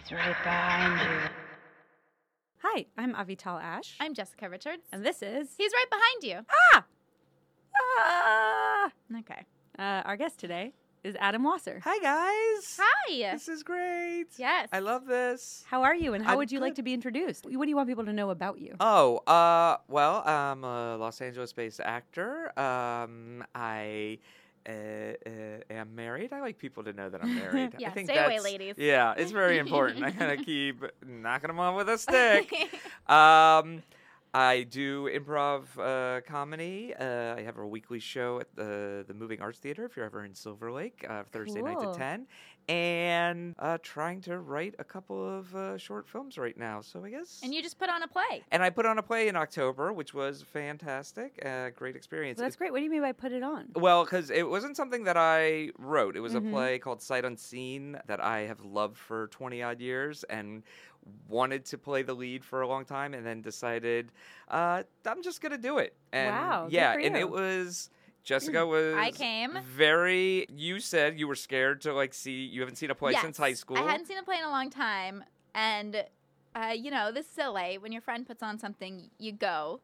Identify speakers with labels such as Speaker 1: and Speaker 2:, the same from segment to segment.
Speaker 1: It's right behind you.
Speaker 2: Hi, I'm Avital Ash.
Speaker 3: I'm Jessica Richards.
Speaker 2: and this is
Speaker 3: He's right behind
Speaker 2: Ah!
Speaker 3: you. Okay.
Speaker 2: Uh, our guest today is Adam Wasser.
Speaker 4: Hi guys.
Speaker 3: Hi.
Speaker 4: This is great.
Speaker 3: Yes.
Speaker 4: I love this.
Speaker 2: How are you, and how
Speaker 4: I'm
Speaker 2: would you like
Speaker 4: good.
Speaker 2: to be introduced? What do you want people to know about you?
Speaker 4: Oh, uh, well, I'm a Los Angeles-based actor. Um, I uh, uh, am married. I like people to know that I'm married.
Speaker 3: Yeah,
Speaker 4: I think
Speaker 3: stay away,
Speaker 4: that's-
Speaker 3: ladies.
Speaker 4: Yeah, it's very important. I gotta keep knocking them off with a stick. Um, I do improv uh, comedy. Uh, I have a weekly show at the the Moving Arts Theater if you're ever in Silver Lake, uh, Thursday night
Speaker 2: Cool.
Speaker 4: to ten, and uh, trying to write a couple of uh, short films right now. So I guess.
Speaker 3: and you just put on a play.
Speaker 4: and I put on a play in October, which was fantastic. Uh, great experience.
Speaker 2: Well, that's great. What do you mean by put it on?
Speaker 4: Well, because it wasn't something that I wrote. It was
Speaker 3: Mm-hmm.
Speaker 2: Mhm.
Speaker 4: a play called Sight Unseen that I have loved for 20 odd years and wanted to play the lead for a long time and then decided uh, I'm just going to do it. And
Speaker 2: Wow, good
Speaker 4: yeah,
Speaker 2: for
Speaker 4: and
Speaker 2: you.
Speaker 4: it was. Jessica was.
Speaker 3: Hmm, I came.
Speaker 4: Very. You said you were scared to like see. You haven't seen a play
Speaker 3: Yes.
Speaker 4: since high school.
Speaker 3: I hadn't seen a play in a long time. And, uh, you know, this is LA. When your friend puts on something, you go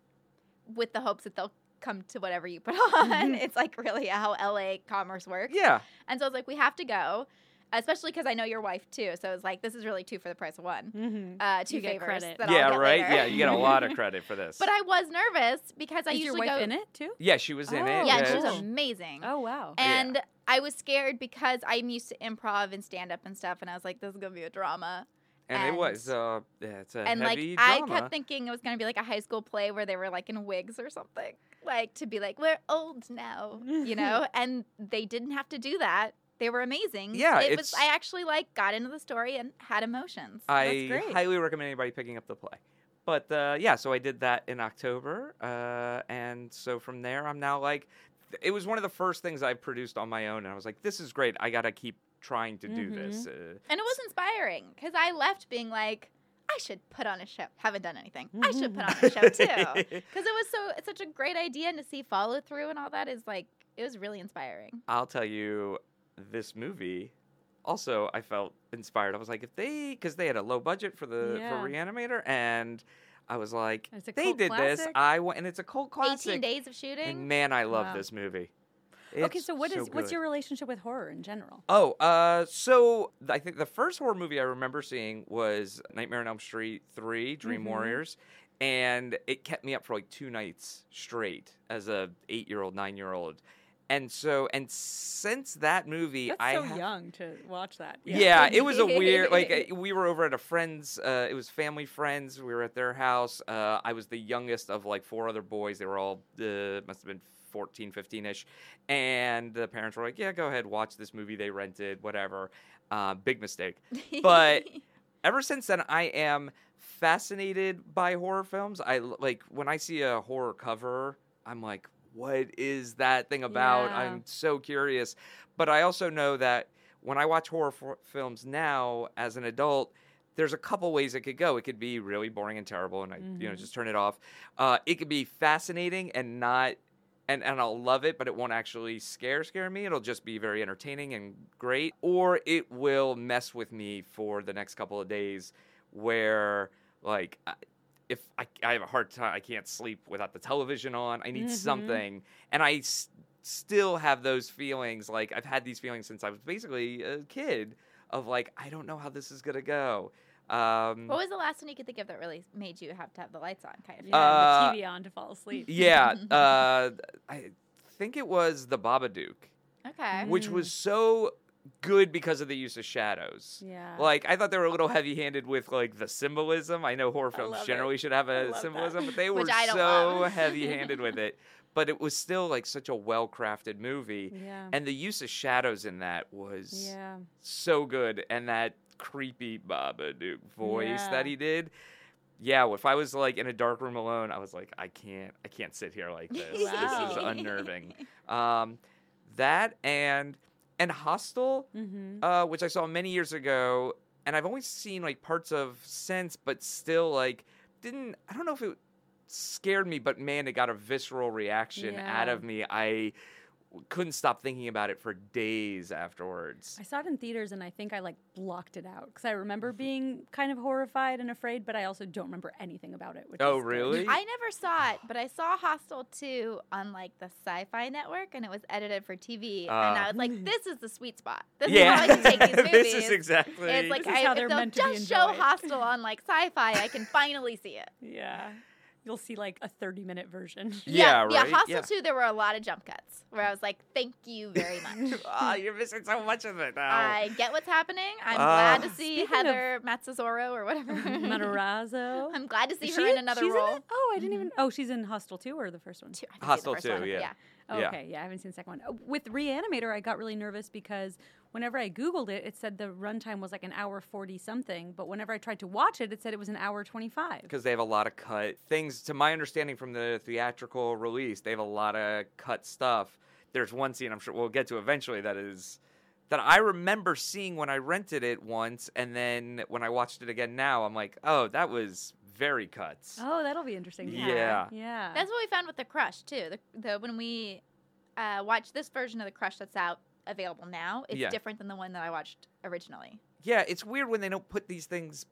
Speaker 3: with the hopes that they'll come to whatever you put on.
Speaker 2: Mhm.
Speaker 3: it's like really how LA commerce works.
Speaker 4: Mm-hmm. Yeah.
Speaker 3: And so I was like, we have to go, especially because I know your wife too. So I was like, this is really two for the price of one.
Speaker 2: Mm-hmm.
Speaker 3: Uh, two
Speaker 2: You get
Speaker 3: favors.
Speaker 2: credit.
Speaker 3: That
Speaker 4: Yeah.
Speaker 3: I'll get
Speaker 4: Right.
Speaker 3: later.
Speaker 4: Yeah. You get a lot of credit for this.
Speaker 3: But I was nervous because I
Speaker 2: is your
Speaker 3: usually
Speaker 2: wife
Speaker 3: go.
Speaker 2: in it too?
Speaker 4: yeah, she was in
Speaker 2: Oh,
Speaker 4: it.
Speaker 3: Yeah, and
Speaker 2: Okay.
Speaker 3: she was
Speaker 2: Cool.
Speaker 3: amazing.
Speaker 4: Mm.
Speaker 2: Oh wow.
Speaker 4: Yeah.
Speaker 3: And I was scared because I'm used to improv and stand up and stuff, and I was like, this is gonna be a drama.
Speaker 4: and,
Speaker 3: and-
Speaker 4: it was. Uh, yeah, it's a
Speaker 3: and like,
Speaker 4: heavy
Speaker 3: I
Speaker 4: drama.
Speaker 3: kept thinking it was gonna be like a high school play where they were like in wigs or something, like to be like, we're old now, you know? and they didn't have to do that. They were amazing.
Speaker 4: Yeah,
Speaker 3: it was.
Speaker 4: it's-
Speaker 3: I actually like got into the story and had emotions.
Speaker 4: I
Speaker 2: great.
Speaker 4: highly recommend anybody picking up the play. But uh, yeah, so I did that in October, uh, and so from there, I'm now like, it was one of the first things I produced on my own, and I was like, this is great. I gotta keep trying to do this.
Speaker 2: Mm-hmm.
Speaker 4: Uh,
Speaker 3: And it was inspiring because I left being like, I should put on a show. Haven't done anything. I should put on
Speaker 4: Uh,
Speaker 3: a show too. Because it was so, it's such a great idea, and to see follow through and all that is like, it was really inspiring.
Speaker 4: I'll tell you, this movie. Also, I felt inspired. I was like, if they, because they had a low budget for the
Speaker 2: Yeah.
Speaker 4: for Reanimator, and I was like,
Speaker 2: It's a
Speaker 4: they
Speaker 2: cult
Speaker 4: did this.
Speaker 2: classic.
Speaker 4: I wa- and it's a cult classic.
Speaker 3: 18 days of shooting.
Speaker 4: And man, I love
Speaker 2: Wow.
Speaker 4: this movie.
Speaker 2: okay,
Speaker 4: It's
Speaker 2: so what is what's
Speaker 4: good.
Speaker 2: your relationship with horror in general?
Speaker 4: Oh, uh, so th- I think the first horror movie I remember seeing was Nightmare on Elm Street 3, Dream
Speaker 2: Mhm.
Speaker 4: Warriors. And it kept me up for like two nights straight as a eight year old, nine year old. And so, and since that movie, I ha-
Speaker 2: young to watch that.
Speaker 4: yeah. it was a weird. Like uh, we were over at a friend's. Uh, it was family friends. We were at their house. Uh, I was the youngest of like four other boys. They were all uh, must have been 14, 15 ish, and the parents were like, "Yeah, go ahead, watch this movie they rented, whatever." Uh, big mistake. but Ever since then, I am fascinated by horror films. I l- like when I see a horror cover, I'm like, "What is that thing about?"
Speaker 2: Yeah.
Speaker 4: I'm so curious. But I also know that when I watch horror f- films now as an adult, there's a couple ways it could go. It could be really boring and terrible, and I, you know,
Speaker 2: Mhm.
Speaker 4: just turn it off. Uh, it could be fascinating and not, and and I'll love it, but it won't actually scare scare me. It'll just be very entertaining and great, or it will mess with me for the next couple of days, where like. I, if I, I have a hard time, I can't sleep without the television on. I need
Speaker 2: Mhm.
Speaker 4: something, and I s- still have those feelings. Like I've had these feelings since I was basically a kid, of like I don't know how this is gonna go. Um,
Speaker 3: what was the last one you could think of that really made you have to have the lights on? Kind of.
Speaker 2: Yeah,
Speaker 4: Uh,
Speaker 2: the TV on to fall asleep.
Speaker 4: yeah, uh, I think it was the Babadook,
Speaker 3: Okay.
Speaker 4: which
Speaker 2: Mm.
Speaker 4: was so good because of the use of shadows.
Speaker 2: Yeah.
Speaker 4: Like I thought they were a little heavy-handed with like the symbolism. I know horror
Speaker 2: I
Speaker 4: films
Speaker 2: love it.
Speaker 4: generally should have
Speaker 2: I
Speaker 4: a
Speaker 2: love
Speaker 4: symbolism,
Speaker 2: that.
Speaker 4: but they were
Speaker 3: Which I don't
Speaker 4: so
Speaker 3: love.
Speaker 4: heavy-handed with it. But it was still like such a well-crafted movie,
Speaker 2: yeah.
Speaker 4: and the use of shadows in that was
Speaker 2: yeah.
Speaker 4: so good, and that creepy Babadook voice
Speaker 2: Yeah.
Speaker 4: that he did. Yeah, if I was like in a dark room alone, I was like, I can't, I can't sit here like this. This is
Speaker 2: Wow.
Speaker 4: unnerving. Um, that and and Hostel,
Speaker 2: Mm-hmm.
Speaker 4: uh, which I saw many years ago, and I've only seen like parts of since, but still like didn't. I don't know if it scared me, but man, it got a visceral reaction out
Speaker 2: Yeah.
Speaker 4: of me. I couldn't stop thinking about it for days afterwards.
Speaker 2: I saw it in theaters and I think I like blocked it out because I remember being kind of horrified and afraid, but I also don't remember anything about it. Which
Speaker 4: Oh,
Speaker 2: is good.
Speaker 4: really?
Speaker 3: I never saw it, but I saw Hostel 2 on like the Sci-Fi Network, and it was edited for TV. and I
Speaker 4: Ah.
Speaker 3: was like, "This is the sweet spot. This
Speaker 4: yeah,
Speaker 3: is how I can take these movies."
Speaker 4: this is exactly.
Speaker 3: it's like
Speaker 2: This is
Speaker 3: I,
Speaker 2: how
Speaker 3: if
Speaker 2: they're
Speaker 3: they'll
Speaker 2: meant to be
Speaker 3: just show
Speaker 2: enjoyed.
Speaker 3: Hostel on like Sci-Fi, I can finally see it.
Speaker 2: Yeah. You'll see like a 30 minute version.
Speaker 4: yeah,
Speaker 3: yeah.
Speaker 4: right.
Speaker 3: Hostel
Speaker 4: yeah.
Speaker 3: 2, there were a lot of jump cuts where I was like, "Thank you very much."
Speaker 4: Ah, you're missing so much of it now.
Speaker 3: I get what's happening. I'm
Speaker 4: Ah.
Speaker 3: glad to see
Speaker 2: Speaking of-
Speaker 3: Heather Matsuzoro or whatever.
Speaker 2: Matarazzo.
Speaker 3: I'm glad to see
Speaker 2: Is
Speaker 3: her
Speaker 2: she
Speaker 3: in another
Speaker 2: she's
Speaker 3: role.
Speaker 2: it? Oh, I didn't
Speaker 3: Mhm.
Speaker 2: even. Oh, she's in Hostel 2 or the first one?
Speaker 3: Two- I didn't see the
Speaker 4: Hostel
Speaker 3: first
Speaker 4: 2,
Speaker 3: one.
Speaker 4: yeah.
Speaker 2: Oh,
Speaker 4: Yeah.
Speaker 2: Okay, yeah, I haven't seen the second one. Uh, With Reanimator, I got really nervous because whenever I Googled it, it said the runtime was like an hour 40 something, but whenever I tried to watch it, it said it was an hour 25.
Speaker 4: because they have a lot of cut things. To my understanding from the theatrical release, they have a lot of cut stuff. There's one scene I'm sure we'll get to eventually that is that I remember seeing when I rented it once, and then when I watched it again now, I'm like, oh, that was very cuts.
Speaker 2: Oh, that'll be interesting. to
Speaker 4: Yeah.
Speaker 2: hear. Yeah.
Speaker 3: That's what we found with the Crush too. The, the when we uh, watched this version of the Crush that's out available now, it's
Speaker 4: Yeah.
Speaker 3: different than the one that I watched originally.
Speaker 4: Yeah, it's weird when they don't put these things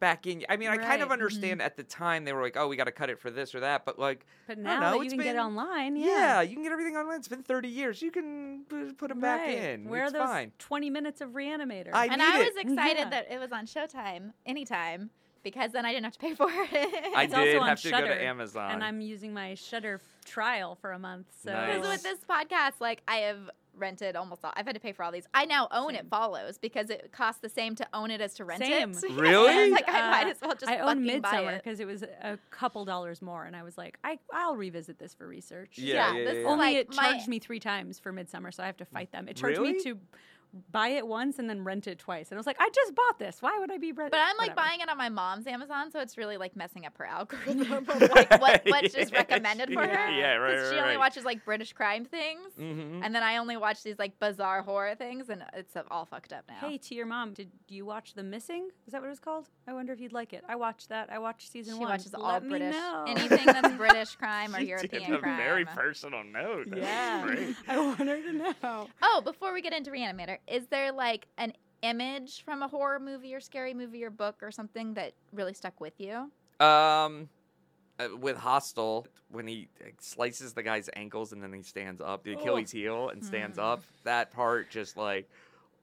Speaker 4: back in. I mean, I
Speaker 3: mm-hmm.
Speaker 4: kind of
Speaker 2: Right, mhm.
Speaker 4: understand at the time they were like, oh, we got to cut it for this or that, but like,
Speaker 2: but
Speaker 4: don't
Speaker 2: now
Speaker 4: know,
Speaker 2: that you
Speaker 4: it's
Speaker 2: can get it
Speaker 4: been-
Speaker 2: online,
Speaker 4: yeah,
Speaker 2: yeah.
Speaker 4: you can get everything online. It's been 30 years. You can p- put them back
Speaker 2: Right.
Speaker 4: in.
Speaker 2: Where
Speaker 4: it's
Speaker 2: are those
Speaker 4: fine.
Speaker 2: 20 minutes of Reanimator?
Speaker 4: I-
Speaker 3: and
Speaker 4: need
Speaker 3: I was
Speaker 4: it.
Speaker 3: excited
Speaker 2: Yeah.
Speaker 3: that it was on Showtime anytime because then I didn't have to pay for it.
Speaker 4: I
Speaker 2: It's also
Speaker 4: did
Speaker 2: on
Speaker 4: have to go
Speaker 2: Shudder,
Speaker 4: to Amazon.
Speaker 2: and I'm using my Shutter trial for a month. So
Speaker 4: Nice.
Speaker 3: Because with this podcast, like I have rented almost all. I've had to pay for all these. I now own
Speaker 2: Same.
Speaker 3: it. Follows because it costs the same to own it as to rent
Speaker 2: Same.
Speaker 3: it.
Speaker 4: Really?
Speaker 3: like I
Speaker 2: Uh,
Speaker 3: might as well just
Speaker 2: I own
Speaker 3: fucking buy
Speaker 2: Midsummer
Speaker 3: it.
Speaker 2: because it was a couple dollars more, and I was like, I, I'll revisit this for research.
Speaker 4: Yeah,
Speaker 3: this
Speaker 4: yeah, yeah,
Speaker 3: is
Speaker 4: yeah.
Speaker 2: Only
Speaker 3: like
Speaker 2: it
Speaker 3: my-
Speaker 2: charged me three times for Midsummer, so I have to fight them. It charged
Speaker 4: Really?
Speaker 2: me to buy it once and then rent it twice, and I was like, I just bought this. Why would I be renting?
Speaker 3: But I'm like buying it on my mom's Amazon, so it's really like messing up her algorithm. of, like what what's just
Speaker 4: Yeah,
Speaker 3: recommended for
Speaker 4: yeah,
Speaker 3: her?
Speaker 4: yeah, right,
Speaker 3: 'Cause She
Speaker 4: right,
Speaker 3: only
Speaker 4: right.
Speaker 3: watches like British crime things,
Speaker 4: Mm-hmm.
Speaker 3: and then I only watch these like bizarre horror things, and it's all fucked up now.
Speaker 2: Hey, to your mom, did you watch The Missing? Is that what it was called? I wonder if you'd like it. I watched that. I watched
Speaker 3: she
Speaker 2: season one.
Speaker 3: watches all
Speaker 2: Let me
Speaker 3: British
Speaker 2: know.
Speaker 3: anything that's British crime or European crime.
Speaker 4: personal note.
Speaker 2: yeah, I want her to know.
Speaker 3: Oh, before we get into Reanimator, is there like an image from a horror movie or scary movie or book or something that really stuck with you?
Speaker 4: Um, uh, with Hostel, when he like, slices the guy's ankles and then he stands up,
Speaker 2: Oh.
Speaker 4: the Achilles heel, and stands
Speaker 2: Mm-hmm.
Speaker 3: Mm.
Speaker 4: up. That part just like,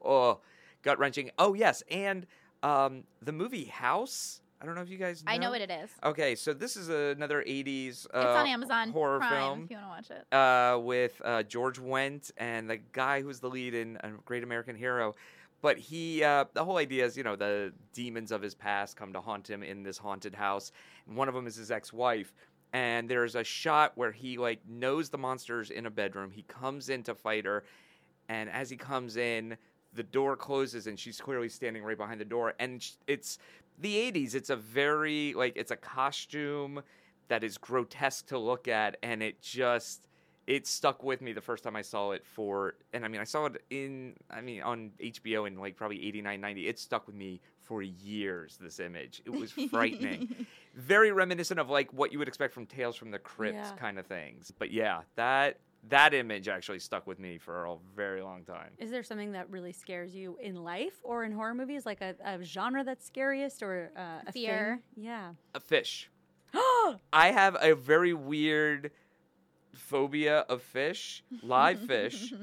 Speaker 4: oh, gut wrenching. Oh yes, and um, the movie House. I don't know if you guys. know.
Speaker 3: I know what it is.
Speaker 4: Okay, so this is another '80s. Uh,
Speaker 3: it's on Amazon
Speaker 4: horror
Speaker 3: Prime
Speaker 4: film.
Speaker 3: if you want to watch it.
Speaker 4: uh, with uh, George Wendt and the guy who's the lead in A Great American Hero. But he, uh, the whole idea is, you know, the demons of his past come to haunt him in this haunted house. And one of them is his ex wife. And there's a shot where he, like, knows the monster's in a bedroom. He comes in to fight her. And as he comes in, the door closes and she's clearly standing right behind the door. And sh- it's the 80s. It's a very, like, it's a costume that is grotesque to look at. And it just, it stuck with me the first time I saw it for, and I mean, I saw it in, I mean, on HBO in like probably 89, 90. It stuck with me for years, this image. It was frightening. Very reminiscent of like what you would expect from Tales from the Crypt
Speaker 2: Yeah.
Speaker 4: kind of things. But yeah, that. That image actually stuck with me for a very long time.
Speaker 2: Is there something that really scares you in life or in horror movies, like a, a genre that's scariest or uh, a
Speaker 3: Fear.
Speaker 2: Thing? Yeah.
Speaker 4: A fish. I have a very weird phobia of fish, live fish,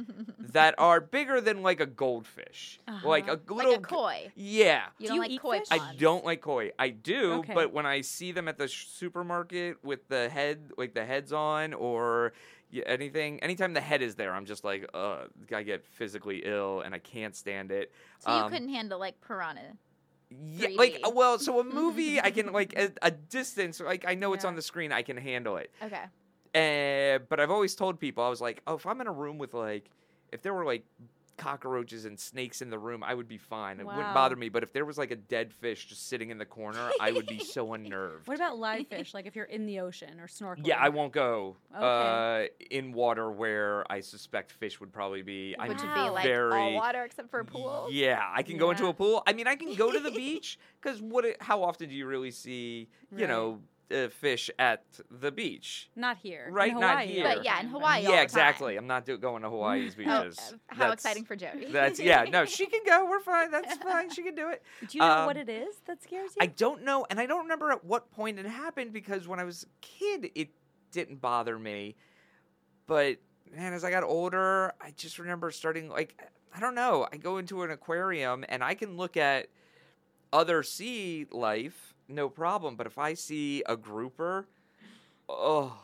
Speaker 4: that are bigger than like a goldfish. Like a
Speaker 2: Uh-huh.
Speaker 4: little.
Speaker 3: like a koi.
Speaker 4: Yeah.
Speaker 2: Do
Speaker 3: You don't
Speaker 2: you
Speaker 3: like
Speaker 2: eat
Speaker 3: koi
Speaker 2: fish?
Speaker 4: I
Speaker 3: ponds.
Speaker 4: don't like koi. I do,
Speaker 2: Okay.
Speaker 4: but when I see them at the sh- supermarket with the head, like the heads on, or y- anything, anytime the head is there, I'm just like, uh, I get physically ill and I can't stand it.
Speaker 3: So you
Speaker 4: Um,
Speaker 3: couldn't handle like piranha.
Speaker 4: Yeah, like uh,
Speaker 3: 3D.
Speaker 4: well, so a movie I can like a, a distance, like I know it's
Speaker 2: Yeah.
Speaker 4: on the screen, I can handle it.
Speaker 3: Okay.
Speaker 4: Uh, but I've always told people I was like, oh, if I'm in a room with like, if there were like cockroaches and snakes in the room, I would be fine. It wouldn't
Speaker 2: Wow.
Speaker 4: bother me. But if there was like a dead fish just sitting in the corner, I would be so unnerved.
Speaker 2: What about live fish? Like if you're in the ocean or snorkeling?
Speaker 4: Yeah, I won't go
Speaker 2: Okay.
Speaker 4: uh, in water where I suspect fish would probably be. I'm
Speaker 3: Which would be
Speaker 2: Wow.
Speaker 3: like all
Speaker 4: very-
Speaker 3: water except for a pool.
Speaker 4: Yeah, I can go into
Speaker 2: Yeah.
Speaker 4: a pool. I mean, I can go to the beach because what? How often do you really see? You
Speaker 2: Right.
Speaker 4: know, uh, fish at the beach.
Speaker 2: Not here.
Speaker 4: Right,
Speaker 2: in
Speaker 4: not
Speaker 2: Hawaii,
Speaker 4: here.
Speaker 2: all
Speaker 4: But
Speaker 2: the
Speaker 3: yeah,
Speaker 2: time,
Speaker 3: in
Speaker 2: but-
Speaker 3: Hawaii. all the
Speaker 4: yeah,
Speaker 3: time.
Speaker 4: exactly. I'm not do- going to Hawaii's
Speaker 3: Oh,
Speaker 4: beaches.
Speaker 3: uh, how
Speaker 4: That's-
Speaker 3: exciting for Joey.
Speaker 4: That's yeah. No, she can go. We're fine. That's fine. She can do it.
Speaker 2: Do you know
Speaker 4: Um,
Speaker 2: what it is that scares you?
Speaker 4: I don't know, and I don't remember at what point it happened because when I was a kid, it didn't bother me. But man, as I got older, I just remember starting like I don't know. I go into an aquarium and I can look at other sea life, no problem. But if I see a grouper, oh.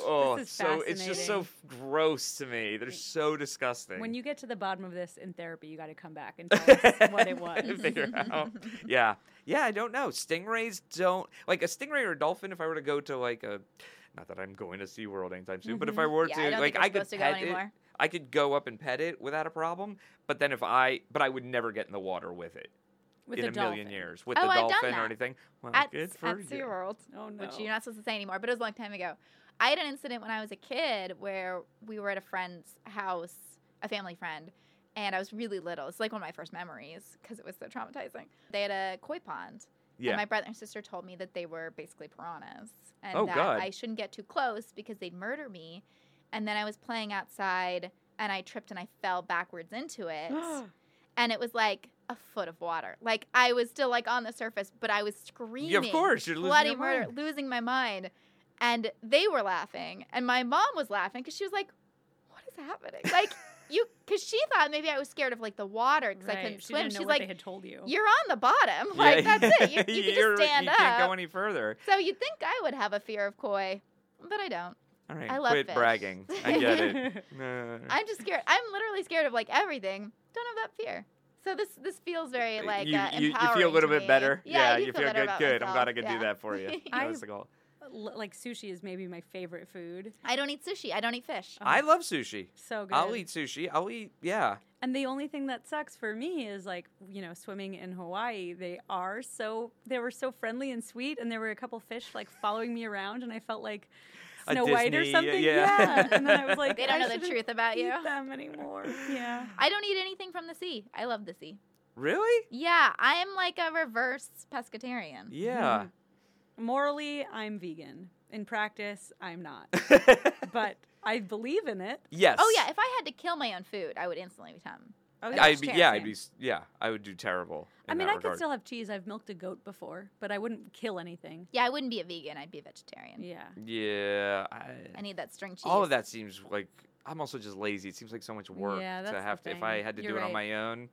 Speaker 4: Oh,
Speaker 2: This
Speaker 4: it's
Speaker 2: is
Speaker 4: so it's just
Speaker 2: fascinating.
Speaker 4: so f- gross to me. They're so disgusting.
Speaker 2: when you get to the bottom of this in therapy, you got to come back and tell us what it was.
Speaker 4: Figure out. Yeah. Yeah, I don't know. Stingrays don't like a stingray or a dolphin if I were to go to like a not that I'm going to SeaWorld anytime soon, but if I were
Speaker 3: Mm-hmm. Yeah,
Speaker 4: to
Speaker 3: I don't
Speaker 4: like
Speaker 3: think we're
Speaker 4: I could
Speaker 3: supposed to go
Speaker 4: pet it.
Speaker 3: anymore.
Speaker 4: I could go up and pet it without a problem, but then if I but I would never get in the water with it
Speaker 2: With
Speaker 4: in
Speaker 2: a
Speaker 4: a million
Speaker 2: dolphin.
Speaker 4: years with
Speaker 3: Oh,
Speaker 4: the
Speaker 3: I've done
Speaker 4: dolphin or
Speaker 3: that.
Speaker 4: anything. Well,
Speaker 3: at,
Speaker 4: good for
Speaker 3: at
Speaker 4: you.
Speaker 3: SeaWorld.
Speaker 2: Oh no.
Speaker 3: which you're not supposed to say anymore, but it was a long time ago. I had an incident when I was a kid where we were at a friend's house, a family friend, and I was really little. It's like one of my first memories because it was so traumatizing. They had a koi pond.
Speaker 4: Yeah.
Speaker 3: And my brother and sister told me that they were basically piranhas and
Speaker 4: Oh,
Speaker 3: that
Speaker 4: God.
Speaker 3: I shouldn't get too close because they'd murder me. And then I was playing outside and I tripped and I fell backwards into it. and it was like a foot of water. Like I was still like on the surface, but I was screaming.
Speaker 4: yeah, of course, you're losing
Speaker 3: bloody
Speaker 4: your
Speaker 3: murder,
Speaker 4: mind.
Speaker 3: losing my mind. And they were laughing, and my mom was laughing because she was like, "What is happening?" Like you, because she thought maybe I was scared of like the water because I couldn't
Speaker 2: she
Speaker 3: swim.
Speaker 2: Didn't know
Speaker 3: She's
Speaker 2: what they
Speaker 3: like,
Speaker 2: had told you.
Speaker 3: "You're on the bottom. Like
Speaker 4: Yeah.
Speaker 3: that's it. You, you can
Speaker 4: You're-
Speaker 3: just stand
Speaker 4: you
Speaker 3: up."
Speaker 4: can't go any further.
Speaker 3: so you'd think I would have a fear of koi, but I don't.
Speaker 4: All right,
Speaker 3: I love
Speaker 4: quit
Speaker 3: fish.
Speaker 4: bragging. I get it. No.
Speaker 3: I'm just scared. I'm literally scared of like everything. Don't have that fear. So this this feels very
Speaker 4: Uh,
Speaker 3: like
Speaker 4: you,
Speaker 3: uh,
Speaker 4: you- you
Speaker 3: empowering
Speaker 4: feel a little
Speaker 3: to
Speaker 4: bit
Speaker 3: me.
Speaker 4: better.
Speaker 3: Yeah, I do
Speaker 4: you feel,
Speaker 3: better
Speaker 4: good.
Speaker 3: about
Speaker 4: Good. I'm glad I
Speaker 3: myself.
Speaker 4: could do
Speaker 3: Yeah.
Speaker 4: that for you. That
Speaker 2: I-
Speaker 4: was the goal.
Speaker 2: L- like sushi is maybe my favorite food.
Speaker 3: I don't eat sushi. I don't eat fish.
Speaker 4: I love sushi.
Speaker 2: So good.
Speaker 4: I'll eat sushi. I'll eat. Yeah.
Speaker 2: And the only thing that sucks for me is like, you know, swimming in Hawaii, they are so they were so friendly and sweet and there were a couple fish like following me around and I felt like
Speaker 4: A
Speaker 2: Snow White or
Speaker 4: Disney, yeah,
Speaker 2: something.
Speaker 4: yeah.
Speaker 2: And then I was like,
Speaker 3: They don't
Speaker 2: I
Speaker 3: know the
Speaker 2: shouldn't
Speaker 3: truth about
Speaker 2: eat
Speaker 3: you.
Speaker 2: them anymore. Yeah.
Speaker 3: I don't eat anything from the sea. I love the sea.
Speaker 4: Really?
Speaker 3: Yeah, I am like a reverse pescatarian.
Speaker 4: Yeah.
Speaker 2: Mm-hmm. Morally, I'm vegan. In practice, I'm not. But I believe in it.
Speaker 4: yes.
Speaker 3: Oh yeah, if I had to kill my own food, I would instantly become.
Speaker 2: Oh,
Speaker 3: yeah.
Speaker 4: I'd be. Yeah. I'd
Speaker 2: vegetarian.
Speaker 4: be. s- Yeah. I would do terrible.
Speaker 2: I
Speaker 4: in
Speaker 2: mean,
Speaker 4: that
Speaker 2: I could
Speaker 4: regard.
Speaker 2: still have cheese. I've milked a goat before, but I wouldn't kill anything.
Speaker 3: Yeah, I wouldn't be a vegan. I'd be a vegetarian.
Speaker 2: Yeah.
Speaker 4: Yeah. I,
Speaker 3: I need that string cheese.
Speaker 4: all of that seems like. I'm also just lazy. It seems like so much work
Speaker 2: Yeah, that's
Speaker 4: to
Speaker 2: the
Speaker 4: have to. If I
Speaker 2: thing.
Speaker 4: had to
Speaker 2: You're
Speaker 4: do it on
Speaker 2: right.
Speaker 4: my own,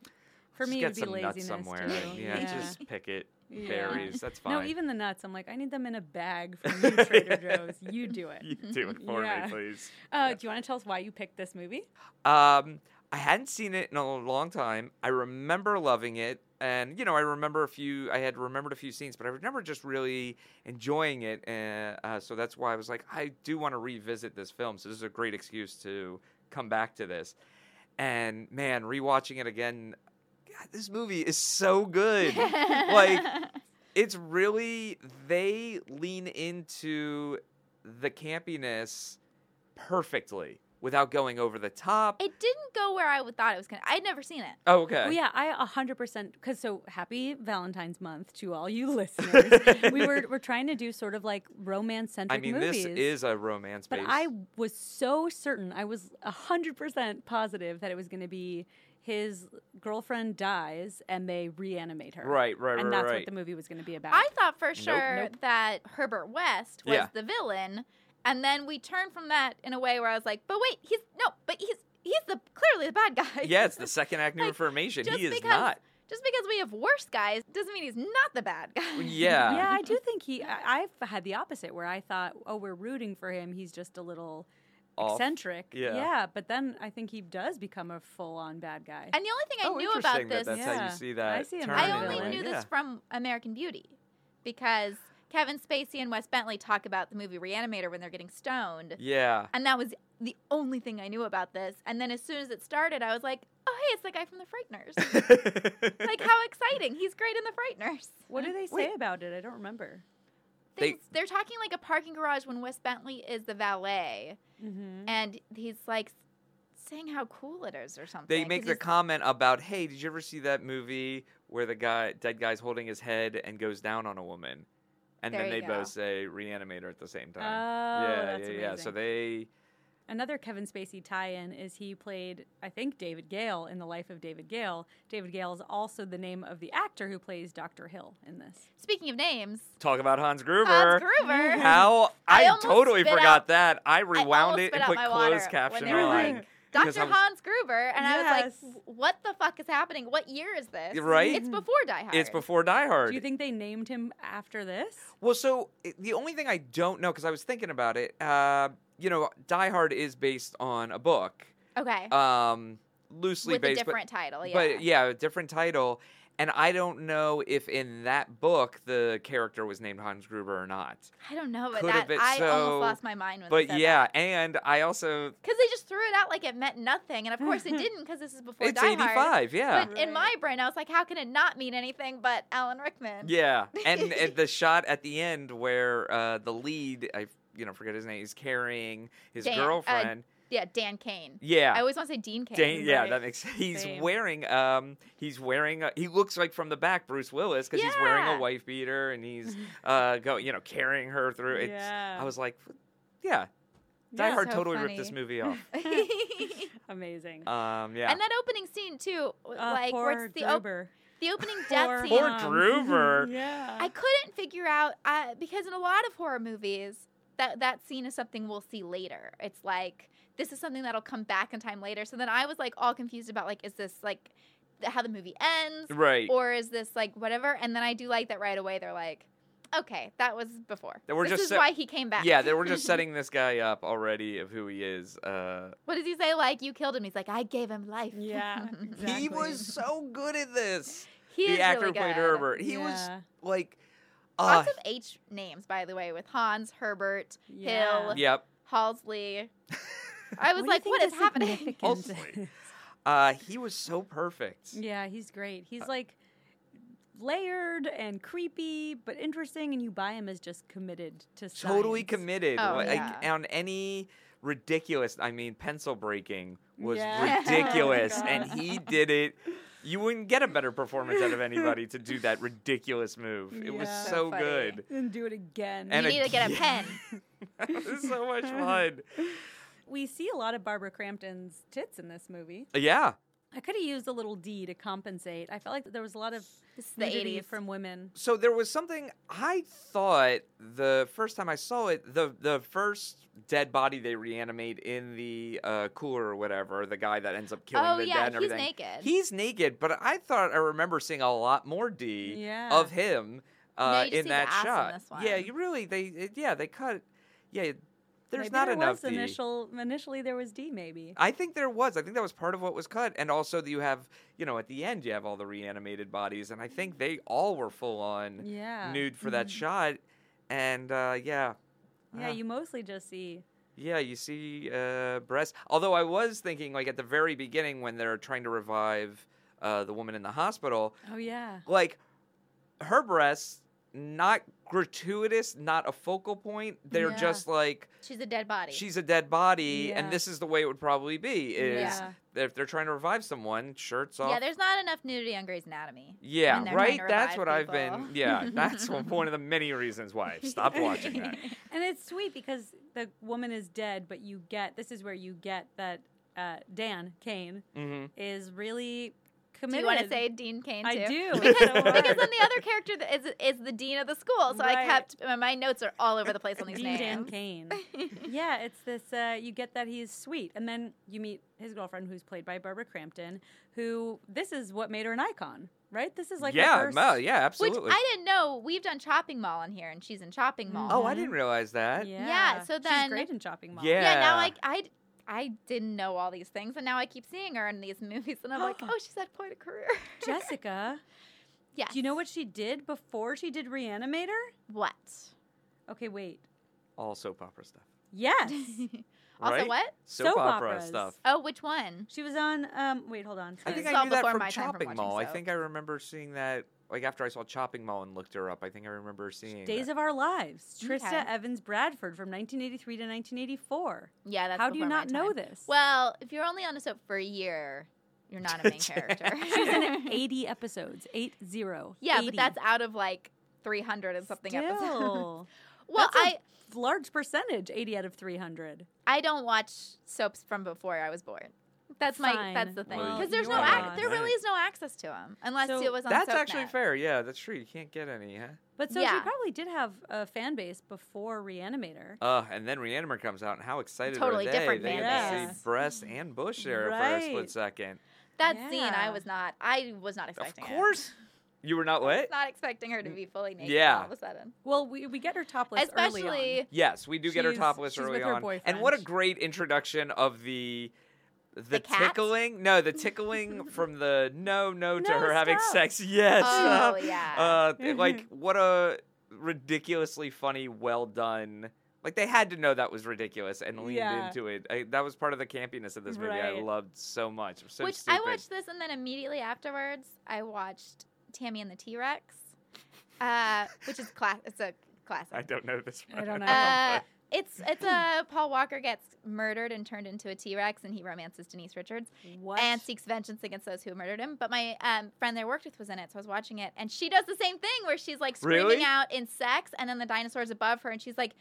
Speaker 2: For
Speaker 4: just
Speaker 2: me, it
Speaker 4: get
Speaker 2: would be
Speaker 4: some nuts
Speaker 2: laziness
Speaker 4: somewhere.
Speaker 2: too.
Speaker 4: and, yeah, Just pick it.
Speaker 2: Yeah.
Speaker 4: Berries. That's fine.
Speaker 2: No, even the nuts. I'm like, I need them in a bag from you, Trader Joe's. You do it.
Speaker 4: you do it for
Speaker 2: Yeah.
Speaker 4: me, please.
Speaker 2: Uh, Do you want to tell us why you picked this movie?
Speaker 4: Um, I hadn't seen it in a long time. I remember loving it, and you know, I remember a few. I had remembered a few scenes, but I remember just really enjoying it, and uh, so that's why I was like, I do want to revisit this film. So this is a great excuse to come back to this. And man, rewatching it again, God, this movie is so good. like, it's really they lean into the campiness perfectly without going over the top.
Speaker 3: it didn't go where I would thought it was gonna. I'd never seen it.
Speaker 4: Oh, okay.
Speaker 2: Oh yeah, I 100% because so happy Valentine's month to all you listeners. we were we're trying to do sort of like romance
Speaker 4: I
Speaker 2: centric
Speaker 4: mean,
Speaker 2: movies.
Speaker 4: this is a romance
Speaker 2: But
Speaker 4: based.
Speaker 2: I was so certain, I was 100% positive that it was going to be his girlfriend dies and they reanimate her.
Speaker 4: right, right, right,
Speaker 2: And that's
Speaker 4: right.
Speaker 2: what the movie was going to be about.
Speaker 3: I thought for
Speaker 4: Nope.
Speaker 3: sure
Speaker 4: Nope.
Speaker 3: that Herbert West was
Speaker 4: Yeah.
Speaker 3: the villain, and then we turned from that in a way where I was like, "But wait, he's no, but he's he's the clearly the bad guy."
Speaker 4: yeah, it's the second act new
Speaker 3: Like,
Speaker 4: information.
Speaker 3: just
Speaker 4: He is
Speaker 3: because-
Speaker 4: not.
Speaker 3: Just because we have worse guys doesn't mean he's not the bad guy.
Speaker 4: Yeah.
Speaker 2: yeah, I do think he. I, I've had the opposite where I thought, oh, we're rooting for him. He's just a little
Speaker 4: Off.
Speaker 2: eccentric.
Speaker 4: Yeah.
Speaker 2: but then I think he does become a full on bad guy.
Speaker 3: And the only thing I
Speaker 4: oh,
Speaker 3: knew
Speaker 4: interesting
Speaker 3: about this,
Speaker 4: That that's how
Speaker 2: Yeah.
Speaker 4: you see that.
Speaker 2: I see him
Speaker 4: turn
Speaker 2: as a
Speaker 3: I
Speaker 4: in a
Speaker 3: only
Speaker 4: way.
Speaker 2: villain.
Speaker 3: knew
Speaker 4: Yeah.
Speaker 3: this from American Beauty because Kevin Spacey and Wes Bentley talk about the movie Reanimator when they're getting stoned.
Speaker 4: Yeah.
Speaker 3: And that was the only thing I knew about this. And then as soon as it started, I was like, oh, hey, it's the guy from The Frighteners. like, how exciting. He's great in The Frighteners.
Speaker 2: what do they say
Speaker 4: Wait.
Speaker 2: about it? I don't remember.
Speaker 4: They-
Speaker 3: Things, they, are talking like a parking garage when Wes Bentley is the valet.
Speaker 2: Mm-hmm.
Speaker 3: And he's like saying how cool it is or something.
Speaker 4: they make
Speaker 3: 'cause
Speaker 4: the
Speaker 3: he's-
Speaker 4: comment about, "Hey, did you ever see that movie where the guy, dead guy's holding his head and goes down on a woman?" and
Speaker 3: There
Speaker 4: then they
Speaker 3: you go.
Speaker 4: both say reanimator at the same
Speaker 2: Oh,
Speaker 4: time. yeah,
Speaker 2: that's
Speaker 4: yeah,
Speaker 2: amazing.
Speaker 4: yeah. So they
Speaker 2: Another Kevin Spacey tie-in is he played, I think, David Gale in The Life of David Gale. David Gale is also the name of the actor who plays Dr. Hill in this.
Speaker 3: Speaking of names,
Speaker 4: talk about Hans Gruber.
Speaker 3: Hans Gruber.
Speaker 4: How
Speaker 3: I
Speaker 4: I,
Speaker 3: almost
Speaker 4: totally
Speaker 3: spit
Speaker 4: forgot
Speaker 3: out-
Speaker 4: that. I
Speaker 3: I
Speaker 4: rewound
Speaker 3: almost
Speaker 4: it
Speaker 3: spit
Speaker 4: and
Speaker 3: out
Speaker 4: put
Speaker 3: my
Speaker 4: closed
Speaker 3: water when
Speaker 4: caption
Speaker 3: they were
Speaker 4: on.
Speaker 3: like,
Speaker 4: because
Speaker 3: Dr.
Speaker 4: I was-
Speaker 3: Hans Gruber, and I was
Speaker 2: Yes.
Speaker 3: like, "What the fuck is happening? What year is this?
Speaker 4: Right?
Speaker 3: It's before Die Hard.
Speaker 4: It's before Die Hard.
Speaker 2: Do you think they named him after this?
Speaker 4: Well, so it- the only thing I don't know, because I was thinking about it, uh, you know, Die Hard is based on a book,
Speaker 3: okay
Speaker 4: um, loosely
Speaker 3: with
Speaker 4: based,
Speaker 3: a different title.
Speaker 4: but,
Speaker 3: Yeah,
Speaker 4: but yeah, a different title. And I don't know if in that book the character was named Hans Gruber or not.
Speaker 3: I don't know, but
Speaker 4: Could have
Speaker 3: that
Speaker 4: been-
Speaker 3: I
Speaker 4: so-
Speaker 3: almost lost my mind when.
Speaker 4: But yeah, and I also
Speaker 3: because they just threw it out like it meant nothing, and of course it didn't because this is before
Speaker 4: it's
Speaker 3: Die
Speaker 4: eighty
Speaker 3: Hard.
Speaker 4: five, yeah.
Speaker 3: But in my brain, I was like, "How can it not mean anything but Alan Rickman?"
Speaker 4: Yeah, and, and the shot at the end where uh, the lead, I you know forget his name, is carrying his
Speaker 3: Dan- uh,
Speaker 4: girlfriend.
Speaker 3: Yeah, Dan Kane.
Speaker 4: yeah,
Speaker 3: I always want to say Dean Kane.
Speaker 4: Dan- yeah,
Speaker 2: right.
Speaker 4: that makes. He's
Speaker 2: Same.
Speaker 4: wearing. Um, he's wearing. A, he looks like from the back Bruce Willis because he's wearing
Speaker 3: Yeah.
Speaker 4: a wife beater and he's uh go you know carrying her through. It's,
Speaker 2: Yeah.
Speaker 4: I was like, yeah, Die
Speaker 2: Yeah,
Speaker 4: Hard
Speaker 3: so
Speaker 4: totally ripped this
Speaker 3: funny.
Speaker 4: movie off.
Speaker 2: Amazing.
Speaker 4: Um, yeah.
Speaker 3: And that opening scene too,
Speaker 2: Uh,
Speaker 3: like
Speaker 2: poor
Speaker 3: where it's the, op-
Speaker 2: Gruber.
Speaker 3: the opening death
Speaker 2: Poor
Speaker 3: scene.
Speaker 4: Poor
Speaker 2: Hans.
Speaker 4: Gruber.
Speaker 2: yeah.
Speaker 3: I couldn't figure out uh, because in a lot of horror movies, that that scene is something we'll see later. It's like this is something that'll come back in time later. So then I was like all confused about like is this like th- how the movie ends
Speaker 4: right.
Speaker 3: or is this like whatever? And then I do like that right away. They're like, okay, that was before.
Speaker 4: They were
Speaker 3: this
Speaker 4: just
Speaker 3: is
Speaker 4: set-
Speaker 3: why he came back.
Speaker 4: yeah, they were just setting this guy up already of who he is. Uh,
Speaker 3: what does he say? Like you killed him. He's like I gave him life.
Speaker 2: Yeah,
Speaker 4: He
Speaker 2: Exactly.
Speaker 4: was so good at this.
Speaker 3: he
Speaker 4: the
Speaker 3: is
Speaker 4: actor
Speaker 3: really
Speaker 4: who played
Speaker 3: good.
Speaker 4: Herbert. He was
Speaker 2: Yeah.
Speaker 4: like, uh,
Speaker 3: Lots of H names, by the way, with Hans, Herbert,
Speaker 2: Yeah.
Speaker 3: Hill,
Speaker 4: yep.
Speaker 3: Halsley. I was like, what is happening?
Speaker 4: Honestly. Uh, he was so perfect.
Speaker 2: yeah, he's great. He's like layered and creepy, but interesting, and you buy him as just committed to
Speaker 4: Totally
Speaker 2: science.
Speaker 4: committed.
Speaker 3: Oh,
Speaker 4: like
Speaker 3: yeah.
Speaker 4: on any ridiculous, I mean, pencil breaking was
Speaker 2: Yeah.
Speaker 4: ridiculous,
Speaker 2: Oh my
Speaker 4: and
Speaker 2: God.
Speaker 4: he did it. You wouldn't get a better performance out of anybody to do that ridiculous move. It was
Speaker 2: Yeah.
Speaker 4: so
Speaker 3: So funny.
Speaker 4: good.
Speaker 2: And do it again.
Speaker 4: And
Speaker 3: you need to get a
Speaker 4: again.
Speaker 3: pen.
Speaker 4: it was so much fun.
Speaker 2: we see a lot of Barbara Crampton's tits in this movie.
Speaker 4: Yeah.
Speaker 2: I could have used a little D to compensate. I felt like there was a lot of
Speaker 3: This is the
Speaker 2: nudity
Speaker 3: 80s.
Speaker 2: from women.
Speaker 4: so there was something I thought the first time I saw it, the the first dead body they reanimate in the uh, cooler or whatever, the guy that ends up killing
Speaker 3: oh
Speaker 4: the
Speaker 3: yeah,
Speaker 4: dead and
Speaker 3: he's
Speaker 4: everything.
Speaker 3: naked.
Speaker 4: He's naked, but I thought I remember seeing a lot more D
Speaker 2: Yeah.
Speaker 4: of him uh,
Speaker 3: you just
Speaker 4: in
Speaker 3: see the
Speaker 4: that
Speaker 3: ass in
Speaker 4: shot.
Speaker 3: this
Speaker 4: Yeah,
Speaker 3: one.
Speaker 4: you really they it- yeah they cut yeah. There's
Speaker 2: Maybe
Speaker 4: not
Speaker 2: there
Speaker 4: enough
Speaker 2: was
Speaker 4: D. Uh,
Speaker 2: initial initially there was D maybe.
Speaker 4: I think there was. I think that was part of what was cut, and also that you have, you know, at the end you have all the reanimated bodies, and I think they all were full on
Speaker 2: Yeah. Mm-hmm.
Speaker 4: nude for that shot, and uh, yeah,
Speaker 2: Yeah,
Speaker 4: Uh,
Speaker 2: you mostly just see
Speaker 4: yeah, you see uh, breasts. Although I was thinking, like at the very beginning when they're trying to revive uh, the woman in the hospital,
Speaker 2: Oh yeah.
Speaker 4: like her breasts, not gratuitous, not a focal point. They're
Speaker 2: Yeah.
Speaker 4: just like
Speaker 3: She's a dead body.
Speaker 4: she's a dead body,
Speaker 2: Yeah.
Speaker 4: and this is the way it would probably be. Is
Speaker 2: Yeah.
Speaker 4: if they're trying to revive someone, shirts off.
Speaker 3: yeah, there's not enough nudity on Grey's Anatomy.
Speaker 4: Yeah,
Speaker 3: when they're
Speaker 4: right.
Speaker 3: trying to revive
Speaker 4: That's what I've been.
Speaker 3: people.
Speaker 4: Yeah, that's one one of the many reasons why. Stop watching that.
Speaker 2: And it's sweet because the woman is dead, but you get this is where you get that uh, Dan Kane
Speaker 4: hmm
Speaker 2: is really
Speaker 3: Do
Speaker 2: committed.
Speaker 3: you want to say Dean Kane
Speaker 2: I
Speaker 3: too?
Speaker 2: do
Speaker 3: Because,
Speaker 2: It's so
Speaker 3: because then
Speaker 2: hard.
Speaker 3: the other character that is is the dean of the school, so I
Speaker 2: Right.
Speaker 3: kept my notes are all over the place on these
Speaker 2: Dean Dan
Speaker 3: names.
Speaker 2: Kane. yeah, it's this. Uh, you get that he's sweet, and then you meet his girlfriend, who's played by Barbara Crampton. Who this is what made her an icon, right? This is like her
Speaker 4: yeah,
Speaker 2: first-
Speaker 4: no, yeah,
Speaker 3: Which
Speaker 4: absolutely.
Speaker 3: I didn't know. We've done Chopping Mall on here, and she's in Chopping Mall.
Speaker 4: oh, I didn't realize that.
Speaker 2: yeah.
Speaker 3: so
Speaker 2: she's
Speaker 3: then-
Speaker 2: great in shopping mall.
Speaker 4: Yeah.
Speaker 3: yeah. now I, I I didn't know all these things, and now I keep seeing her in these movies, and I'm like, oh, she's at point of career.
Speaker 2: Jessica.
Speaker 3: yeah.
Speaker 2: Do you know what she did before she did Reanimator?
Speaker 3: what?
Speaker 2: Okay, wait.
Speaker 4: All soap opera stuff.
Speaker 2: Yes.
Speaker 3: also,
Speaker 4: Right?
Speaker 3: what?
Speaker 4: Soap,
Speaker 2: Soap
Speaker 4: opera
Speaker 2: operas.
Speaker 4: stuff.
Speaker 3: Oh, which one?
Speaker 2: She was on. Um, wait, hold on.
Speaker 4: I
Speaker 2: sorry.
Speaker 4: think
Speaker 3: Saw
Speaker 4: I knew that
Speaker 3: before
Speaker 4: from
Speaker 3: my time from
Speaker 4: Chopping
Speaker 3: watching
Speaker 4: Mall. I
Speaker 3: Soap.
Speaker 4: think I remember seeing that. Like after I saw Chopping Mall and looked her up, I think I remember seeing.
Speaker 2: Days
Speaker 4: that.
Speaker 2: of Our Lives.
Speaker 3: Okay.
Speaker 2: Trista Evans Bradford from 1983 to 1984.
Speaker 3: Yeah, that's
Speaker 2: How do you
Speaker 3: before my
Speaker 2: not know
Speaker 3: time.
Speaker 2: this?
Speaker 3: Well, if you're only on a soap for a year, you're not a main character.
Speaker 2: she was in 80 episodes. Eight zero.
Speaker 3: yeah,
Speaker 2: 80.
Speaker 3: but that's out of like 300 and something episodes.
Speaker 2: Still.
Speaker 3: well,
Speaker 2: That's a
Speaker 3: I
Speaker 2: large percentage, 80 out of 300.
Speaker 3: I don't watch soaps from before I was born. That's my
Speaker 2: Fine.
Speaker 3: that's the thing
Speaker 4: Well,
Speaker 3: because
Speaker 4: you
Speaker 3: there's no
Speaker 4: are
Speaker 3: ac- there
Speaker 4: on.
Speaker 3: really is no access to them unless
Speaker 2: So
Speaker 3: it was on
Speaker 4: That's
Speaker 3: SoapNet.
Speaker 4: actually fair. Yeah, that's true. You can't get any, huh?
Speaker 2: But so
Speaker 3: Yeah.
Speaker 2: she probably did have a fan base before Reanimator.
Speaker 4: Uh, and then Reanimator comes out, and how excited
Speaker 3: Totally
Speaker 4: are they?
Speaker 3: different
Speaker 4: they
Speaker 2: fan
Speaker 4: get to
Speaker 2: base.
Speaker 4: see breasts and bush there for a
Speaker 2: Right.
Speaker 4: split second.
Speaker 3: That scene I
Speaker 2: Yeah.
Speaker 3: was not I was not
Speaker 4: Of
Speaker 3: expecting. it.
Speaker 4: course, you were not
Speaker 3: I was
Speaker 4: what?
Speaker 3: not expecting her to be fully naked
Speaker 4: Yeah.
Speaker 3: all of a sudden.
Speaker 2: Well, we, we get her topless early
Speaker 3: Especially
Speaker 2: on.
Speaker 4: Yes, we do get her
Speaker 2: She's-
Speaker 4: topless
Speaker 2: she's with
Speaker 4: early
Speaker 2: her
Speaker 4: on. And
Speaker 2: boyfriend.
Speaker 4: what a great introduction of the the,
Speaker 3: The cat?
Speaker 4: tickling. No, the tickling from the no, no to
Speaker 2: No,
Speaker 4: her having
Speaker 2: stop.
Speaker 4: sex. Yes.
Speaker 3: oh yeah.
Speaker 4: Uh, th- like what a ridiculously funny, well done. Like they had to know that was ridiculous and leaned
Speaker 2: Yeah.
Speaker 4: into it. I, that was part of the campiness of this movie. I
Speaker 2: Right.
Speaker 4: loved so much. It was so
Speaker 3: Which
Speaker 4: stupid.
Speaker 3: I watched this, and then immediately afterwards, I watched Tammy and the T Rex, uh, which is class. It's a classic.
Speaker 4: I don't know this
Speaker 2: I
Speaker 4: one.
Speaker 2: don't know.
Speaker 3: Uh, it's it's a Paul Walker gets murdered and turned into a T Rex, and he romances Denise Richards
Speaker 2: What?
Speaker 3: and seeks vengeance against those who murdered him. But my um, friend that I worked with was in it, so I was watching it, and she does the same thing where she's like screaming
Speaker 4: Really?
Speaker 3: out in sex, and then the dinosaurs above her, and she's like,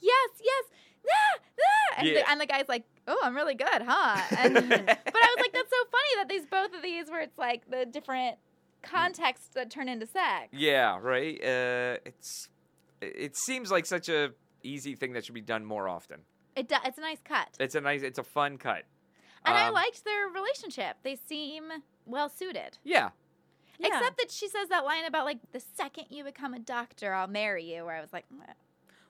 Speaker 3: "Yes, yes, ah, ah," and,
Speaker 4: Yeah.
Speaker 3: the, and the guy's like, "Oh, I'm really good, huh?" And, but I was like, that's so funny that these both of these where it's like the different contexts that turn into sex.
Speaker 4: Yeah, right. Uh, it's it seems like such a easy thing that should be done more often.
Speaker 3: It do, it's a nice cut,
Speaker 4: It's a nice, it's a fun cut.
Speaker 3: and I
Speaker 4: Um,
Speaker 3: liked their relationship. They seem well suited,
Speaker 4: Yeah,
Speaker 2: Yeah.
Speaker 3: except that she says that line about like the second you become a doctor, I'll marry you. Where I was like, "Mm,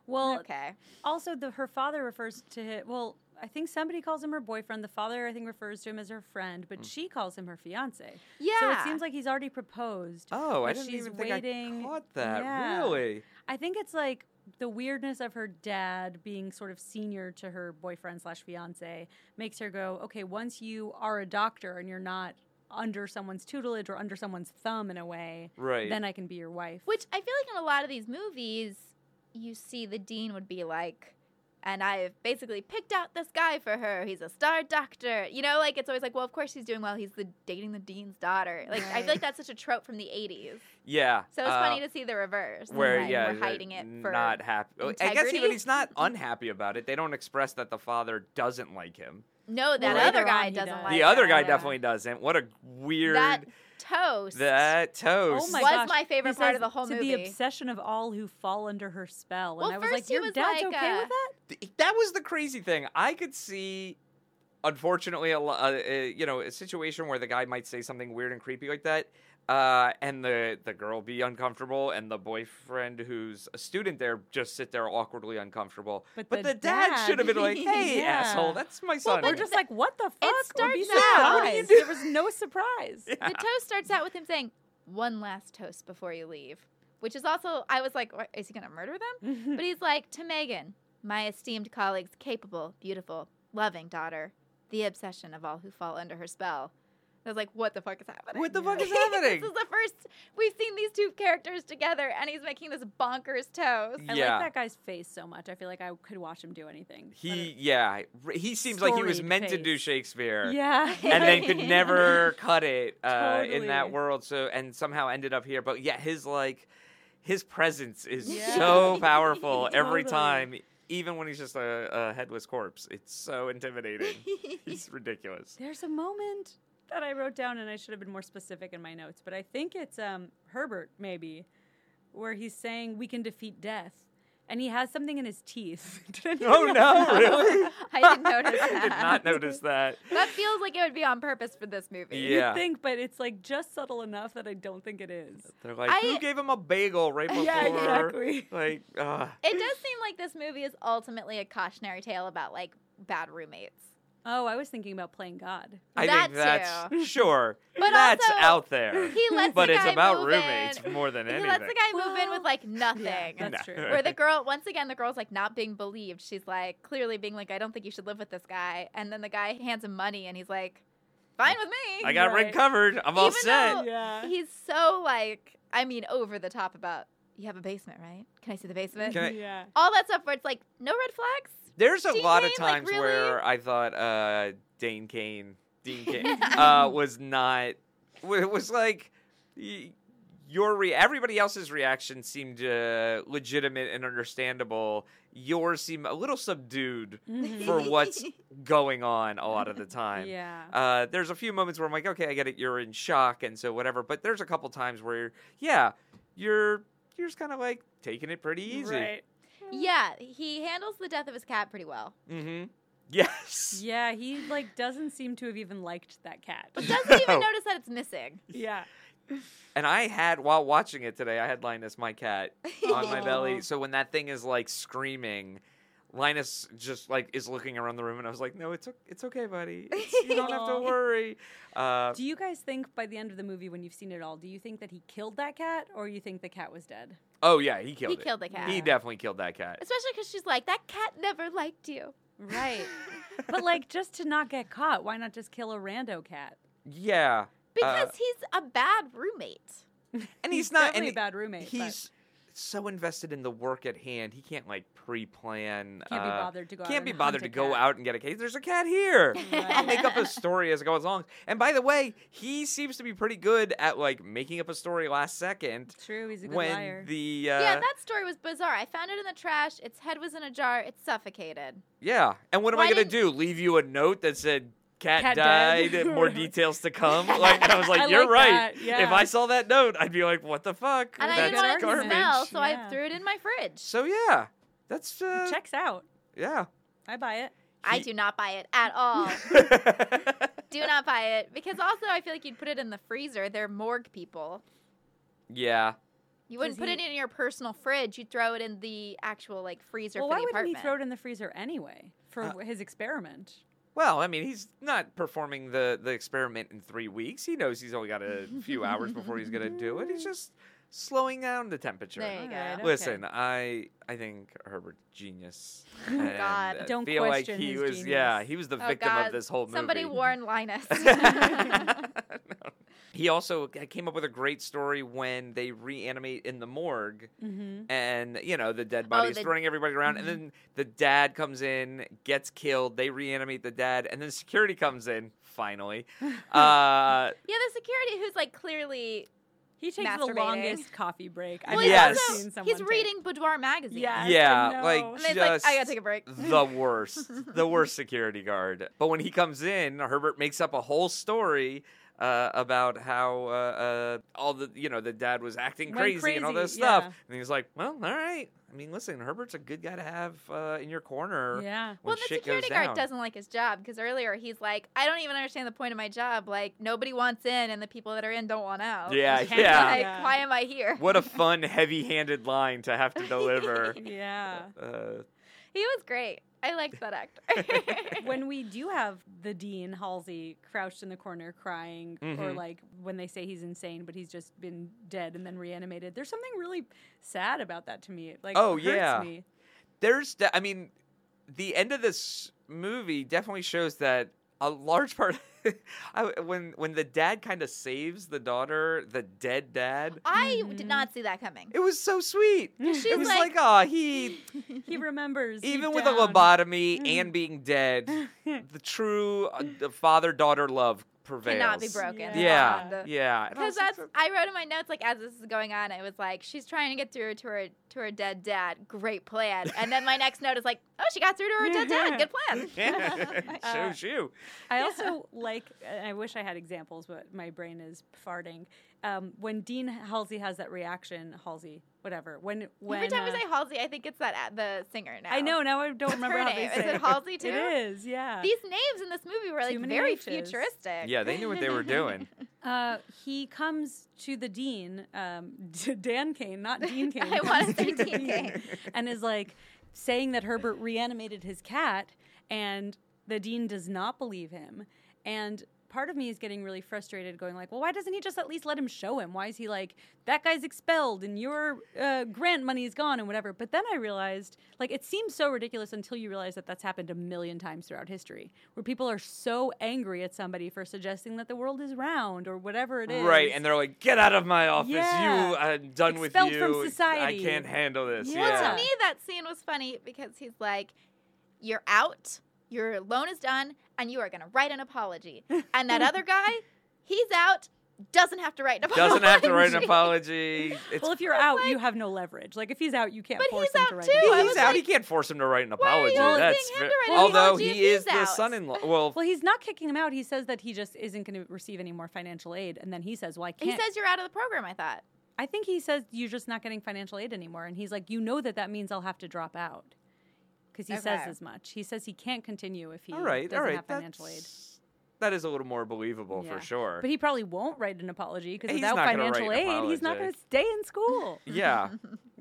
Speaker 2: well,
Speaker 3: okay,
Speaker 2: also the her father refers to him. Well, I think somebody calls him her boyfriend. The father, I think, refers to him as her friend, but she calls him her fiance.
Speaker 3: Mm. yeah.
Speaker 2: So it seems like he's already proposed.
Speaker 4: Oh, I
Speaker 2: But
Speaker 4: didn't
Speaker 2: she's
Speaker 4: even think
Speaker 2: waiting-
Speaker 4: I caught that.
Speaker 2: Yeah.
Speaker 4: Really?
Speaker 2: I think it's like the weirdness of her dad being sort of senior to her boyfriend slash fiance makes her go, okay, once you are a doctor and you're not under someone's tutelage or under someone's thumb in a way,
Speaker 4: Right.
Speaker 2: then I can be your wife.
Speaker 3: Which I feel like in a lot of these movies, you see the dean would be like, and I've basically picked out this guy for her. He's a star doctor. You know, like it's always like, well, of course he's doing well. He's the dating the dean's daughter. Like I feel like that's such a trope from the '80s.
Speaker 4: yeah.
Speaker 3: So it's
Speaker 4: uh,
Speaker 3: funny to see the reverse.
Speaker 4: where
Speaker 3: like,
Speaker 4: yeah,
Speaker 3: we're
Speaker 4: they're
Speaker 3: hiding it for
Speaker 4: not happy. I guess even
Speaker 3: integrity?
Speaker 4: he's not unhappy about it. They don't express that the father doesn't like him.
Speaker 3: no, that
Speaker 4: Well,
Speaker 3: other
Speaker 2: later on
Speaker 3: guy
Speaker 2: he
Speaker 3: doesn't
Speaker 2: does.
Speaker 3: like
Speaker 4: the other
Speaker 3: him.
Speaker 4: guy
Speaker 3: Yeah.
Speaker 4: definitely doesn't. What a weird
Speaker 3: that toast.
Speaker 4: that toast.
Speaker 2: Oh my
Speaker 3: was
Speaker 2: gosh.
Speaker 3: my favorite
Speaker 2: He
Speaker 3: part
Speaker 2: says,
Speaker 3: of the whole
Speaker 2: to
Speaker 3: movie.
Speaker 2: the obsession of all who fall under her spell.
Speaker 3: Well,
Speaker 2: and I was like,
Speaker 3: first he
Speaker 2: your
Speaker 3: was
Speaker 2: dad's
Speaker 3: like,
Speaker 2: okay
Speaker 3: uh,
Speaker 2: with that?
Speaker 4: Th- That was the crazy thing. I could see, unfortunately, a, lo- uh, uh, you know, a situation where the guy might say something weird and creepy like that, uh, and the the girl be uncomfortable, and the boyfriend who's a student there just sit there awkwardly uncomfortable. But,
Speaker 2: But
Speaker 4: the,
Speaker 2: the
Speaker 4: dad, should have been like,
Speaker 2: dad-
Speaker 4: "Hey,
Speaker 2: Yeah.
Speaker 4: asshole, that's my son."
Speaker 2: We're just like, what the fuck? Or
Speaker 3: starts
Speaker 2: be
Speaker 3: out- What do you
Speaker 2: surprised. There was no surprise.
Speaker 3: The toast starts out with him saying, "One last toast before you leave," which is also I was like, "What, is he gonna murder them?
Speaker 4: Hmm.
Speaker 3: But he's like, to Megan, my esteemed colleague's capable, beautiful, loving daughter, the obsession of all who fall under her spell. I was like, what the fuck is happening?
Speaker 4: What the fuck is
Speaker 3: this
Speaker 4: happening?
Speaker 3: is the first we've seen these two characters together, and he's making this bonkers toast.
Speaker 2: I
Speaker 4: Yeah.
Speaker 2: like that guy's face so much. I feel like I could watch him do anything.
Speaker 4: he, yeah, r- he seems like he was
Speaker 2: Storied
Speaker 4: meant to
Speaker 2: face.
Speaker 4: do Shakespeare.
Speaker 2: yeah.
Speaker 4: and then could never cut it uh, in that
Speaker 2: Totally.
Speaker 4: world. So and somehow ended up here. But yeah, his like his presence is
Speaker 2: Yeah.
Speaker 4: so powerful every
Speaker 2: Totally.
Speaker 4: time, even when he's just a, a headless corpse. It's so intimidating. He's ridiculous.
Speaker 2: There's a moment that I wrote down, and I should have been more specific in my notes, but I think it's um, Herbert, maybe, where he's saying, We can defeat death. And he has something in his teeth. Did
Speaker 4: Oh
Speaker 2: anyone
Speaker 4: no,
Speaker 2: else
Speaker 4: really?
Speaker 3: I didn't notice
Speaker 4: I did not
Speaker 3: that.
Speaker 4: notice that.
Speaker 3: That feels like it would be on purpose for this movie.
Speaker 4: Yeah.
Speaker 2: You'd think, but it's like just subtle enough that I don't think it is.
Speaker 4: They're like,
Speaker 3: I-
Speaker 4: who gave him a bagel right before?
Speaker 2: Yeah, exactly.
Speaker 4: Like, uh,
Speaker 3: It does seem like this movie is ultimately a cautionary tale about like bad roommates.
Speaker 2: Oh, I was thinking about playing God.
Speaker 4: I
Speaker 3: That
Speaker 4: think that's sure.
Speaker 3: But
Speaker 4: that's
Speaker 3: also,
Speaker 4: out there.
Speaker 3: He lets
Speaker 4: but
Speaker 3: the
Speaker 4: it's
Speaker 3: guy
Speaker 4: about
Speaker 3: move
Speaker 4: roommates
Speaker 3: in.
Speaker 4: more than
Speaker 3: He
Speaker 4: anything.
Speaker 3: lets the guy move in
Speaker 2: Well,
Speaker 3: with like nothing.
Speaker 2: Yeah, that's
Speaker 4: No.
Speaker 2: true.
Speaker 3: Where the girl, once again, the girl's like not being believed. She's like clearly being like, I don't think you should live with this guy. And then the guy hands him money and he's like, fine with me.
Speaker 4: I got
Speaker 2: Right.
Speaker 4: red covered. I'm all
Speaker 3: Even
Speaker 4: set.
Speaker 3: though-
Speaker 2: Yeah.
Speaker 3: he's so like, I mean, over the top about, you have a basement, right? Can I see the basement?
Speaker 4: Can I-
Speaker 2: yeah.
Speaker 3: All that stuff where it's like, no red flags.
Speaker 4: There's a
Speaker 3: Dean
Speaker 4: lot of
Speaker 3: Cain, like,
Speaker 4: times
Speaker 3: really?
Speaker 4: where I thought uh, Dane Kane, Dean Kane, uh, was not. wa- was like, y- your re- everybody else's reaction seemed uh, legitimate and understandable. Yours seemed a little subdued Mm-hmm.
Speaker 2: Mm-hmm.
Speaker 4: for what's going on a lot of the time.
Speaker 2: Yeah.
Speaker 4: Uh, there's a few moments where I'm like, okay, I get it. You're in shock, and so whatever. But there's a couple times where, you're, yeah, you're you're just kind of like taking it pretty easy.
Speaker 2: Right.
Speaker 3: Yeah, he handles the death of his cat pretty well.
Speaker 4: Mm-hmm. Yes.
Speaker 2: Yeah, he like doesn't seem to have even liked that cat.
Speaker 3: But doesn't even
Speaker 4: No.
Speaker 3: notice that it's missing.
Speaker 2: yeah.
Speaker 4: And I had while watching it today, I had Linus, my cat, on my
Speaker 2: Aw.
Speaker 4: belly. So when that thing is like screaming, Linus just like is looking around the room, and I was like, "No, it's o- it's okay, buddy. It's- you don't have
Speaker 2: Aw.
Speaker 4: to worry." Uh,
Speaker 2: Do you guys think by the end of the movie, when you've seen it all, do you think that he killed that cat, or you think the cat was dead?
Speaker 4: oh yeah, he killed
Speaker 3: he
Speaker 4: it.
Speaker 3: killed the cat.
Speaker 4: He definitely killed that cat.
Speaker 3: Especially because she's like, that cat never liked you.
Speaker 2: Right. but like, just to not get caught, why not just kill a rando cat?
Speaker 4: Yeah, Uh.
Speaker 3: Because he's a bad roommate.
Speaker 4: and he's, not and
Speaker 2: definitely
Speaker 4: he-
Speaker 2: a bad roommate. but
Speaker 4: He's so invested in the work at hand, he can't like pre-plan.
Speaker 2: can't be
Speaker 4: uh,
Speaker 2: bothered to go. out
Speaker 4: can't be
Speaker 2: and hunt
Speaker 4: bothered
Speaker 2: a
Speaker 4: to go
Speaker 2: cat.
Speaker 4: out and get a case. There's a cat here. I'll make up a story as it goes along. And by the way, he seems to be pretty good at like making up a story last second
Speaker 2: True, he's a good
Speaker 4: when
Speaker 2: liar.
Speaker 4: the uh,
Speaker 3: yeah, that story was bizarre. I found it in the trash. Its head was in a jar. It suffocated.
Speaker 4: yeah. And what am
Speaker 3: Why
Speaker 4: I gonna
Speaker 3: didn't-
Speaker 4: do? Leave you a note that said cat,
Speaker 2: Cat
Speaker 4: died.
Speaker 2: died."
Speaker 4: More details to come. Like and I was like,
Speaker 2: I
Speaker 4: you're
Speaker 2: like
Speaker 4: right.
Speaker 2: that, yeah.
Speaker 4: If I saw that note, I'd be like, what the fuck?
Speaker 3: And
Speaker 2: Well,
Speaker 3: I
Speaker 4: That's
Speaker 3: didn't want it to
Speaker 4: garbage.
Speaker 3: smell, so I
Speaker 2: Yeah.
Speaker 3: threw it in my fridge.
Speaker 4: So yeah, that's uh,
Speaker 2: Checks out.
Speaker 4: yeah.
Speaker 2: I buy it.
Speaker 3: I
Speaker 4: He-
Speaker 3: do not buy it at all. do not buy it. Because also, I feel like you'd put it in the freezer. They're morgue people.
Speaker 4: yeah.
Speaker 3: You wouldn't
Speaker 2: Does
Speaker 3: put it in your personal fridge. You'd throw it in the actual like freezer
Speaker 2: Well,
Speaker 3: for
Speaker 2: why
Speaker 3: the
Speaker 2: wouldn't he
Speaker 3: apartment.
Speaker 2: throw it in the freezer anyway for
Speaker 4: Uh,
Speaker 2: his experiment?
Speaker 4: Well, I mean, he's not performing the the experiment in three weeks. He knows he's only got a few hours before he's gonna do it. He's just slowing down the temperature.
Speaker 3: There you
Speaker 2: All
Speaker 3: go.
Speaker 2: right, okay.
Speaker 4: Listen, I I think Herbert's genius. and
Speaker 3: God.
Speaker 4: I
Speaker 2: Don't
Speaker 4: feel like
Speaker 2: question
Speaker 4: he
Speaker 2: his
Speaker 4: was yeah
Speaker 2: genius.
Speaker 4: he was the
Speaker 3: Oh,
Speaker 4: victim
Speaker 3: God.
Speaker 4: of this whole movie.
Speaker 3: Somebody warn Linus.
Speaker 4: No. He also uh, came up with a great story when they reanimate in the morgue
Speaker 2: Mm-hmm.
Speaker 4: and you know the dead
Speaker 3: Oh,
Speaker 4: body is
Speaker 3: the- Mm-hmm.
Speaker 4: throwing everybody around and then the dad comes in gets killed they reanimate the dad and then security comes in finally uh
Speaker 3: Yeah, the security who's like clearly
Speaker 2: He takes the
Speaker 3: Masturbating.
Speaker 2: longest coffee break.
Speaker 3: well,
Speaker 2: I've
Speaker 3: he's
Speaker 4: Yes.
Speaker 2: ever
Speaker 3: also
Speaker 2: seen someone
Speaker 3: he's
Speaker 2: take.
Speaker 3: reading Boudoir magazine.
Speaker 2: Yeah. I
Speaker 4: Uh, yeah
Speaker 2: know.
Speaker 4: like
Speaker 2: And
Speaker 3: And he's like, I gotta
Speaker 4: just
Speaker 3: take a break.
Speaker 4: the worst the worst security guard but when he comes in herbert makes up a whole story uh, about how uh, uh, all the you know the dad was acting
Speaker 2: Went
Speaker 4: crazy, and all
Speaker 2: crazy,
Speaker 4: this stuff
Speaker 2: yeah.
Speaker 4: and he's like well all right i mean listen herbert's a good guy to have uh, in your corner
Speaker 2: Yeah.
Speaker 4: when
Speaker 3: well, the
Speaker 4: shit
Speaker 3: security
Speaker 4: goes
Speaker 3: guard
Speaker 4: down.
Speaker 3: doesn't like his job because earlier he's like, I don't even understand the point of my job. Like, nobody wants in, and the people that are in don't want out.
Speaker 4: Yeah,
Speaker 2: Okay.
Speaker 4: yeah.
Speaker 3: Like,
Speaker 2: Yeah.
Speaker 3: why am I here?
Speaker 4: What a fun, heavy-handed line to have to deliver.
Speaker 2: Yeah.
Speaker 4: Uh,
Speaker 3: He was great. I liked that actor.
Speaker 2: when we do have the Dean Halsey crouched in the corner crying, or
Speaker 4: Mhm.
Speaker 2: like when they say he's insane, but he's just been dead and then reanimated, there's something really sad about that to me. It, Like,
Speaker 4: Oh,
Speaker 2: hurts
Speaker 4: yeah.
Speaker 2: me.
Speaker 4: there's, de- I mean, the end of this movie definitely shows that a large part. I, when when the dad kind of saves the daughter, the dead dad,
Speaker 3: I
Speaker 2: Mhm.
Speaker 3: did not see that coming.
Speaker 4: it was so sweet.
Speaker 3: She's
Speaker 4: it was
Speaker 3: like-
Speaker 4: like, ah, he
Speaker 2: He remembers. deep
Speaker 4: even with a
Speaker 2: down.
Speaker 4: lobotomy
Speaker 3: Mm-hmm.
Speaker 4: and being dead, the true uh, the father-daughter love prevails.
Speaker 3: Cannot be broken.
Speaker 2: Yeah.
Speaker 4: Yeah,
Speaker 3: Bond.
Speaker 4: yeah. And I
Speaker 3: Because
Speaker 4: was like,
Speaker 3: that's I wrote in my notes like as this is going on, it was like she's trying to get through to her to her dead dad. Great plan. And then my next note is like, oh, she got through to her dead dad. Good plan.
Speaker 4: yeah,
Speaker 2: Uh,
Speaker 4: shows you.
Speaker 2: I also like, and I wish I had examples, but my brain is farting. Um, when Dean Halsey has that reaction, Halsey, whatever. When when
Speaker 3: Every time
Speaker 2: uh,
Speaker 3: we say Halsey, I think it's that uh, the singer now.
Speaker 2: I know now, I don't
Speaker 3: That's
Speaker 2: remember
Speaker 3: her
Speaker 2: how they
Speaker 3: name.
Speaker 2: say
Speaker 3: Is it Halsey too?
Speaker 2: It is, yeah.
Speaker 3: These names in this movie were like
Speaker 2: Too many
Speaker 3: very
Speaker 2: H's.
Speaker 3: futuristic.
Speaker 4: Yeah, they knew what they were doing.
Speaker 2: Uh, he comes to the dean, um, D- Dan Kane, not Dean Kane.
Speaker 3: I wanna say
Speaker 2: comes to the
Speaker 3: Dean Cain.
Speaker 2: and is like saying that Herbert reanimated his cat, and the dean does not believe him. And part of me is getting really frustrated, going like, "Well, why doesn't he just at least let him show him? Why is he like that guy's expelled and your uh, grant money is gone and whatever?" But then I realized, like, it seems so ridiculous until you realize that that's happened a million times throughout history, where people are so angry at somebody for suggesting that the world is round or whatever it is.
Speaker 4: Right, and they're like, "Get out of my office! You, uh,
Speaker 2: Yeah.
Speaker 4: I'm done with
Speaker 2: Expelled
Speaker 4: you.
Speaker 2: from
Speaker 4: I
Speaker 2: society."
Speaker 4: can't handle this."
Speaker 2: Yeah.
Speaker 4: Yeah,
Speaker 3: Well,
Speaker 2: Yeah.
Speaker 3: to me, that scene was funny because he's like, "You're out. Your loan is done, and you are gonna write an apology." and that other guy, he's out. doesn't have to write an apology.
Speaker 4: Doesn't have to write an apology. It's,
Speaker 2: well, if you're out, you have no leverage. Like if he's out, you can't
Speaker 3: But
Speaker 2: force
Speaker 3: he's
Speaker 2: him
Speaker 3: out
Speaker 2: to write.
Speaker 3: too.
Speaker 2: it.
Speaker 3: I
Speaker 4: he's
Speaker 3: was
Speaker 4: out. he
Speaker 3: like,
Speaker 4: can't force him to write an
Speaker 3: why are
Speaker 4: apology.
Speaker 3: you all
Speaker 4: That's
Speaker 3: getting him
Speaker 4: ve-
Speaker 3: to write an
Speaker 4: although
Speaker 3: apology if
Speaker 4: he is
Speaker 3: he's
Speaker 4: the
Speaker 3: out?
Speaker 4: son-in-law. Well,
Speaker 2: Well, he's not kicking him out. He says that he just isn't going to receive any more financial aid, and then he says, "Well, I
Speaker 3: He
Speaker 2: can't."
Speaker 3: says you're out of the program. I thought.
Speaker 2: I think he says you're just not getting financial aid anymore, and he's like, "You know that that means I'll have to drop out," because he says
Speaker 3: Okay.
Speaker 2: as much. He says he can't continue if he
Speaker 4: all right,
Speaker 2: doesn't
Speaker 4: all right.
Speaker 2: have financial aid.
Speaker 4: that's- That is a little more believable
Speaker 2: Yeah.
Speaker 4: for sure.
Speaker 2: But he probably won't write an apology because
Speaker 4: He's
Speaker 2: without
Speaker 4: not gonna write
Speaker 2: financial
Speaker 4: an
Speaker 2: aid, he's not
Speaker 4: apology.
Speaker 2: going to stay in school.
Speaker 4: yeah,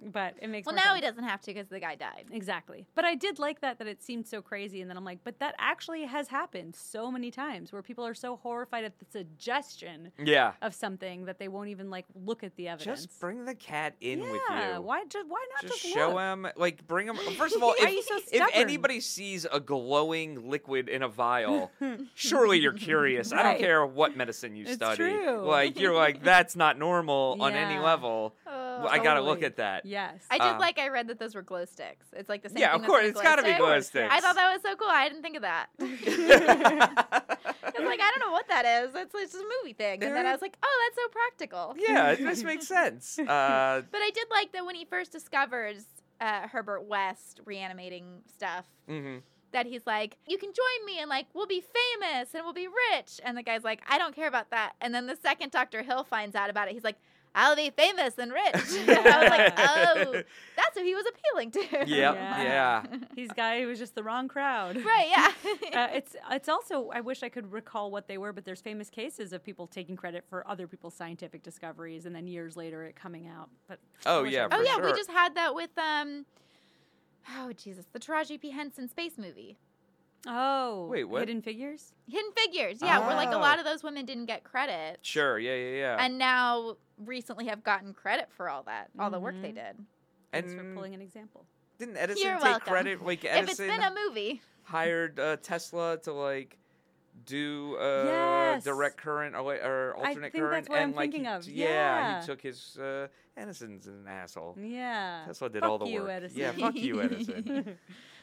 Speaker 2: but it makes
Speaker 3: Well,
Speaker 2: more
Speaker 3: now he
Speaker 2: sense.
Speaker 3: doesn't have to because the guy died.
Speaker 2: Exactly. But I did like that that it seemed so crazy and then I'm like, but that actually has happened so many times where people are so horrified at the suggestion
Speaker 4: yeah.
Speaker 2: of something that they won't even like look at the evidence.
Speaker 4: Just bring the cat in
Speaker 2: yeah,
Speaker 4: with you.
Speaker 2: Why just why not
Speaker 4: Just
Speaker 2: just,
Speaker 4: show
Speaker 2: look?
Speaker 4: him, like, bring him. First of all,
Speaker 2: Why
Speaker 4: if,
Speaker 2: are you so
Speaker 4: if
Speaker 2: stubborn?
Speaker 4: anybody sees a glowing liquid in a vial, surely you're curious. I don't
Speaker 2: Right.
Speaker 4: care what medicine you
Speaker 2: It's
Speaker 4: study.
Speaker 2: true.
Speaker 4: Like, you're like, that's not normal on any
Speaker 2: Yeah.
Speaker 4: level.
Speaker 3: Oh.
Speaker 4: Well, I gotta look
Speaker 2: Totally.
Speaker 4: at that.
Speaker 2: Yes.
Speaker 3: I did
Speaker 4: Um,
Speaker 3: like I read that those were glow sticks. It's like the same.
Speaker 4: Yeah,
Speaker 3: thing
Speaker 4: of
Speaker 3: that's
Speaker 4: course,
Speaker 3: in a
Speaker 4: it's gotta be glow
Speaker 3: I
Speaker 4: sticks.
Speaker 3: thought that was so cool. I didn't think of that. it's like I don't know what that is. It's, it's just a movie thing. And then I was like, oh, that's so practical.
Speaker 4: yeah, this makes sense. Uh,
Speaker 3: But I did like that when he first discovers uh, Herbert West reanimating stuff.
Speaker 4: mhm.
Speaker 3: That he's like, you can join me and like we'll be famous and we'll be rich. And the guy's like, I don't care about that. And then the second Doctor Hill finds out about it, he's like, I'll be famous and rich. And I was like, oh, that's who he was appealing to.
Speaker 4: Yep,
Speaker 2: Yeah.
Speaker 4: yeah.
Speaker 2: He's guy who was just the wrong crowd.
Speaker 3: Right, yeah.
Speaker 2: Uh, it's it's also I wish I could recall what they were, but there's famous cases of people taking credit for other people's scientific discoveries and then years later it coming out. But I
Speaker 4: Oh,
Speaker 2: wish I
Speaker 4: yeah,
Speaker 2: could
Speaker 3: oh
Speaker 4: for
Speaker 3: yeah, we
Speaker 4: sure.
Speaker 3: just had that with um Oh Jesus, the Taraji P. Henson space movie.
Speaker 2: Oh,
Speaker 4: Wait, what?
Speaker 2: Hidden Figures?
Speaker 3: Hidden Figures, yeah, where like a
Speaker 4: Oh.
Speaker 3: lot of those women didn't get credit.
Speaker 4: Sure, yeah, yeah, yeah.
Speaker 3: And now recently have gotten credit for all that, all the work they
Speaker 2: Mhm.
Speaker 3: did.
Speaker 2: Thanks for
Speaker 4: And
Speaker 2: pulling an example.
Speaker 4: didn't Edison
Speaker 3: You're
Speaker 4: take
Speaker 3: welcome.
Speaker 4: credit? Like,
Speaker 3: if it's
Speaker 4: Edison
Speaker 3: been a movie.
Speaker 4: hired uh, Tesla to, like, do uh,
Speaker 2: Yes.
Speaker 4: direct current or, or
Speaker 2: I
Speaker 4: alternate
Speaker 2: think
Speaker 4: current.
Speaker 2: that's what
Speaker 4: and,
Speaker 2: I'm
Speaker 4: like,
Speaker 2: thinking
Speaker 4: he,
Speaker 2: of.
Speaker 4: Yeah,
Speaker 2: Yeah.
Speaker 4: he took his. Uh, Edison's an asshole.
Speaker 2: Yeah.
Speaker 4: Tesla did
Speaker 2: Fuck
Speaker 4: all the
Speaker 2: you,
Speaker 4: work.
Speaker 2: Edison.
Speaker 4: Yeah, fuck you, Edison.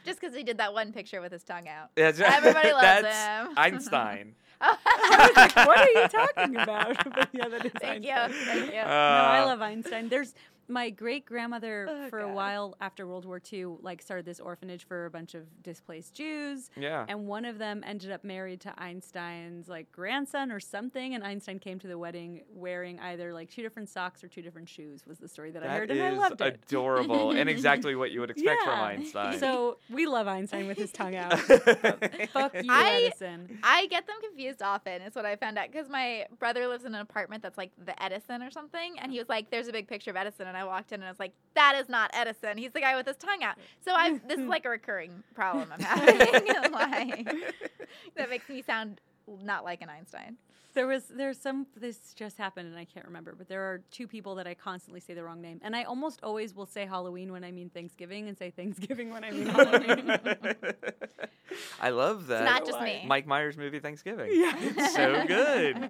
Speaker 3: Just because he did that one picture with his tongue out.
Speaker 4: That's-
Speaker 3: Everybody loves
Speaker 4: that's
Speaker 3: him.
Speaker 4: Einstein.
Speaker 3: Oh,
Speaker 2: what are you talking about? But yeah, that is
Speaker 3: thank you.
Speaker 2: Einstein.
Speaker 3: Thank you.
Speaker 4: Uh,
Speaker 2: no, I love Einstein. There's my great grandmother
Speaker 3: Oh,
Speaker 2: for a
Speaker 3: God.
Speaker 2: while after World War II, like started this orphanage for a bunch of displaced Jews.
Speaker 4: Yeah.
Speaker 2: and one of them ended up married to Einstein's like grandson or something and Einstein came to the wedding wearing either like two different socks or two different shoes was the story that, I
Speaker 4: That
Speaker 2: heard
Speaker 4: is
Speaker 2: and I loved it.
Speaker 4: adorable and exactly what you would expect from
Speaker 2: Yeah.
Speaker 4: Einstein.
Speaker 2: So we love Einstein with his tongue out. Fuck you,
Speaker 3: I-
Speaker 2: Edison.
Speaker 3: I get them confused often, is what I found out. Because my brother lives in an apartment that's like the Edison or something. And he was like, there's a big picture of Edison. And I walked in and I was like, that is not Edison. He's the guy with his tongue out. So I've, this is like a recurring problem I'm having. like, that makes me sound not like an Einstein.
Speaker 2: There was there's some this just happened and I can't remember, but there are two people that I constantly say the wrong name. And I almost always will say Halloween when I mean Thanksgiving and say Thanksgiving when I mean Halloween.
Speaker 4: I love that.
Speaker 3: not just me.
Speaker 4: Mike Myers movie Thanksgiving.
Speaker 2: Yeah.
Speaker 4: It's so good.
Speaker 3: Then,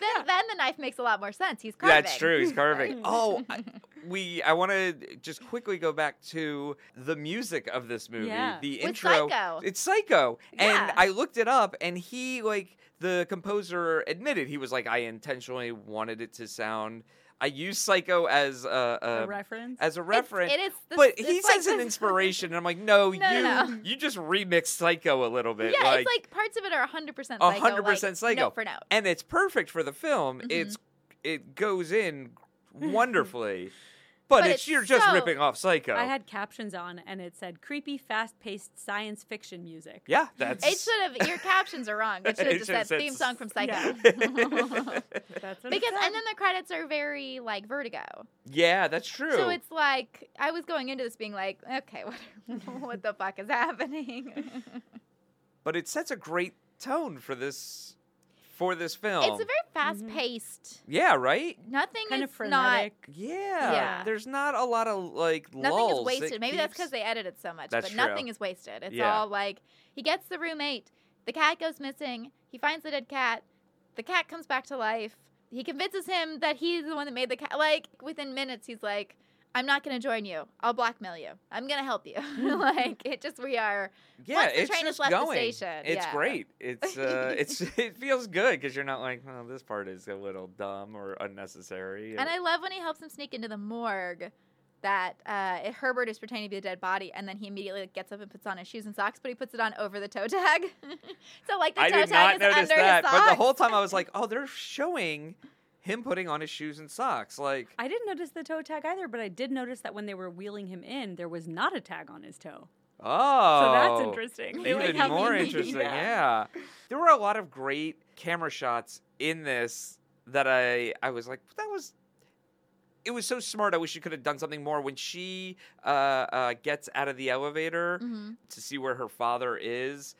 Speaker 3: then the knife makes a lot more sense. He's carving.
Speaker 4: That's true. He's carving. Oh, I, we. I want to just quickly go back to the music of this movie.
Speaker 2: Yeah.
Speaker 4: The
Speaker 3: With
Speaker 4: intro.
Speaker 3: Psycho.
Speaker 4: It's Psycho, and
Speaker 3: Yeah.
Speaker 4: I looked it up, and he like the composer admitted he was like I intentionally wanted it to sound. I use Psycho as a,
Speaker 2: A
Speaker 4: a
Speaker 2: reference.
Speaker 4: as a
Speaker 3: It's-
Speaker 4: reference.
Speaker 3: It is the,
Speaker 4: but
Speaker 3: it's
Speaker 4: he
Speaker 3: like
Speaker 4: says an
Speaker 3: the-
Speaker 4: inspiration, and I'm like, no,
Speaker 3: No,
Speaker 4: you
Speaker 3: no, no.
Speaker 4: you just remix Psycho a little bit,
Speaker 3: Yeah,
Speaker 4: like,
Speaker 3: it's like parts of it are 100% psycho.
Speaker 4: a
Speaker 3: like,
Speaker 4: hundred percent Psycho,
Speaker 3: Note for note.
Speaker 4: and it's perfect for the film.
Speaker 3: Mm-hmm.
Speaker 4: It's it goes in wonderfully, but,
Speaker 3: But
Speaker 4: it's,
Speaker 3: it's
Speaker 4: you're just
Speaker 3: so-
Speaker 4: ripping off Psycho.
Speaker 2: I had captions on and it said creepy, fast paced science fiction music.
Speaker 4: yeah, that's
Speaker 3: It should have, your captions are wrong. It should
Speaker 4: It
Speaker 3: have just
Speaker 4: should've
Speaker 3: said
Speaker 4: said
Speaker 3: theme song from Psycho.
Speaker 2: Yeah. That's what it
Speaker 3: Because
Speaker 2: said.
Speaker 3: and then the credits are very like Vertigo,
Speaker 4: yeah, that's true.
Speaker 3: so it's like I was going into this being like, okay, what, what the fuck is happening?
Speaker 4: but it sets a great tone for this for this film.
Speaker 3: it's a very fast paced.
Speaker 4: yeah, right.
Speaker 3: Nothing
Speaker 2: kind
Speaker 3: is
Speaker 2: of frenetic.
Speaker 4: Yeah.
Speaker 3: Yeah.
Speaker 4: there's not a lot of like
Speaker 3: not nothing
Speaker 4: lulls.
Speaker 3: is wasted.
Speaker 4: It
Speaker 3: Maybe that's
Speaker 4: keeps-
Speaker 3: because they edited so much,
Speaker 4: That's
Speaker 3: but nothing
Speaker 4: true.
Speaker 3: is wasted. It's
Speaker 4: Yeah.
Speaker 3: all like he gets the roommate, the cat goes missing, he finds the dead cat, the cat comes back to life. He convinces him that he's the one that made the cat. Like within minutes, he's like, I'm not going to join you. I'll blackmail you. I'm going to help you. like it just we are.
Speaker 4: Yeah,
Speaker 3: Once the
Speaker 4: it's
Speaker 3: train has
Speaker 4: just
Speaker 3: left the
Speaker 4: going.
Speaker 3: station,
Speaker 4: It's
Speaker 3: yeah.
Speaker 4: great. It's uh, it's it feels good because you're not like, well, this part is a little dumb or unnecessary.
Speaker 3: And I love when he helps him sneak into the morgue. That uh, it- Herbert is pretending to be a dead body, and then he immediately like, gets up and puts on his shoes and socks, but he puts it on over the toe tag. so like the
Speaker 4: I
Speaker 3: toe
Speaker 4: did
Speaker 3: tag
Speaker 4: not
Speaker 3: is
Speaker 4: notice
Speaker 3: under
Speaker 4: that,
Speaker 3: his
Speaker 4: but
Speaker 3: socks.
Speaker 4: the whole time I was like, oh, they're showing him putting on his shoes and socks. Like,
Speaker 2: I didn't notice the toe tag either, but I did notice that when they were wheeling him in, there was not a tag on his toe.
Speaker 4: oh,
Speaker 2: So that's interesting. They, like,
Speaker 4: Even
Speaker 2: have you
Speaker 4: more
Speaker 2: mean
Speaker 4: interesting,
Speaker 2: that.
Speaker 4: yeah. There were a lot of great camera shots in this that I I was like, that was. It was so smart. I wish you could have done something more. When she uh, uh, gets out of the elevator
Speaker 3: Mhm.
Speaker 4: to see where her father is,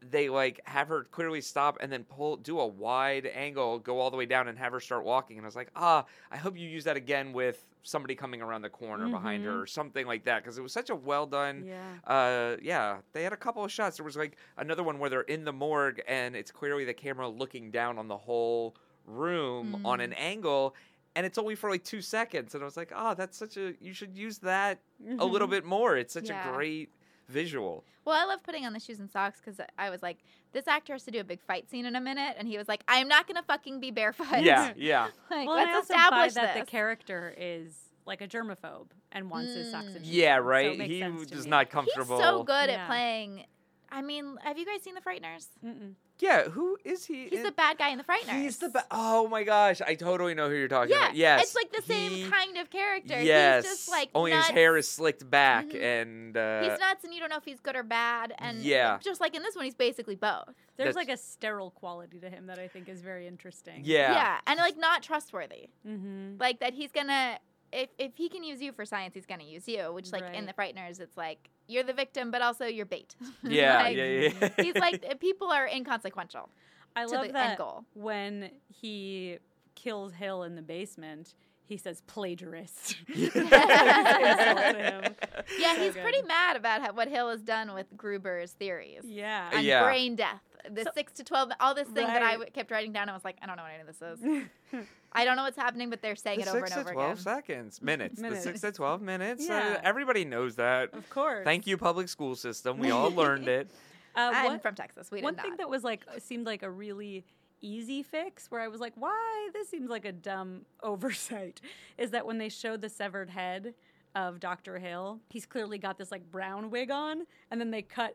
Speaker 4: they like have her clearly stop and then pull, do a wide angle, go all the way down, and have her start walking. And I was like, ah, I hope you use that again with somebody coming around the corner behind her
Speaker 2: Mhm.
Speaker 4: or something like that because it was such a well done
Speaker 2: Yeah.
Speaker 4: uh yeah they had a couple of shots there was like another one where they're in the morgue and it's clearly the camera looking down on the whole room on
Speaker 3: Mm.
Speaker 4: an angle and it's only for like two seconds and i was like oh that's such a you should use that a
Speaker 2: Mm-hmm.
Speaker 4: little bit more it's such
Speaker 3: Yeah.
Speaker 4: a great visual
Speaker 3: Well, I love putting on the shoes and socks because I was like, this actor has to do a big fight scene in a minute, and he was like, I am not going to fucking be barefoot.
Speaker 4: yeah yeah
Speaker 3: like
Speaker 2: well, and I
Speaker 3: let's
Speaker 2: also buy
Speaker 3: establish
Speaker 2: that the
Speaker 3: this.
Speaker 2: character is like a germaphobe and wants his socks
Speaker 3: Mm.
Speaker 2: and shoes.
Speaker 4: yeah
Speaker 2: on, so it
Speaker 4: right
Speaker 2: makes
Speaker 4: he
Speaker 2: sense to
Speaker 4: is
Speaker 2: me.
Speaker 4: not
Speaker 3: He's
Speaker 4: comfortable
Speaker 3: so good at
Speaker 2: Yeah.
Speaker 3: playing. I mean, have you guys seen The Frighteners?
Speaker 2: Mm-mm.
Speaker 4: yeah who is he
Speaker 3: He's
Speaker 4: in-
Speaker 3: the bad guy in The Frighteners.
Speaker 4: he's the ba- oh my gosh i totally know who you're talking
Speaker 3: Yeah,
Speaker 4: about yes
Speaker 3: it's like the same
Speaker 4: he-
Speaker 3: kind of character.
Speaker 4: yes
Speaker 3: he's just like
Speaker 4: only
Speaker 3: nuts.
Speaker 4: his hair is slicked back
Speaker 3: Mhm.
Speaker 4: and uh
Speaker 3: He's nuts, and you don't know if he's good or bad. And
Speaker 4: Yeah.
Speaker 3: just like in this one, he's basically both.
Speaker 2: There's
Speaker 4: That's-
Speaker 2: like a sterile quality to him that I think is very interesting.
Speaker 4: Yeah.
Speaker 3: and like not trustworthy.
Speaker 2: Mm-hmm.
Speaker 3: Like that he's gonna if if he can use you for science, he's gonna use you. Which like
Speaker 2: Right.
Speaker 3: in the Frighteners, it's like you're the victim, but also you're bait.
Speaker 4: Yeah,
Speaker 3: Like,
Speaker 4: yeah, yeah, yeah.
Speaker 3: He's like people are inconsequential
Speaker 2: I
Speaker 3: to
Speaker 2: love
Speaker 3: the end
Speaker 2: that
Speaker 3: goal.
Speaker 2: when he kills Hill in the basement, he says plagiarist.
Speaker 3: Yeah,
Speaker 2: So
Speaker 3: he's
Speaker 2: good.
Speaker 3: pretty mad about how, what Hill has done with Gruber's theories
Speaker 2: yeah.
Speaker 3: on
Speaker 4: Yeah.
Speaker 3: brain death. The
Speaker 2: So-
Speaker 3: six to twelve, all this thing that I
Speaker 2: Right.
Speaker 3: w- kept writing down. I was like, I don't know what any of this is. I don't know what's happening, but they're saying
Speaker 4: The
Speaker 3: it over
Speaker 4: six
Speaker 3: and
Speaker 4: to
Speaker 3: over
Speaker 4: 12
Speaker 3: again.
Speaker 4: seconds. Minutes. The six
Speaker 2: Minutes.
Speaker 4: to 12 minutes.
Speaker 2: Yeah.
Speaker 4: Uh, everybody knows that.
Speaker 2: of course.
Speaker 4: Thank you, public school system. We all learned it.
Speaker 2: Uh,
Speaker 3: I'm
Speaker 2: one-
Speaker 3: from Texas. We did
Speaker 2: one
Speaker 3: not.
Speaker 2: thing that was like uh, seemed like a really easy fix where i was like why this seems like a dumb oversight is that when they show the severed head of dr hill he's clearly got this like brown wig on and then they cut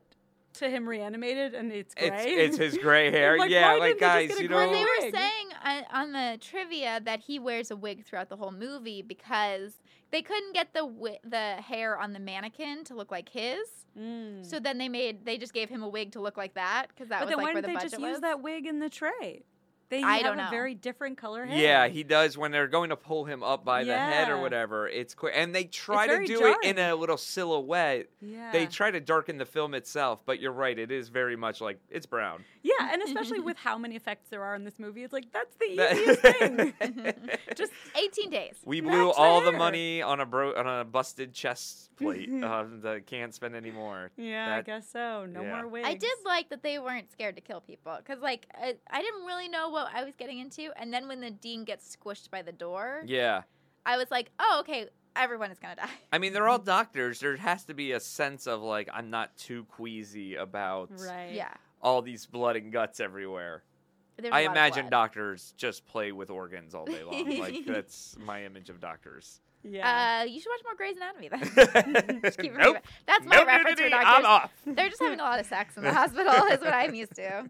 Speaker 2: to him reanimated and it's gray
Speaker 4: It's, it's his gray hair.
Speaker 2: Like,
Speaker 4: yeah,
Speaker 2: why
Speaker 4: like
Speaker 2: didn't they just
Speaker 4: guys,
Speaker 2: get a
Speaker 4: you
Speaker 2: gray
Speaker 4: know.
Speaker 3: well, they were
Speaker 2: wig.
Speaker 3: saying uh, on the trivia that he wears a wig throughout the whole movie because they couldn't get the wi- the hair on the mannequin to look like his.
Speaker 2: Mm.
Speaker 3: So then they made they just gave him a wig to look like that because that
Speaker 2: but
Speaker 3: was
Speaker 2: then
Speaker 3: like
Speaker 2: why
Speaker 3: where
Speaker 2: didn't
Speaker 3: the
Speaker 2: they
Speaker 3: budget
Speaker 2: just
Speaker 3: was.
Speaker 2: use that wig in the tray they
Speaker 3: I
Speaker 2: have
Speaker 3: don't
Speaker 2: a
Speaker 3: know.
Speaker 2: very different color hair
Speaker 4: Yeah, he does when they're going to pull him up by the head or
Speaker 2: Yeah.
Speaker 4: whatever. It's quick, and they try to
Speaker 2: very
Speaker 4: do it in
Speaker 2: jarring.
Speaker 4: a little silhouette.
Speaker 2: yeah
Speaker 4: They try to darken the film itself, but you're right; it is very much like it's brown.
Speaker 2: yeah and especially with how many effects there are in this movie it's like that's the
Speaker 4: That-
Speaker 2: easiest thing just
Speaker 3: Eighteen days.
Speaker 4: We
Speaker 2: Match
Speaker 4: blew
Speaker 2: the
Speaker 4: all the
Speaker 2: hair.
Speaker 4: money on a bro- on a busted chest plate um, that can't spend any more.
Speaker 2: yeah i
Speaker 4: That-
Speaker 2: guess so no
Speaker 4: yeah.
Speaker 2: more wigs
Speaker 3: I did like that they weren't scared to kill people because, like, I, I didn't really know what I was getting into. And then when the dean gets squished by the door,
Speaker 4: Yeah,
Speaker 3: I was like, oh, okay, everyone is gonna die.
Speaker 4: I mean they're all doctors. There has to be a sense of like I'm not too queasy about
Speaker 2: right
Speaker 3: Yeah,
Speaker 4: all these blood and guts everywhere.
Speaker 3: There was
Speaker 4: I
Speaker 3: a lot of
Speaker 4: imagine
Speaker 3: blood.
Speaker 4: doctors just play with organs all day long. like that's my image of doctors.
Speaker 2: Yeah.
Speaker 3: Uh, you should watch more Grey's Anatomy then. Just keep
Speaker 4: nope.
Speaker 3: remembering- That's my
Speaker 4: no
Speaker 3: reference for
Speaker 4: nudity,
Speaker 3: doctors.
Speaker 4: I'm off.
Speaker 3: They're just having a lot of sex in the hospital, is what I'm used to.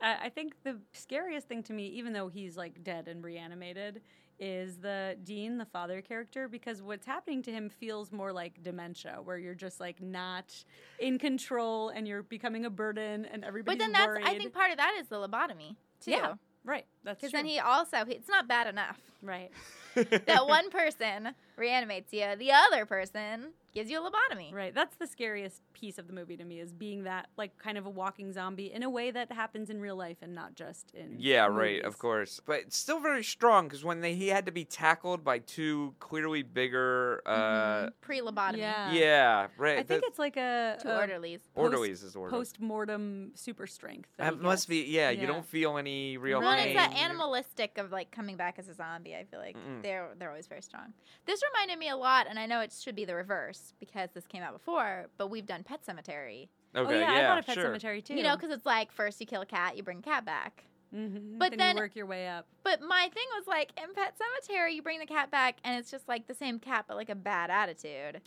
Speaker 2: I I think the scariest thing to me, even though he's like dead and reanimated, is the Dean, the father character, because what's happening to him feels more like dementia, where you're just like not in control and you're becoming a burden and everybody's
Speaker 3: But then that's,
Speaker 2: worried.
Speaker 3: I think, part of that is the lobotomy too.
Speaker 2: Yeah, right. That's true.
Speaker 3: Because then he also, it's not bad enough
Speaker 2: right.
Speaker 3: that one person reanimates you, the other person gives you a lobotomy.
Speaker 2: Right. That's the scariest piece of the movie to me is being that like kind of a walking zombie in a way that happens in real life and not just in
Speaker 4: Yeah, right,
Speaker 2: movies.
Speaker 4: of course. But it's still very strong because when they, he had to be tackled by two clearly bigger, uh,
Speaker 3: Pre lobotomy.
Speaker 2: Yeah.
Speaker 4: yeah, right.
Speaker 2: I think
Speaker 4: the-
Speaker 2: it's like a,
Speaker 3: Two orderlies.
Speaker 4: orderlies is orderlies.
Speaker 2: post mortem super strength. that
Speaker 4: That
Speaker 2: he
Speaker 4: must
Speaker 2: gets.
Speaker 4: be, yeah,
Speaker 2: Yeah.
Speaker 4: You don't feel any real
Speaker 3: Well, and it's
Speaker 4: pain.
Speaker 3: that uh, animalistic of like coming back as a zombie. I feel like
Speaker 4: Mm-mm.
Speaker 3: they're they're always very strong. This reminded me a lot, and I know it should be the reverse because this came out before, but we've done Pet Cemetery.
Speaker 4: Okay,
Speaker 2: oh yeah, I
Speaker 4: yeah,
Speaker 2: thought of Pet
Speaker 4: sure.
Speaker 2: Cemetery too.
Speaker 3: You know, because it's like first you kill a cat, you bring a cat back.
Speaker 2: Mhm.
Speaker 3: but then-
Speaker 2: you work your way up.
Speaker 3: But my thing was like in Pet Cemetery, you bring the cat back, and it's just like the same cat, but like a bad attitude.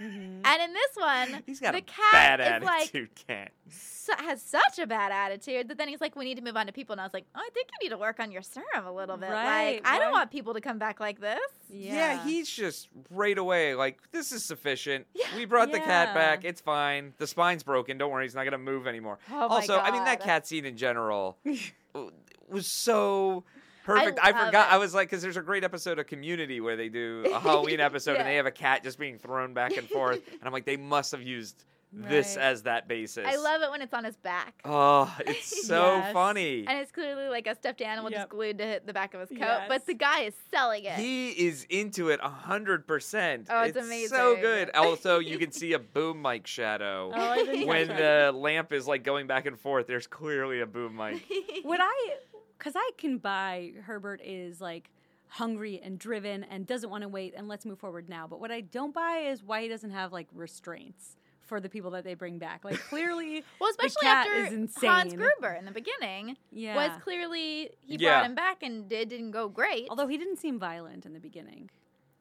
Speaker 2: Mhm.
Speaker 3: and in this one,
Speaker 4: He's got
Speaker 3: the
Speaker 4: a
Speaker 3: cat
Speaker 4: bad
Speaker 3: is like
Speaker 4: attitude, cat.
Speaker 3: su- has such a bad attitude that then he's like, "We need to move on to people." And I was like, "Oh, I think you need to work on your serum a little bit.
Speaker 2: Right,
Speaker 3: like, I
Speaker 2: right.
Speaker 3: don't want people to come back like this."
Speaker 4: Yeah. he's just right away like, this is sufficient.
Speaker 3: Yeah.
Speaker 4: We brought the cat
Speaker 2: Yeah.
Speaker 4: back. It's fine. The spine's broken. Don't worry, he's not gonna move anymore.
Speaker 3: Oh my
Speaker 4: also, I mean that
Speaker 3: God.
Speaker 4: cat scene in general w- was so perfect. I,
Speaker 3: love
Speaker 4: forgot.
Speaker 3: it.
Speaker 4: I was like, because there's a great episode of Community where they do a Halloween episode and
Speaker 3: Yeah.
Speaker 4: they have a cat just being thrown back and forth, and I'm like, they must have used this
Speaker 2: Right.
Speaker 4: as that basis.
Speaker 3: I love it when it's on his back.
Speaker 4: Oh, it's so
Speaker 2: Yes.
Speaker 4: funny.
Speaker 3: And it's clearly like a stuffed animal
Speaker 2: Yep.
Speaker 3: just glued to hit the back of his coat,
Speaker 2: Yes.
Speaker 3: but the guy is selling it.
Speaker 4: He is into it hundred percent.
Speaker 3: Oh, it's
Speaker 4: So
Speaker 3: amazing.
Speaker 4: good. Also, you can see a boom mic shadow
Speaker 2: Oh, I didn't
Speaker 4: when
Speaker 2: catch that.
Speaker 4: the lamp is like going back and forth. There's clearly a boom mic.
Speaker 2: What I, because I can buy Herbert is like hungry and driven and doesn't want to wait and let's move forward now. But what I don't buy is why he doesn't have like restraints for the people that they bring back. Like clearly,
Speaker 3: well, especially
Speaker 2: cat
Speaker 3: after
Speaker 2: is
Speaker 3: Hans
Speaker 2: insane.
Speaker 3: Gruber in the beginning
Speaker 2: yeah.
Speaker 3: was clearly he
Speaker 4: Yeah.
Speaker 3: brought him back and did didn't go great.
Speaker 2: Although he didn't seem violent in the beginning.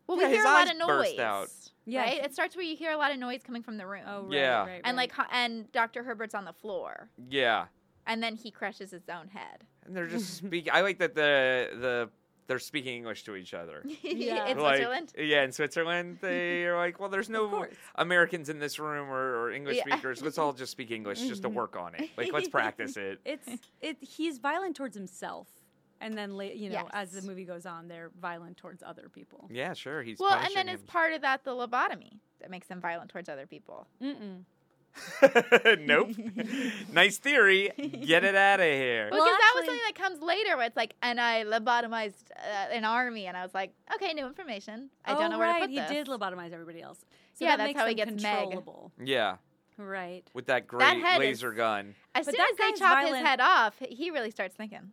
Speaker 3: well, we
Speaker 4: Yeah, his
Speaker 3: hear a lot
Speaker 4: eyes
Speaker 3: of
Speaker 4: burst
Speaker 3: noise.
Speaker 4: out.
Speaker 2: Yeah,
Speaker 3: Right?
Speaker 2: he-
Speaker 3: It starts where you hear a lot of noise coming from the room.
Speaker 2: Oh, right,
Speaker 4: Yeah.
Speaker 2: right, right.
Speaker 3: And like ho- and Dr. Herbert's on the floor.
Speaker 4: Yeah,
Speaker 3: And then he crushes his own head.
Speaker 4: and they're just speaking. I like that the the they're speaking English to each other.
Speaker 2: Yeah.
Speaker 3: in
Speaker 4: Like,
Speaker 3: Switzerland.
Speaker 4: Yeah, in Switzerland, they are like, well, there's
Speaker 2: of
Speaker 4: no
Speaker 2: course.
Speaker 4: Americans in this room or, or English
Speaker 3: Yeah.
Speaker 4: speakers. Let's all just speak English just to
Speaker 2: Mhm.
Speaker 4: work on it. Like, let's practice it.
Speaker 2: it's it. He's violent towards himself, and then la- you know, as the
Speaker 3: Yes.
Speaker 2: movie goes on, they're violent towards other people.
Speaker 4: Yeah, sure. He's
Speaker 3: Well, and then
Speaker 4: punishing
Speaker 3: it's part of that the lobotomy that makes them violent towards other people.
Speaker 2: Mm-mm.
Speaker 4: him. nope. nice theory. Get it out of here.
Speaker 2: Well,
Speaker 3: Because that was
Speaker 2: actually-
Speaker 3: something that comes later where it's like, and I lobotomized uh, an army, and I was like, okay, new information. I
Speaker 2: Oh,
Speaker 3: don't know where
Speaker 2: right.
Speaker 3: to put
Speaker 2: He
Speaker 3: this.
Speaker 2: did lobotomize everybody else. So
Speaker 3: Yeah,
Speaker 2: that
Speaker 3: that's
Speaker 2: makes
Speaker 3: how
Speaker 2: them
Speaker 3: he gets Meg.
Speaker 2: controllable.
Speaker 4: Yeah,
Speaker 2: Right.
Speaker 4: with that great
Speaker 3: head
Speaker 4: laser
Speaker 3: is-
Speaker 4: gun.
Speaker 3: as
Speaker 2: But
Speaker 3: soon
Speaker 2: that
Speaker 3: as they
Speaker 2: guy's
Speaker 3: chop his
Speaker 2: violent.
Speaker 3: head off, he really starts thinking.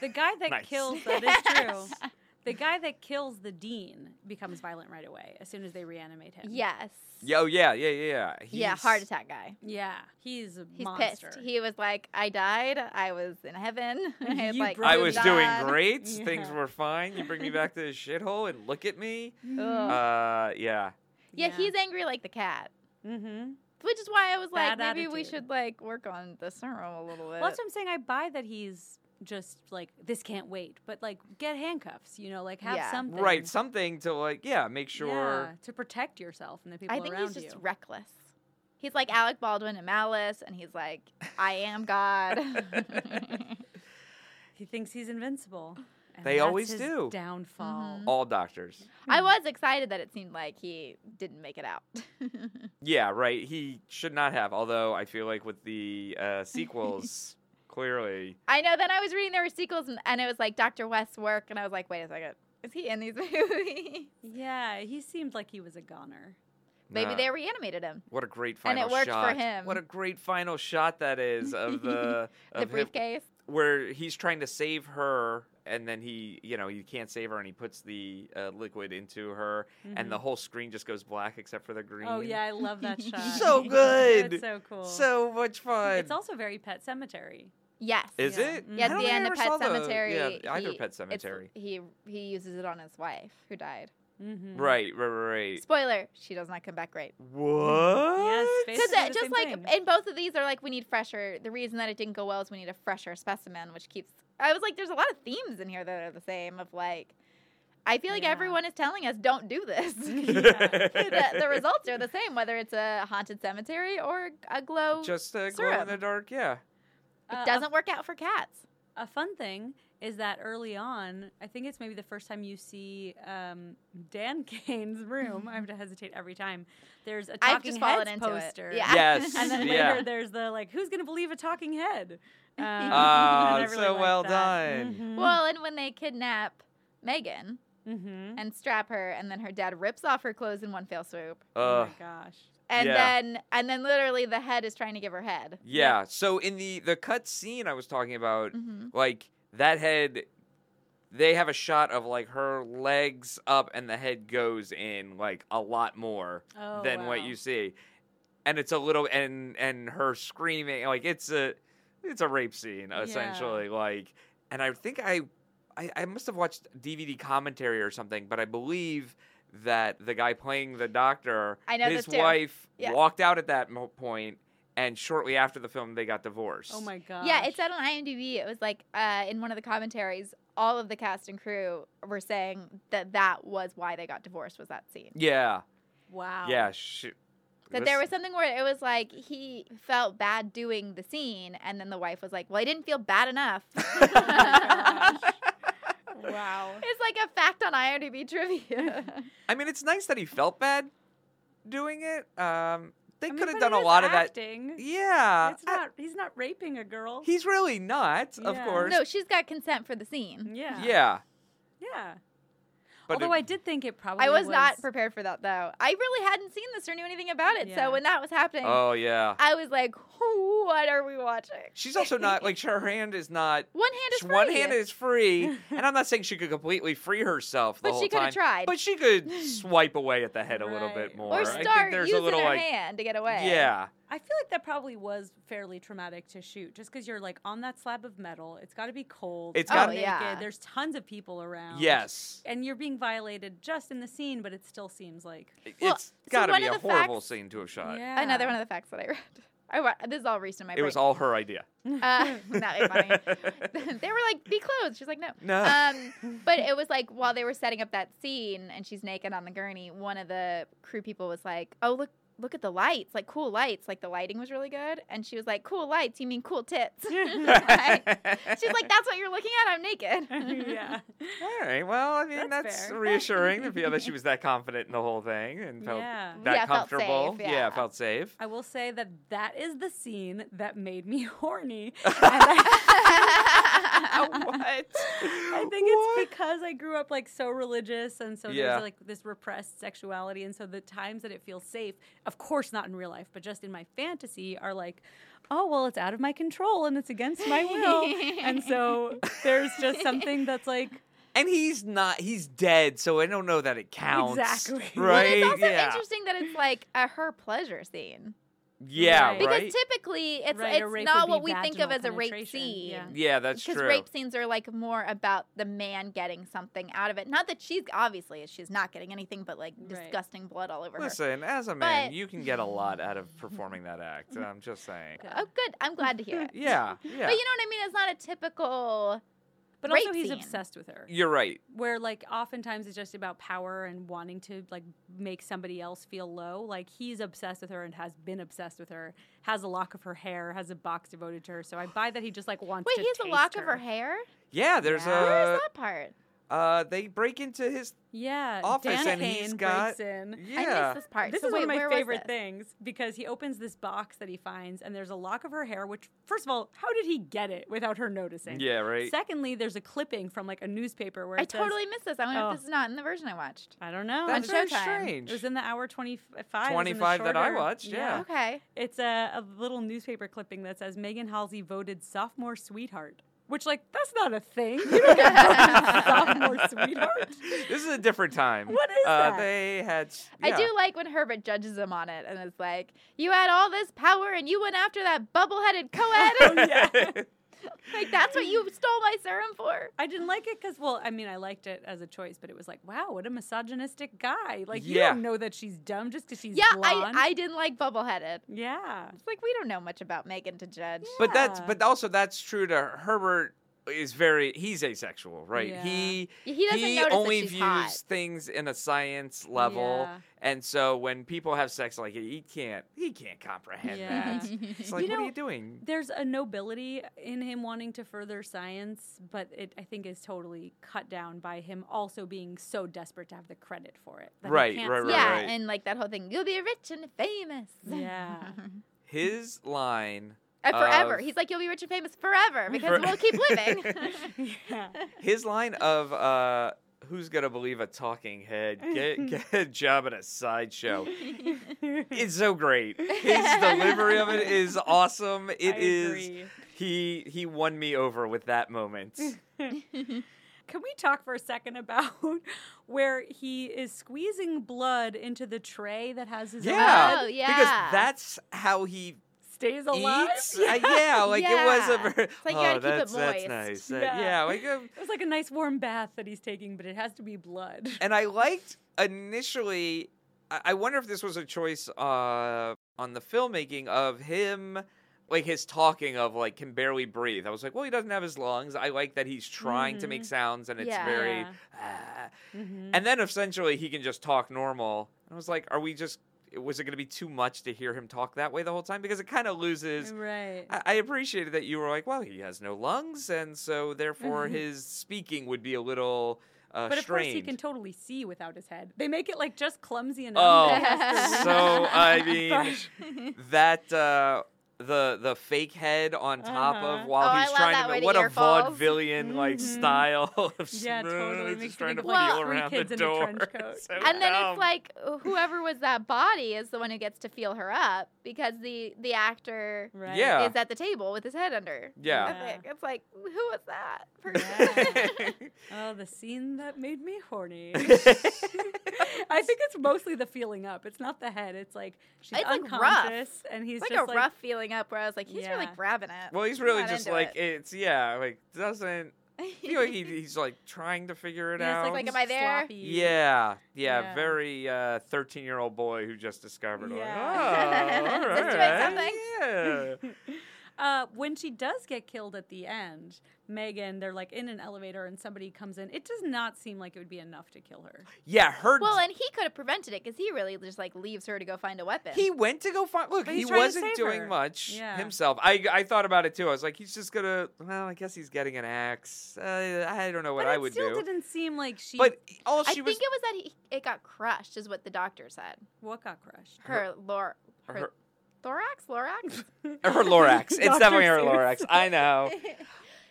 Speaker 2: The guy that
Speaker 4: Nice.
Speaker 2: kills that is true. the guy that kills the dean becomes violent right away as soon as they reanimate him.
Speaker 3: Yes.
Speaker 4: Yo, yeah, yeah, yeah. He's,
Speaker 3: Yeah, heart attack guy.
Speaker 2: Yeah. He's a
Speaker 3: He's
Speaker 2: monster.
Speaker 3: pissed. He was like, I died. I was in heaven. I was
Speaker 2: You
Speaker 3: like,
Speaker 4: I was doing
Speaker 3: done.
Speaker 4: great.
Speaker 2: Yeah.
Speaker 4: Things were fine. You bring me back to this shithole and look at me.
Speaker 2: Mm-hmm.
Speaker 3: Ugh.
Speaker 4: Uh, yeah.
Speaker 3: yeah, he's angry like the cat.
Speaker 2: Mm-hmm.
Speaker 3: Which is why I was like,
Speaker 2: Bad
Speaker 3: maybe we
Speaker 2: attitude.
Speaker 3: should like work on the serum a little bit.
Speaker 2: Well, that's what I'm saying. I buy that he's just like this can't wait, but like get handcuffs. You know, like have
Speaker 3: Yeah.
Speaker 2: something.
Speaker 4: Right. Something to like, yeah, make
Speaker 2: Yeah,
Speaker 4: sure.
Speaker 2: to protect yourself and the people
Speaker 3: I think
Speaker 2: around
Speaker 3: he's just
Speaker 2: you.
Speaker 3: reckless. He's like Alec Baldwin in Malice, and he's like, I am God.
Speaker 2: he thinks he's invincible.
Speaker 3: Mm.
Speaker 2: and
Speaker 4: They
Speaker 2: that's
Speaker 4: always
Speaker 2: his
Speaker 4: do. Mm-hmm.
Speaker 2: Downfall.
Speaker 3: Mhm.
Speaker 4: All doctors.
Speaker 3: I was excited that it seemed like he didn't make it out.
Speaker 4: Yeah, right. He should not have. Although I feel like with the uh, sequels, clearly.
Speaker 3: I know. Then I was reading there were sequels, and, and it was like Dr. West's work, and I was like, wait a second, is he in these movies?
Speaker 2: Yeah, he seemed like he was a goner.
Speaker 3: Maybe
Speaker 4: nah.
Speaker 3: they reanimated him.
Speaker 4: What a great
Speaker 3: And
Speaker 4: final
Speaker 3: it worked for
Speaker 4: shot.
Speaker 3: him.
Speaker 4: What a great final shot that is of the
Speaker 3: the
Speaker 4: of him-
Speaker 3: briefcase.
Speaker 4: where he's trying to save her and then he, you know, he can't save her and he puts the uh, liquid into her and the whole screen just goes black except for the green.
Speaker 2: Mm-hmm. Oh yeah, I love that shot.
Speaker 4: So good.
Speaker 2: It's so cool.
Speaker 4: So much fun.
Speaker 2: it's also very Pet Cemetery.
Speaker 3: Yes.
Speaker 4: is
Speaker 2: Yeah.
Speaker 4: it?
Speaker 2: Mhm.
Speaker 3: Yeah,
Speaker 4: I
Speaker 3: at
Speaker 4: don't
Speaker 3: the
Speaker 4: think I
Speaker 3: end
Speaker 4: ever
Speaker 3: of Pet
Speaker 4: saw the-
Speaker 3: Cemetery.
Speaker 4: yeah, either
Speaker 3: he-
Speaker 4: Pet
Speaker 3: it's-
Speaker 4: Cemetery.
Speaker 3: He he uses it on his wife who died.
Speaker 2: Mm-hmm.
Speaker 4: Right, right, right.
Speaker 3: Spoiler: she does not come back great.
Speaker 4: What?
Speaker 2: Yes,
Speaker 3: Because
Speaker 2: Basically the
Speaker 3: just
Speaker 2: same
Speaker 3: like
Speaker 2: thing.
Speaker 3: in both of these, they're like, we need fresher. The reason that it didn't go well is we need a fresher specimen, which keeps. I was like, there's a lot of themes in here that are the same. Of like, I feel like
Speaker 2: Yeah.
Speaker 3: everyone is telling us don't do this.
Speaker 2: uh,
Speaker 3: the, the results are the same, whether it's a haunted cemetery or a glow.
Speaker 4: Just uh, glow
Speaker 3: Syrup.
Speaker 4: in the dark, yeah.
Speaker 2: Uh,
Speaker 3: it doesn't work out for cats.
Speaker 2: a, a fun thing is that early on, I think it's maybe the first time you see um, Dan Kane's room. I have to hesitate every time. There's a
Speaker 3: I've
Speaker 2: talking
Speaker 3: just fallen
Speaker 2: heads
Speaker 3: into
Speaker 2: poster.
Speaker 3: it. Yeah.
Speaker 4: Yes.
Speaker 2: And then
Speaker 4: Yeah.
Speaker 2: later there's the like, who's gonna believe a talking head? Um, and
Speaker 4: Ah,
Speaker 2: I
Speaker 4: it's
Speaker 2: really
Speaker 4: so
Speaker 2: like
Speaker 4: well
Speaker 2: that.
Speaker 4: done.
Speaker 2: Mhm.
Speaker 3: well, and when they kidnap Megan
Speaker 2: Mhm.
Speaker 3: and strap her, and then her dad rips off her clothes in one fell swoop,
Speaker 2: oh
Speaker 4: Uh,
Speaker 2: my gosh.
Speaker 3: and
Speaker 4: Yeah.
Speaker 3: then and then literally the head is trying to give her head.
Speaker 4: yeah. So in the the cut scene I was talking about,
Speaker 3: hmm
Speaker 4: like that head, they have a shot of like her legs up and the head goes in like a lot more
Speaker 2: Oh,
Speaker 4: than what
Speaker 2: wow.
Speaker 4: you see, and it's a little and and her screaming like it's a it's a rape scene
Speaker 2: Yeah.
Speaker 4: essentially like, and I think I I, I must have watched DVD commentary or something, but I believe that the guy playing the doctor,
Speaker 3: I know
Speaker 4: his
Speaker 3: this too.
Speaker 4: wife
Speaker 3: Yeah.
Speaker 4: walked out at that mo- point, and shortly after the film, they got divorced.
Speaker 2: Oh my gosh.
Speaker 3: Yeah, it said on IMDb. It was like uh, in one of the commentaries, all of the cast and crew were saying that that was why they got divorced was that scene.
Speaker 4: Yeah,
Speaker 2: wow.
Speaker 4: yeah. Sh-
Speaker 3: That there
Speaker 4: Mm, this-
Speaker 3: was something where it was like he felt bad doing the scene, and then the wife was like, "Well, I didn't feel bad enough."
Speaker 2: gosh. Wow.
Speaker 3: it's like a fact on IMDb trivia.
Speaker 4: I mean, it's nice that he felt bad doing it. Um, they
Speaker 2: I mean,
Speaker 4: could have
Speaker 2: but
Speaker 4: done
Speaker 2: it
Speaker 4: a
Speaker 2: is
Speaker 4: lot of that.
Speaker 2: acting.
Speaker 4: Yeah,
Speaker 2: It's
Speaker 4: I-
Speaker 2: not. He's not raping a girl.
Speaker 4: he's really not, of
Speaker 2: Yeah.
Speaker 4: course.
Speaker 3: no, she's got consent for the scene.
Speaker 2: yeah.
Speaker 4: yeah,
Speaker 2: Yeah.
Speaker 4: but
Speaker 2: Although
Speaker 4: it-
Speaker 2: I did think it probably
Speaker 3: I was, not prepared for that though. I really hadn't seen this or knew anything about it.
Speaker 2: Yeah.
Speaker 3: So when that was happening,
Speaker 4: oh yeah,
Speaker 3: I was like, "What are we watching?"
Speaker 4: she's also not like her hand is not.
Speaker 3: One hand is
Speaker 4: sh- One
Speaker 3: free.
Speaker 4: hand is free, and I'm not saying she could completely free herself the
Speaker 3: But
Speaker 4: whole
Speaker 3: she could
Speaker 4: time.
Speaker 3: have tried.
Speaker 4: But she could swipe away at the head a little
Speaker 2: Right.
Speaker 4: bit more.
Speaker 3: or
Speaker 4: I think
Speaker 3: start
Speaker 4: there's
Speaker 3: using
Speaker 4: a little
Speaker 3: her
Speaker 4: like,
Speaker 3: hand to get away.
Speaker 4: yeah,
Speaker 2: I feel like that probably was fairly traumatic to shoot, just because you're like on that slab of metal. It's got to be cold.
Speaker 4: It's
Speaker 2: you're
Speaker 4: gotta-
Speaker 2: naked,
Speaker 3: Oh, yeah.
Speaker 2: There's tons of people around.
Speaker 4: yes,
Speaker 2: And you're being violated just in the scene, but it still seems like.
Speaker 4: It-
Speaker 3: Well,
Speaker 4: it's got to
Speaker 3: one
Speaker 4: be
Speaker 3: of
Speaker 4: a
Speaker 3: the
Speaker 4: horrible
Speaker 3: facts-
Speaker 4: scene to have shot.
Speaker 2: yeah.
Speaker 3: Another one of the facts that I read. I wa- this is all recent in my
Speaker 4: It
Speaker 3: brain.
Speaker 4: was all her idea.
Speaker 3: uh, that ain't funny. they were like, "Be clothed." She's like, "No."
Speaker 4: No.
Speaker 3: Um, but it was like while they were setting up that scene, and she's naked on the gurney. One of the crew people was like, "Oh, look, look at the lights! Like cool lights! Like the lighting was really good." And she was like, "Cool lights? You mean cool tits?" Like, she's like, "That's what you're looking at. I'm naked."
Speaker 2: yeah.
Speaker 4: All right. Well, I mean,
Speaker 2: That's
Speaker 4: that's,
Speaker 2: fair.
Speaker 4: reassuring to feel that she was that confident in the whole thing and felt
Speaker 2: Yeah.
Speaker 4: that
Speaker 3: Yeah, felt safe,
Speaker 4: comfortable. yeah.
Speaker 3: yeah.
Speaker 4: felt safe.
Speaker 2: I will say that that is the scene that made me horny. And I-
Speaker 4: what?
Speaker 2: I think
Speaker 4: What?
Speaker 2: it's because I grew up like so religious and so
Speaker 4: Yeah.
Speaker 2: there's like this repressed sexuality and so the times that it feels safe, of course not in real life, but just in my fantasy are like, oh well it's out of my control and it's against my will. and so there's just something that's like
Speaker 4: And he's not. He's dead, so I don't know that it counts.
Speaker 2: Exactly.
Speaker 4: Right?
Speaker 3: Well, it's also
Speaker 4: yeah.
Speaker 3: interesting that it's like a her pleasure scene
Speaker 4: yeah.
Speaker 2: Right.
Speaker 4: Right.
Speaker 3: because typically it's
Speaker 2: Right, a
Speaker 3: it's
Speaker 2: rape
Speaker 3: not
Speaker 2: would
Speaker 3: what
Speaker 2: be
Speaker 3: we think of as
Speaker 2: vaginal
Speaker 3: a rape
Speaker 2: penetration,
Speaker 3: scene.
Speaker 2: yeah.
Speaker 4: yeah, that's
Speaker 3: because
Speaker 4: true.
Speaker 3: rape scenes are like more about the man getting something out of it. Not that she's obviously she's not getting anything, but like
Speaker 2: Right.
Speaker 3: disgusting blood all over her.
Speaker 4: Listen, as a man,
Speaker 3: But-
Speaker 4: you can get a lot out of performing that act. I'm just saying.
Speaker 3: Oh, good. I'm glad to hear it.
Speaker 4: Yeah.
Speaker 3: But
Speaker 4: Yeah.
Speaker 3: you know what I mean? It's not a typical.
Speaker 2: but
Speaker 3: rape
Speaker 2: also he's
Speaker 3: scene.
Speaker 2: obsessed with her.
Speaker 4: You're right.
Speaker 2: where like oftentimes it's just about power and wanting to like make somebody else feel low like he's obsessed with her and has been obsessed with her has a lock of her hair has a box devoted to her so i buy that he just like wants
Speaker 3: Wait,
Speaker 2: to
Speaker 3: he has a
Speaker 2: taste
Speaker 3: lock of her hair.
Speaker 4: Yeah. There's
Speaker 2: Yeah.
Speaker 3: Where's
Speaker 4: a.
Speaker 3: that part?
Speaker 4: Uh, they break into his.
Speaker 2: yeah
Speaker 4: Office
Speaker 2: Dan
Speaker 4: and
Speaker 2: Kane
Speaker 4: he's got-
Speaker 2: breaks in
Speaker 3: I
Speaker 4: Yeah.
Speaker 3: missed this part.
Speaker 2: this
Speaker 3: so
Speaker 2: is
Speaker 3: wait,
Speaker 2: one of
Speaker 3: where
Speaker 2: my
Speaker 3: was
Speaker 2: favorite
Speaker 3: this?
Speaker 2: things because he opens this box that he finds and there's a lock of her hair which first of all how did he get it without her noticing
Speaker 4: Yeah. Right.
Speaker 2: secondly there's a clipping from like a newspaper where
Speaker 3: I
Speaker 2: it says-
Speaker 3: totally missed this. I wonder
Speaker 2: Oh.
Speaker 3: if this is not in the version I watched.
Speaker 2: i don't know
Speaker 4: That's
Speaker 3: on
Speaker 4: very
Speaker 3: Showtime.
Speaker 4: strange.
Speaker 2: it was in the hour 25 it was in the
Speaker 4: 25 that I
Speaker 2: shorter-
Speaker 4: watched, yeah.
Speaker 3: Okay.
Speaker 2: It's a, a little newspaper clipping that says Megan Halsey voted sophomore sweetheart, which like that's not a thing. You don't get voted sophomore sweetheart.
Speaker 4: this is a different time.
Speaker 2: What is
Speaker 4: uh,
Speaker 2: that?
Speaker 4: They had. s-
Speaker 3: I
Speaker 4: yeah.
Speaker 3: do like when Herbert judges him on it and it's like, you had all this power and you went after that bubble headed co ed. like, that's what you stole my serum for.
Speaker 2: I didn't like it because, well, I mean, I liked it as a choice, but it was like, wow, what a misogynistic guy. Like, you
Speaker 4: Yeah.
Speaker 2: don't know that she's dumb just because she's
Speaker 3: Yeah, I,
Speaker 2: blonde.
Speaker 3: I didn't like bubble headed.
Speaker 2: yeah.
Speaker 3: It's like, we don't know much about Megan to judge.
Speaker 4: But that's
Speaker 2: Yeah.
Speaker 4: but also that's true to Herbert is very he's asexual, right?
Speaker 2: Yeah.
Speaker 4: He
Speaker 3: He doesn't
Speaker 4: he
Speaker 3: notice
Speaker 4: only
Speaker 3: that she's
Speaker 4: views
Speaker 3: hot.
Speaker 4: things in a science level,
Speaker 2: Yeah.
Speaker 4: and so when people have sex, like he can't he can't comprehend
Speaker 2: Yeah.
Speaker 4: that. It's like,
Speaker 2: You
Speaker 4: what
Speaker 2: know,
Speaker 4: are you doing?
Speaker 2: There's a nobility in him wanting to further science, but it I think is totally cut down by him also being so desperate to have the credit for it. that he
Speaker 4: Right,
Speaker 2: can't
Speaker 4: right, right,
Speaker 2: stop.
Speaker 3: yeah,
Speaker 4: right.
Speaker 3: and like that whole thing. You'll be rich and famous.
Speaker 2: Yeah.
Speaker 4: His line,
Speaker 3: And forever.
Speaker 4: Of-
Speaker 3: He's like, you'll be rich and famous forever because
Speaker 4: Uh, For-
Speaker 3: we'll keep living.
Speaker 2: Yeah.
Speaker 4: his line of uh, "Who's gonna believe a talking head? Get, get a job at a sideshow." It's so great. His delivery of it is awesome. It
Speaker 2: I
Speaker 4: is.
Speaker 2: agree.
Speaker 4: He he won me over with that moment.
Speaker 2: Can we talk for a second about where he is squeezing blood into the tray that has his own
Speaker 4: Yeah.
Speaker 2: blood?
Speaker 3: oh, yeah.
Speaker 4: Because that's how he
Speaker 2: stays alive?
Speaker 4: eats. Uh, yeah, like it was
Speaker 3: Yeah.
Speaker 4: a. Ver-
Speaker 3: like you
Speaker 4: oh,
Speaker 3: gotta keep it
Speaker 4: that's that's
Speaker 3: moist.
Speaker 4: nice. That-
Speaker 2: Yeah.
Speaker 4: yeah. like um,
Speaker 2: It was like a nice warm bath that he's taking, but it has to be blood.
Speaker 4: and I liked initially. I, I wonder if this was a choice uh, on the filmmaking of him. Like his talking of like can barely breathe. I was like, well, he doesn't have his lungs. I like that he's trying to make sounds and it's
Speaker 3: Yeah.
Speaker 4: very.
Speaker 2: Mm-hmm. Yeah.
Speaker 4: ah.
Speaker 2: Mhm.
Speaker 4: And then essentially he can just talk normal. And I was like, are we just? Was it going to be too much to hear him talk that way the whole time? Because it kind of loses
Speaker 2: Mm. Right.
Speaker 4: I I appreciated that you were like, well, he has no lungs, and so therefore his speaking would be a little uh,
Speaker 2: Mm-hmm. But of course, he
Speaker 4: strained.
Speaker 2: can totally see without his head. They make it like just clumsy enough.
Speaker 4: Oh,
Speaker 2: that he has to read.
Speaker 4: so I
Speaker 2: Sorry.
Speaker 4: mean that uh, the the fake head on top
Speaker 2: Uh-huh.
Speaker 4: of while
Speaker 3: Oh, I
Speaker 4: he's
Speaker 3: love
Speaker 4: trying
Speaker 3: that Mm-hmm.
Speaker 4: to
Speaker 3: way
Speaker 4: ma-
Speaker 3: to
Speaker 4: what a
Speaker 3: ear falls.
Speaker 4: vaudevillian like
Speaker 2: Mhm.
Speaker 4: style of
Speaker 2: Yeah, totally.
Speaker 4: smooth,
Speaker 2: Makes
Speaker 4: just
Speaker 2: me
Speaker 4: trying
Speaker 2: think
Speaker 4: to
Speaker 2: of,
Speaker 4: feel
Speaker 2: like, three
Speaker 4: around
Speaker 2: kids
Speaker 4: the
Speaker 2: in a
Speaker 4: door.
Speaker 2: trench coat.
Speaker 4: So
Speaker 3: and then
Speaker 4: dumb.
Speaker 3: it's like uh, whoever was that body is the one who gets to feel her up because the the actor
Speaker 2: Right.
Speaker 4: Yeah.
Speaker 3: is at the table with his head under.
Speaker 4: Yeah.
Speaker 3: I think. It's like, who was that
Speaker 2: Yeah.
Speaker 3: person?
Speaker 2: Oh, the scene that made me horny. I think it's mostly the feeling up. It's not the head. It's like she's
Speaker 3: It's, like, rough.
Speaker 2: unconscious, and he's
Speaker 3: It's like
Speaker 2: just
Speaker 3: a rough feeling up where I was like, he's really
Speaker 2: Yeah.
Speaker 3: grabbing it.
Speaker 4: well, he's really
Speaker 3: not
Speaker 4: just
Speaker 3: into
Speaker 4: like
Speaker 3: it.
Speaker 4: it's yeah, like doesn't you know, like he, he's like trying to figure it
Speaker 2: yeah,
Speaker 4: out.
Speaker 2: it's
Speaker 3: Like, am I there?
Speaker 2: sloppy.
Speaker 4: Yeah, yeah,
Speaker 2: Yeah.
Speaker 4: very uh, thirteen-year-old boy who just discovered. like,
Speaker 2: Yeah.
Speaker 4: oh, all
Speaker 3: Just doing
Speaker 4: right,
Speaker 3: something.
Speaker 4: Yeah.
Speaker 2: Uh, when she does get killed at the end, Megan, they're like in an elevator, and somebody comes in. It does not seem like it would be enough to kill her.
Speaker 4: yeah, her.
Speaker 3: well, and he could have prevented it because he really just like leaves her to go find a weapon.
Speaker 4: he went to go find. Look,
Speaker 2: But he's
Speaker 4: he
Speaker 2: trying to
Speaker 4: wasn't
Speaker 2: save
Speaker 4: doing
Speaker 2: her.
Speaker 4: much
Speaker 2: Yeah.
Speaker 4: himself. I I thought about it too. I was like, he's just gonna. Well, I guess he's getting an axe. Uh, I don't know what
Speaker 2: but
Speaker 4: I
Speaker 2: it
Speaker 4: would
Speaker 2: still
Speaker 4: do.
Speaker 2: didn't seem like she.
Speaker 4: But all
Speaker 3: I
Speaker 4: she
Speaker 3: think
Speaker 4: was
Speaker 3: it was that he, it got crushed, is what the doctor said.
Speaker 2: what got crushed?
Speaker 3: Her, lor, her,
Speaker 4: her,
Speaker 3: thorax, thorax.
Speaker 4: her Lorax. It's
Speaker 2: Dr.
Speaker 4: definitely her
Speaker 2: Seuss.
Speaker 4: Lorax. I know.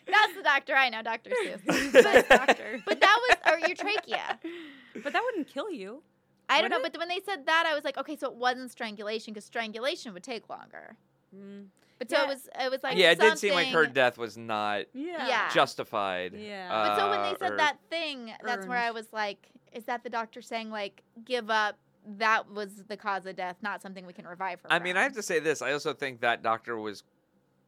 Speaker 3: That's the doctor I know, Doctor Seuss. But,
Speaker 2: doctor.
Speaker 3: but that was or your trachea.
Speaker 2: But that wouldn't kill you.
Speaker 3: I don't
Speaker 2: Would
Speaker 3: know. But when they said that, I was like, okay, so it wasn't strangulation because strangulation would take longer.
Speaker 2: Mm,
Speaker 3: But so
Speaker 2: Yeah.
Speaker 3: it was. It was like
Speaker 4: yeah, it did seem like her
Speaker 3: something-
Speaker 4: death was not
Speaker 2: Yeah.
Speaker 3: Yeah.
Speaker 4: justified.
Speaker 2: Yeah.
Speaker 3: But so when
Speaker 4: uh,
Speaker 3: they said
Speaker 4: or-
Speaker 3: that thing, that's where I
Speaker 2: earned.
Speaker 3: was like, is that the doctor saying like give up? That was the cause of death, not something we can revive her.
Speaker 4: I mean, I have
Speaker 3: from."
Speaker 4: to say this. I also think that doctor was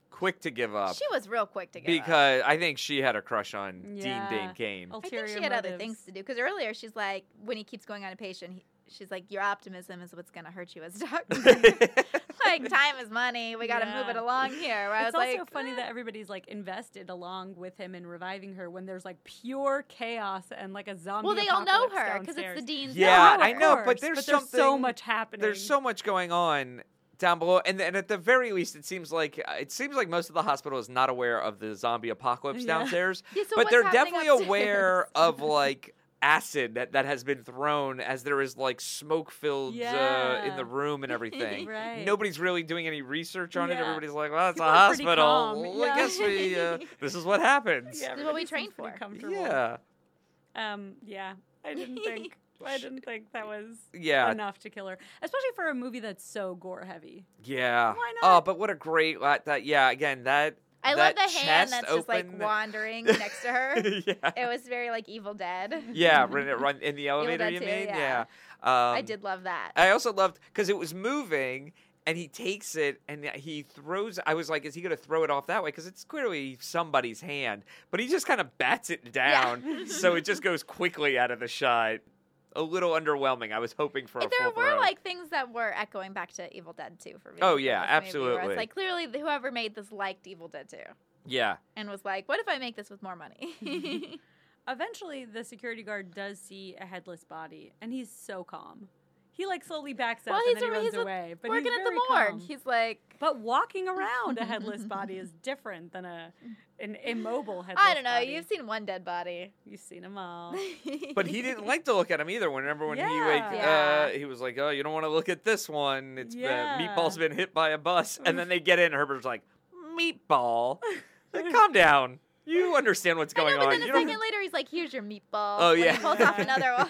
Speaker 4: quick to give up
Speaker 3: She was real quick to give up.
Speaker 4: because I think she had a crush on
Speaker 2: Yeah.
Speaker 4: Dean Dane Kane.
Speaker 3: I think she had other things to do. Because earlier she's like, when he keeps going on a patient, he, she's like, your optimism is what's going to hurt you as a doctor. like, time is money. We got to move
Speaker 2: Yeah.
Speaker 3: it along here. Where I
Speaker 2: It's
Speaker 3: was
Speaker 2: also
Speaker 3: like,
Speaker 2: funny
Speaker 3: "Eh."
Speaker 2: that everybody's like invested along with him in reviving her when there's like pure chaos and like a zombie.
Speaker 3: Well, they all know
Speaker 2: apocalypse
Speaker 3: her because it's the
Speaker 2: downstairs.
Speaker 3: dean's
Speaker 4: Yeah,
Speaker 3: daughter.
Speaker 4: I know, but
Speaker 2: course,
Speaker 4: there's
Speaker 2: so
Speaker 4: something-
Speaker 2: much happening.
Speaker 4: There's so much going on down below, and and at the very least, it seems like uh, it seems like most of the hospital is not aware of the zombie apocalypse
Speaker 2: Yeah.
Speaker 4: downstairs,
Speaker 3: Yeah, so
Speaker 4: but
Speaker 3: what's
Speaker 4: they're
Speaker 3: happening
Speaker 4: definitely
Speaker 3: upstairs?
Speaker 4: aware of like acid that, that has been thrown as there is like smoke filled uh,
Speaker 2: Yeah.
Speaker 4: in the room and everything.
Speaker 2: Right.
Speaker 4: Nobody's really doing any research on it.
Speaker 2: Yeah.
Speaker 4: Everybody's like, "Well, it's
Speaker 2: People
Speaker 4: a
Speaker 2: are pretty
Speaker 4: hospital.
Speaker 2: calm,
Speaker 4: Well,
Speaker 2: yeah.
Speaker 4: I guess we. Uh, this is what happens."
Speaker 2: Yeah,
Speaker 3: This is what
Speaker 2: everybody
Speaker 3: we
Speaker 2: seems
Speaker 3: trained
Speaker 2: pretty
Speaker 3: for.
Speaker 2: comfortable.
Speaker 4: Yeah.
Speaker 2: Um. Yeah. I didn't think. I didn't think that was
Speaker 4: Yeah.
Speaker 2: enough to kill her, especially for a movie that's so gore heavy.
Speaker 4: Yeah.
Speaker 2: Why
Speaker 4: Oh,
Speaker 2: not?
Speaker 4: but what a great la- that yeah, again, that
Speaker 3: I
Speaker 4: that
Speaker 3: love the hand
Speaker 4: chest
Speaker 3: that's just like
Speaker 4: open.
Speaker 3: wandering next to her. It
Speaker 4: yeah.
Speaker 3: was very like Evil Dead.
Speaker 4: Yeah, run it run in the elevator,
Speaker 3: Dead
Speaker 4: you
Speaker 3: too,
Speaker 4: mean?
Speaker 3: yeah.
Speaker 4: Um,
Speaker 3: I did love that.
Speaker 4: I also loved cuz it was moving and he takes it and he throws I was like is he going to throw it off that way cuz it's clearly somebody's hand, but he just kind of bats it down. so it just goes quickly out of the shot. A little underwhelming. I was hoping for a
Speaker 3: there
Speaker 4: full
Speaker 3: were
Speaker 4: throw.
Speaker 3: like things that were echoing back to Evil Dead 2 for me.
Speaker 4: Oh,
Speaker 3: in
Speaker 4: yeah,
Speaker 3: this movie, where It's
Speaker 4: absolutely.
Speaker 3: like clearly th- whoever made this liked Evil Dead 2.
Speaker 4: Yeah.
Speaker 3: and was like, what if I make this with more money?
Speaker 2: Eventually, the security guard does see a headless body, and he's so calm. He like slowly backs up
Speaker 3: Well,
Speaker 2: and
Speaker 3: he's
Speaker 2: then he
Speaker 3: a-
Speaker 2: runs
Speaker 3: he's a-
Speaker 2: away. But
Speaker 3: Working
Speaker 2: he's
Speaker 3: at the
Speaker 2: very
Speaker 3: morgue.
Speaker 2: calm.
Speaker 3: He's like,
Speaker 2: But walking around a headless body is different than a an immobile headless.
Speaker 3: I don't know.
Speaker 2: body.
Speaker 3: You've seen one dead body.
Speaker 2: you've seen them all.
Speaker 4: But he didn't like to look at him either. Whenever when he like
Speaker 3: Yeah.
Speaker 4: uh, he was like, "Oh, you don't want to look at this one. It's
Speaker 2: Yeah.
Speaker 4: uh, Meatball's been hit by a bus." And then they get in. and Herbert's like, "Meatball, Like, calm down. You understand what's
Speaker 3: I
Speaker 4: going
Speaker 3: know, but
Speaker 4: on.
Speaker 3: then
Speaker 4: You
Speaker 3: a
Speaker 4: don't
Speaker 3: second later, he's like, "Here's your meatball."
Speaker 4: Oh,
Speaker 3: when he
Speaker 4: yeah.
Speaker 3: pulls off another one.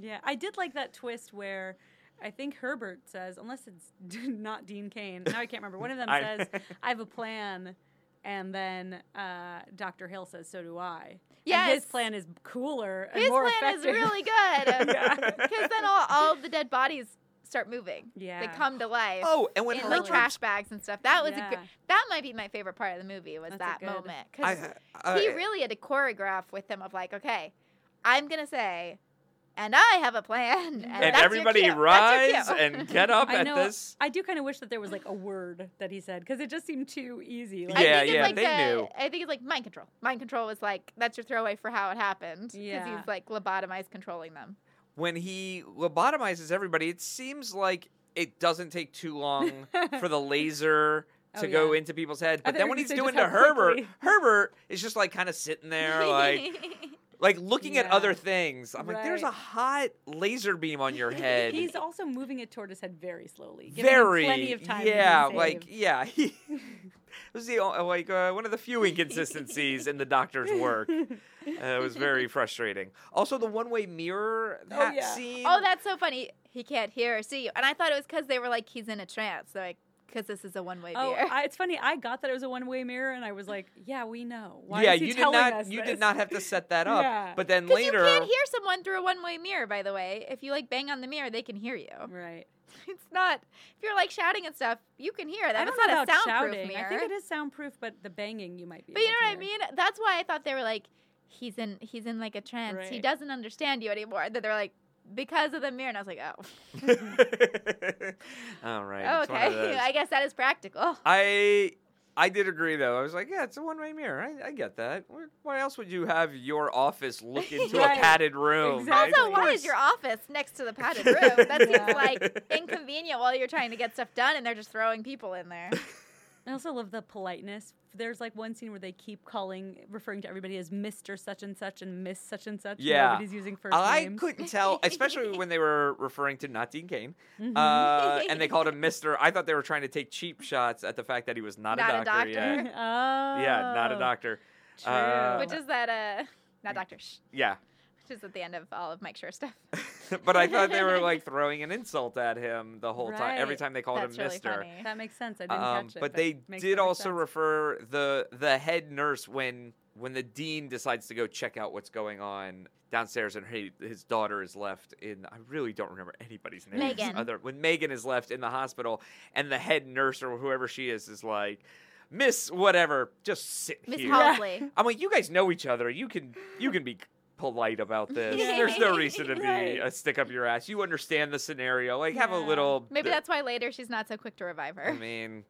Speaker 2: Yeah, I did like that twist where I think Herbert says, unless it's not Dean Kane. Now I can't remember. One of them
Speaker 4: I-
Speaker 2: says, "I have a plan," and then uh, Dr. Hill says, "So do I." Yeah,
Speaker 3: Yes,
Speaker 2: his plan is cooler and
Speaker 3: His
Speaker 2: more
Speaker 3: plan is
Speaker 2: effective.
Speaker 3: really good.
Speaker 2: Yeah.
Speaker 3: Because then all, all of the dead bodies start moving.
Speaker 2: yeah.
Speaker 3: They come to life.
Speaker 4: Oh, and when
Speaker 3: in
Speaker 4: Herbert,
Speaker 3: like trash bags and stuff. That was a
Speaker 2: Yeah.
Speaker 3: good, that might be my favorite part of the movie was
Speaker 2: That's a
Speaker 3: that
Speaker 2: good-
Speaker 3: moment
Speaker 4: I, uh,
Speaker 3: because
Speaker 4: I,
Speaker 3: he really had to choreograph with them of like, okay, I'm gonna say, and I have a plan, and,
Speaker 4: and
Speaker 3: that's your
Speaker 4: everybody
Speaker 3: cue,
Speaker 4: rise
Speaker 3: that's your cue."
Speaker 4: and get up
Speaker 2: I
Speaker 4: at
Speaker 2: know.
Speaker 4: this.
Speaker 2: I do kind of wish that there was like a word that he said because it just seemed too easy. Like,
Speaker 3: I
Speaker 4: Yeah,
Speaker 3: think it's
Speaker 4: yeah,
Speaker 3: like
Speaker 4: they
Speaker 3: the-
Speaker 4: knew.
Speaker 3: I think it's like mind control. Mind control was like that's your throwaway for how it happened. Because
Speaker 2: Yeah.
Speaker 3: he's like lobotomized controlling them.
Speaker 4: When he lobotomizes everybody, it seems like it doesn't take too long for the laser
Speaker 2: Oh,
Speaker 4: to go
Speaker 2: yeah.
Speaker 4: into people's head. But
Speaker 2: thought you
Speaker 4: then
Speaker 2: were
Speaker 4: when
Speaker 2: gonna
Speaker 4: he's
Speaker 2: say just
Speaker 4: doing to
Speaker 2: how
Speaker 4: Herbert,
Speaker 2: quickly.
Speaker 4: Herbert is just like kind of sitting there, like like looking at
Speaker 2: Yeah.
Speaker 4: other things. I'm like, there's a
Speaker 2: Right.
Speaker 4: hot laser beam on your head.
Speaker 2: He's also moving a tortoise head very slowly. giving him
Speaker 4: very
Speaker 2: plenty of time. to be
Speaker 4: yeah
Speaker 2: saved.
Speaker 4: like yeah he it was the o- like uh, one of the few inconsistencies in the doctor's work uh, it was very frustrating also the one-way mirror that
Speaker 2: yeah.
Speaker 4: scene
Speaker 3: oh, that's so funny. He can't hear or see you, and I thought it was because they were like he's in a trance, They're like because this is a one way
Speaker 2: Oh,
Speaker 3: mirror.
Speaker 2: I, it's funny. I got that it was a one-way mirror, and I was like, "Yeah, we know. Why
Speaker 4: yeah
Speaker 2: is he
Speaker 4: you did
Speaker 2: telling
Speaker 4: not
Speaker 2: us
Speaker 4: you
Speaker 2: this?
Speaker 4: did not have to set that up
Speaker 2: Yeah.
Speaker 4: but then
Speaker 3: Because you
Speaker 4: later
Speaker 3: can't hear someone through a one way mirror, by the way. If you like bang on the mirror, they can hear you.
Speaker 2: Right.
Speaker 3: It's not if you're like shouting and stuff, you can hear them.
Speaker 2: I don't
Speaker 3: It's
Speaker 2: know
Speaker 3: not a
Speaker 2: about
Speaker 3: soundproof
Speaker 2: shouting.
Speaker 3: mirror.
Speaker 2: I think it is soundproof, but the banging you might be.
Speaker 3: But you know
Speaker 2: able to
Speaker 3: what I
Speaker 2: hear.
Speaker 3: mean? That's why I thought they were like, he's in he's in like a trance. He
Speaker 2: Right.
Speaker 3: doesn't understand you anymore. That they're like because of the mirror, and I was like, oh,
Speaker 4: all right it's one of
Speaker 3: okay.
Speaker 4: those.
Speaker 3: I guess that is practical.
Speaker 4: I I did agree though. I was like, yeah, it's a one-way mirror. I, I get that. Where- Why else would you have your office look into
Speaker 2: Right.
Speaker 4: a padded room?
Speaker 2: Exactly.
Speaker 4: Of
Speaker 3: Also, why
Speaker 4: course.
Speaker 3: is your office next to the padded room? That seems
Speaker 2: Yeah.
Speaker 3: like inconvenient while you're trying to get stuff done, and they're just throwing people in there.
Speaker 2: I also love the politeness. There's like one scene where they keep calling, referring to everybody as Mister Such and Such and Miss Such and Such.
Speaker 4: Yeah.
Speaker 2: Nobody's using first
Speaker 4: I
Speaker 2: names.
Speaker 4: couldn't tell, especially when they were referring to not Dean Kane,
Speaker 3: Mm-hmm.
Speaker 2: Mhm.
Speaker 4: uh, and they called him Mister. I thought they were trying to take cheap shots at the fact that he was not,
Speaker 3: Not a
Speaker 4: a doctor.
Speaker 2: oh,
Speaker 4: Yeah, yeah, not a doctor.
Speaker 2: True.
Speaker 4: Uh,
Speaker 3: Which is that uh, not Doctor Sh,
Speaker 4: Yeah,
Speaker 3: which is at the end of all of Mike Sure stuff.
Speaker 4: but I thought they were like throwing an insult at him the whole time. Every
Speaker 2: Right.
Speaker 4: time they called
Speaker 3: That's
Speaker 4: him
Speaker 3: really
Speaker 4: Mister.
Speaker 3: funny.
Speaker 2: that makes sense. I didn't
Speaker 4: Um,
Speaker 2: catch it,
Speaker 4: but they
Speaker 2: makes
Speaker 4: did
Speaker 2: perfect
Speaker 4: also
Speaker 2: sense.
Speaker 4: refer the the head nurse when when the dean decides to go check out what's going on downstairs and he, his daughter is left in I really don't remember anybody's name
Speaker 3: Megan.
Speaker 4: other when Megan is left in the hospital and the head nurse or whoever she is is like Miss whatever just sit
Speaker 3: Miss
Speaker 4: here
Speaker 3: Housley.
Speaker 4: I'm like you guys know each other you can you can be polite about this there's no reason to be
Speaker 2: Right.
Speaker 4: a stick up your ass you understand the scenario like have a
Speaker 2: Yeah.
Speaker 4: little
Speaker 3: Maybe that's why later she's not so quick to revive her.
Speaker 4: I mean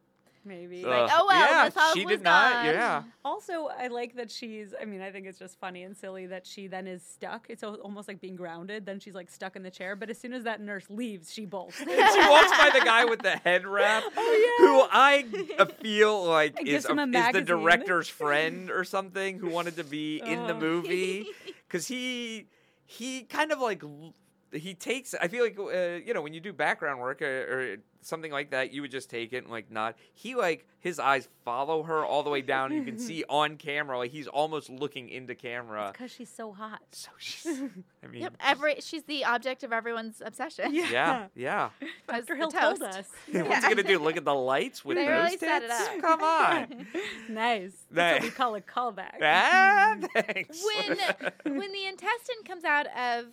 Speaker 2: maybe.
Speaker 4: Ugh.
Speaker 3: like, oh, well,
Speaker 4: Uh, yeah,
Speaker 3: Miss Housley's
Speaker 4: she did not.
Speaker 3: gone.
Speaker 4: Yeah,
Speaker 2: Also, I like that she's. I mean, I think it's just funny and silly that she then is stuck. It's al- almost like being grounded. Then she's like stuck in the chair. But as soon as that nurse leaves, she bolts.
Speaker 4: And she walks by the guy with the head wrap,
Speaker 3: Oh,
Speaker 4: who I uh, feel like
Speaker 2: I
Speaker 4: is,
Speaker 2: gives him
Speaker 4: a-
Speaker 2: a
Speaker 4: is the
Speaker 2: magazine.
Speaker 4: director's friend or something who wanted to be in the
Speaker 2: Oh.
Speaker 4: movie because he he kind of like l- he takes. I feel like uh, you know when you do background work or, or something like that, you would just take it and like not. He like his eyes follow her all the way down. You can see on camera like he's almost looking into camera.
Speaker 2: because she's so hot.
Speaker 4: So she's, I mean,
Speaker 3: Yep, every she's the object of everyone's obsession.
Speaker 4: yeah, yeah.
Speaker 3: was
Speaker 2: Dr.
Speaker 3: the
Speaker 2: Hill told
Speaker 3: toast.
Speaker 2: us.
Speaker 4: What's he gonna do? Look at the lights with
Speaker 3: They
Speaker 4: those
Speaker 3: really
Speaker 4: tits?
Speaker 3: set it up.
Speaker 4: Come on.
Speaker 2: nice. That's
Speaker 4: Nice.
Speaker 2: what we call a callback. Mm-hmm.
Speaker 4: ah, thanks.
Speaker 3: When when the intestine comes out of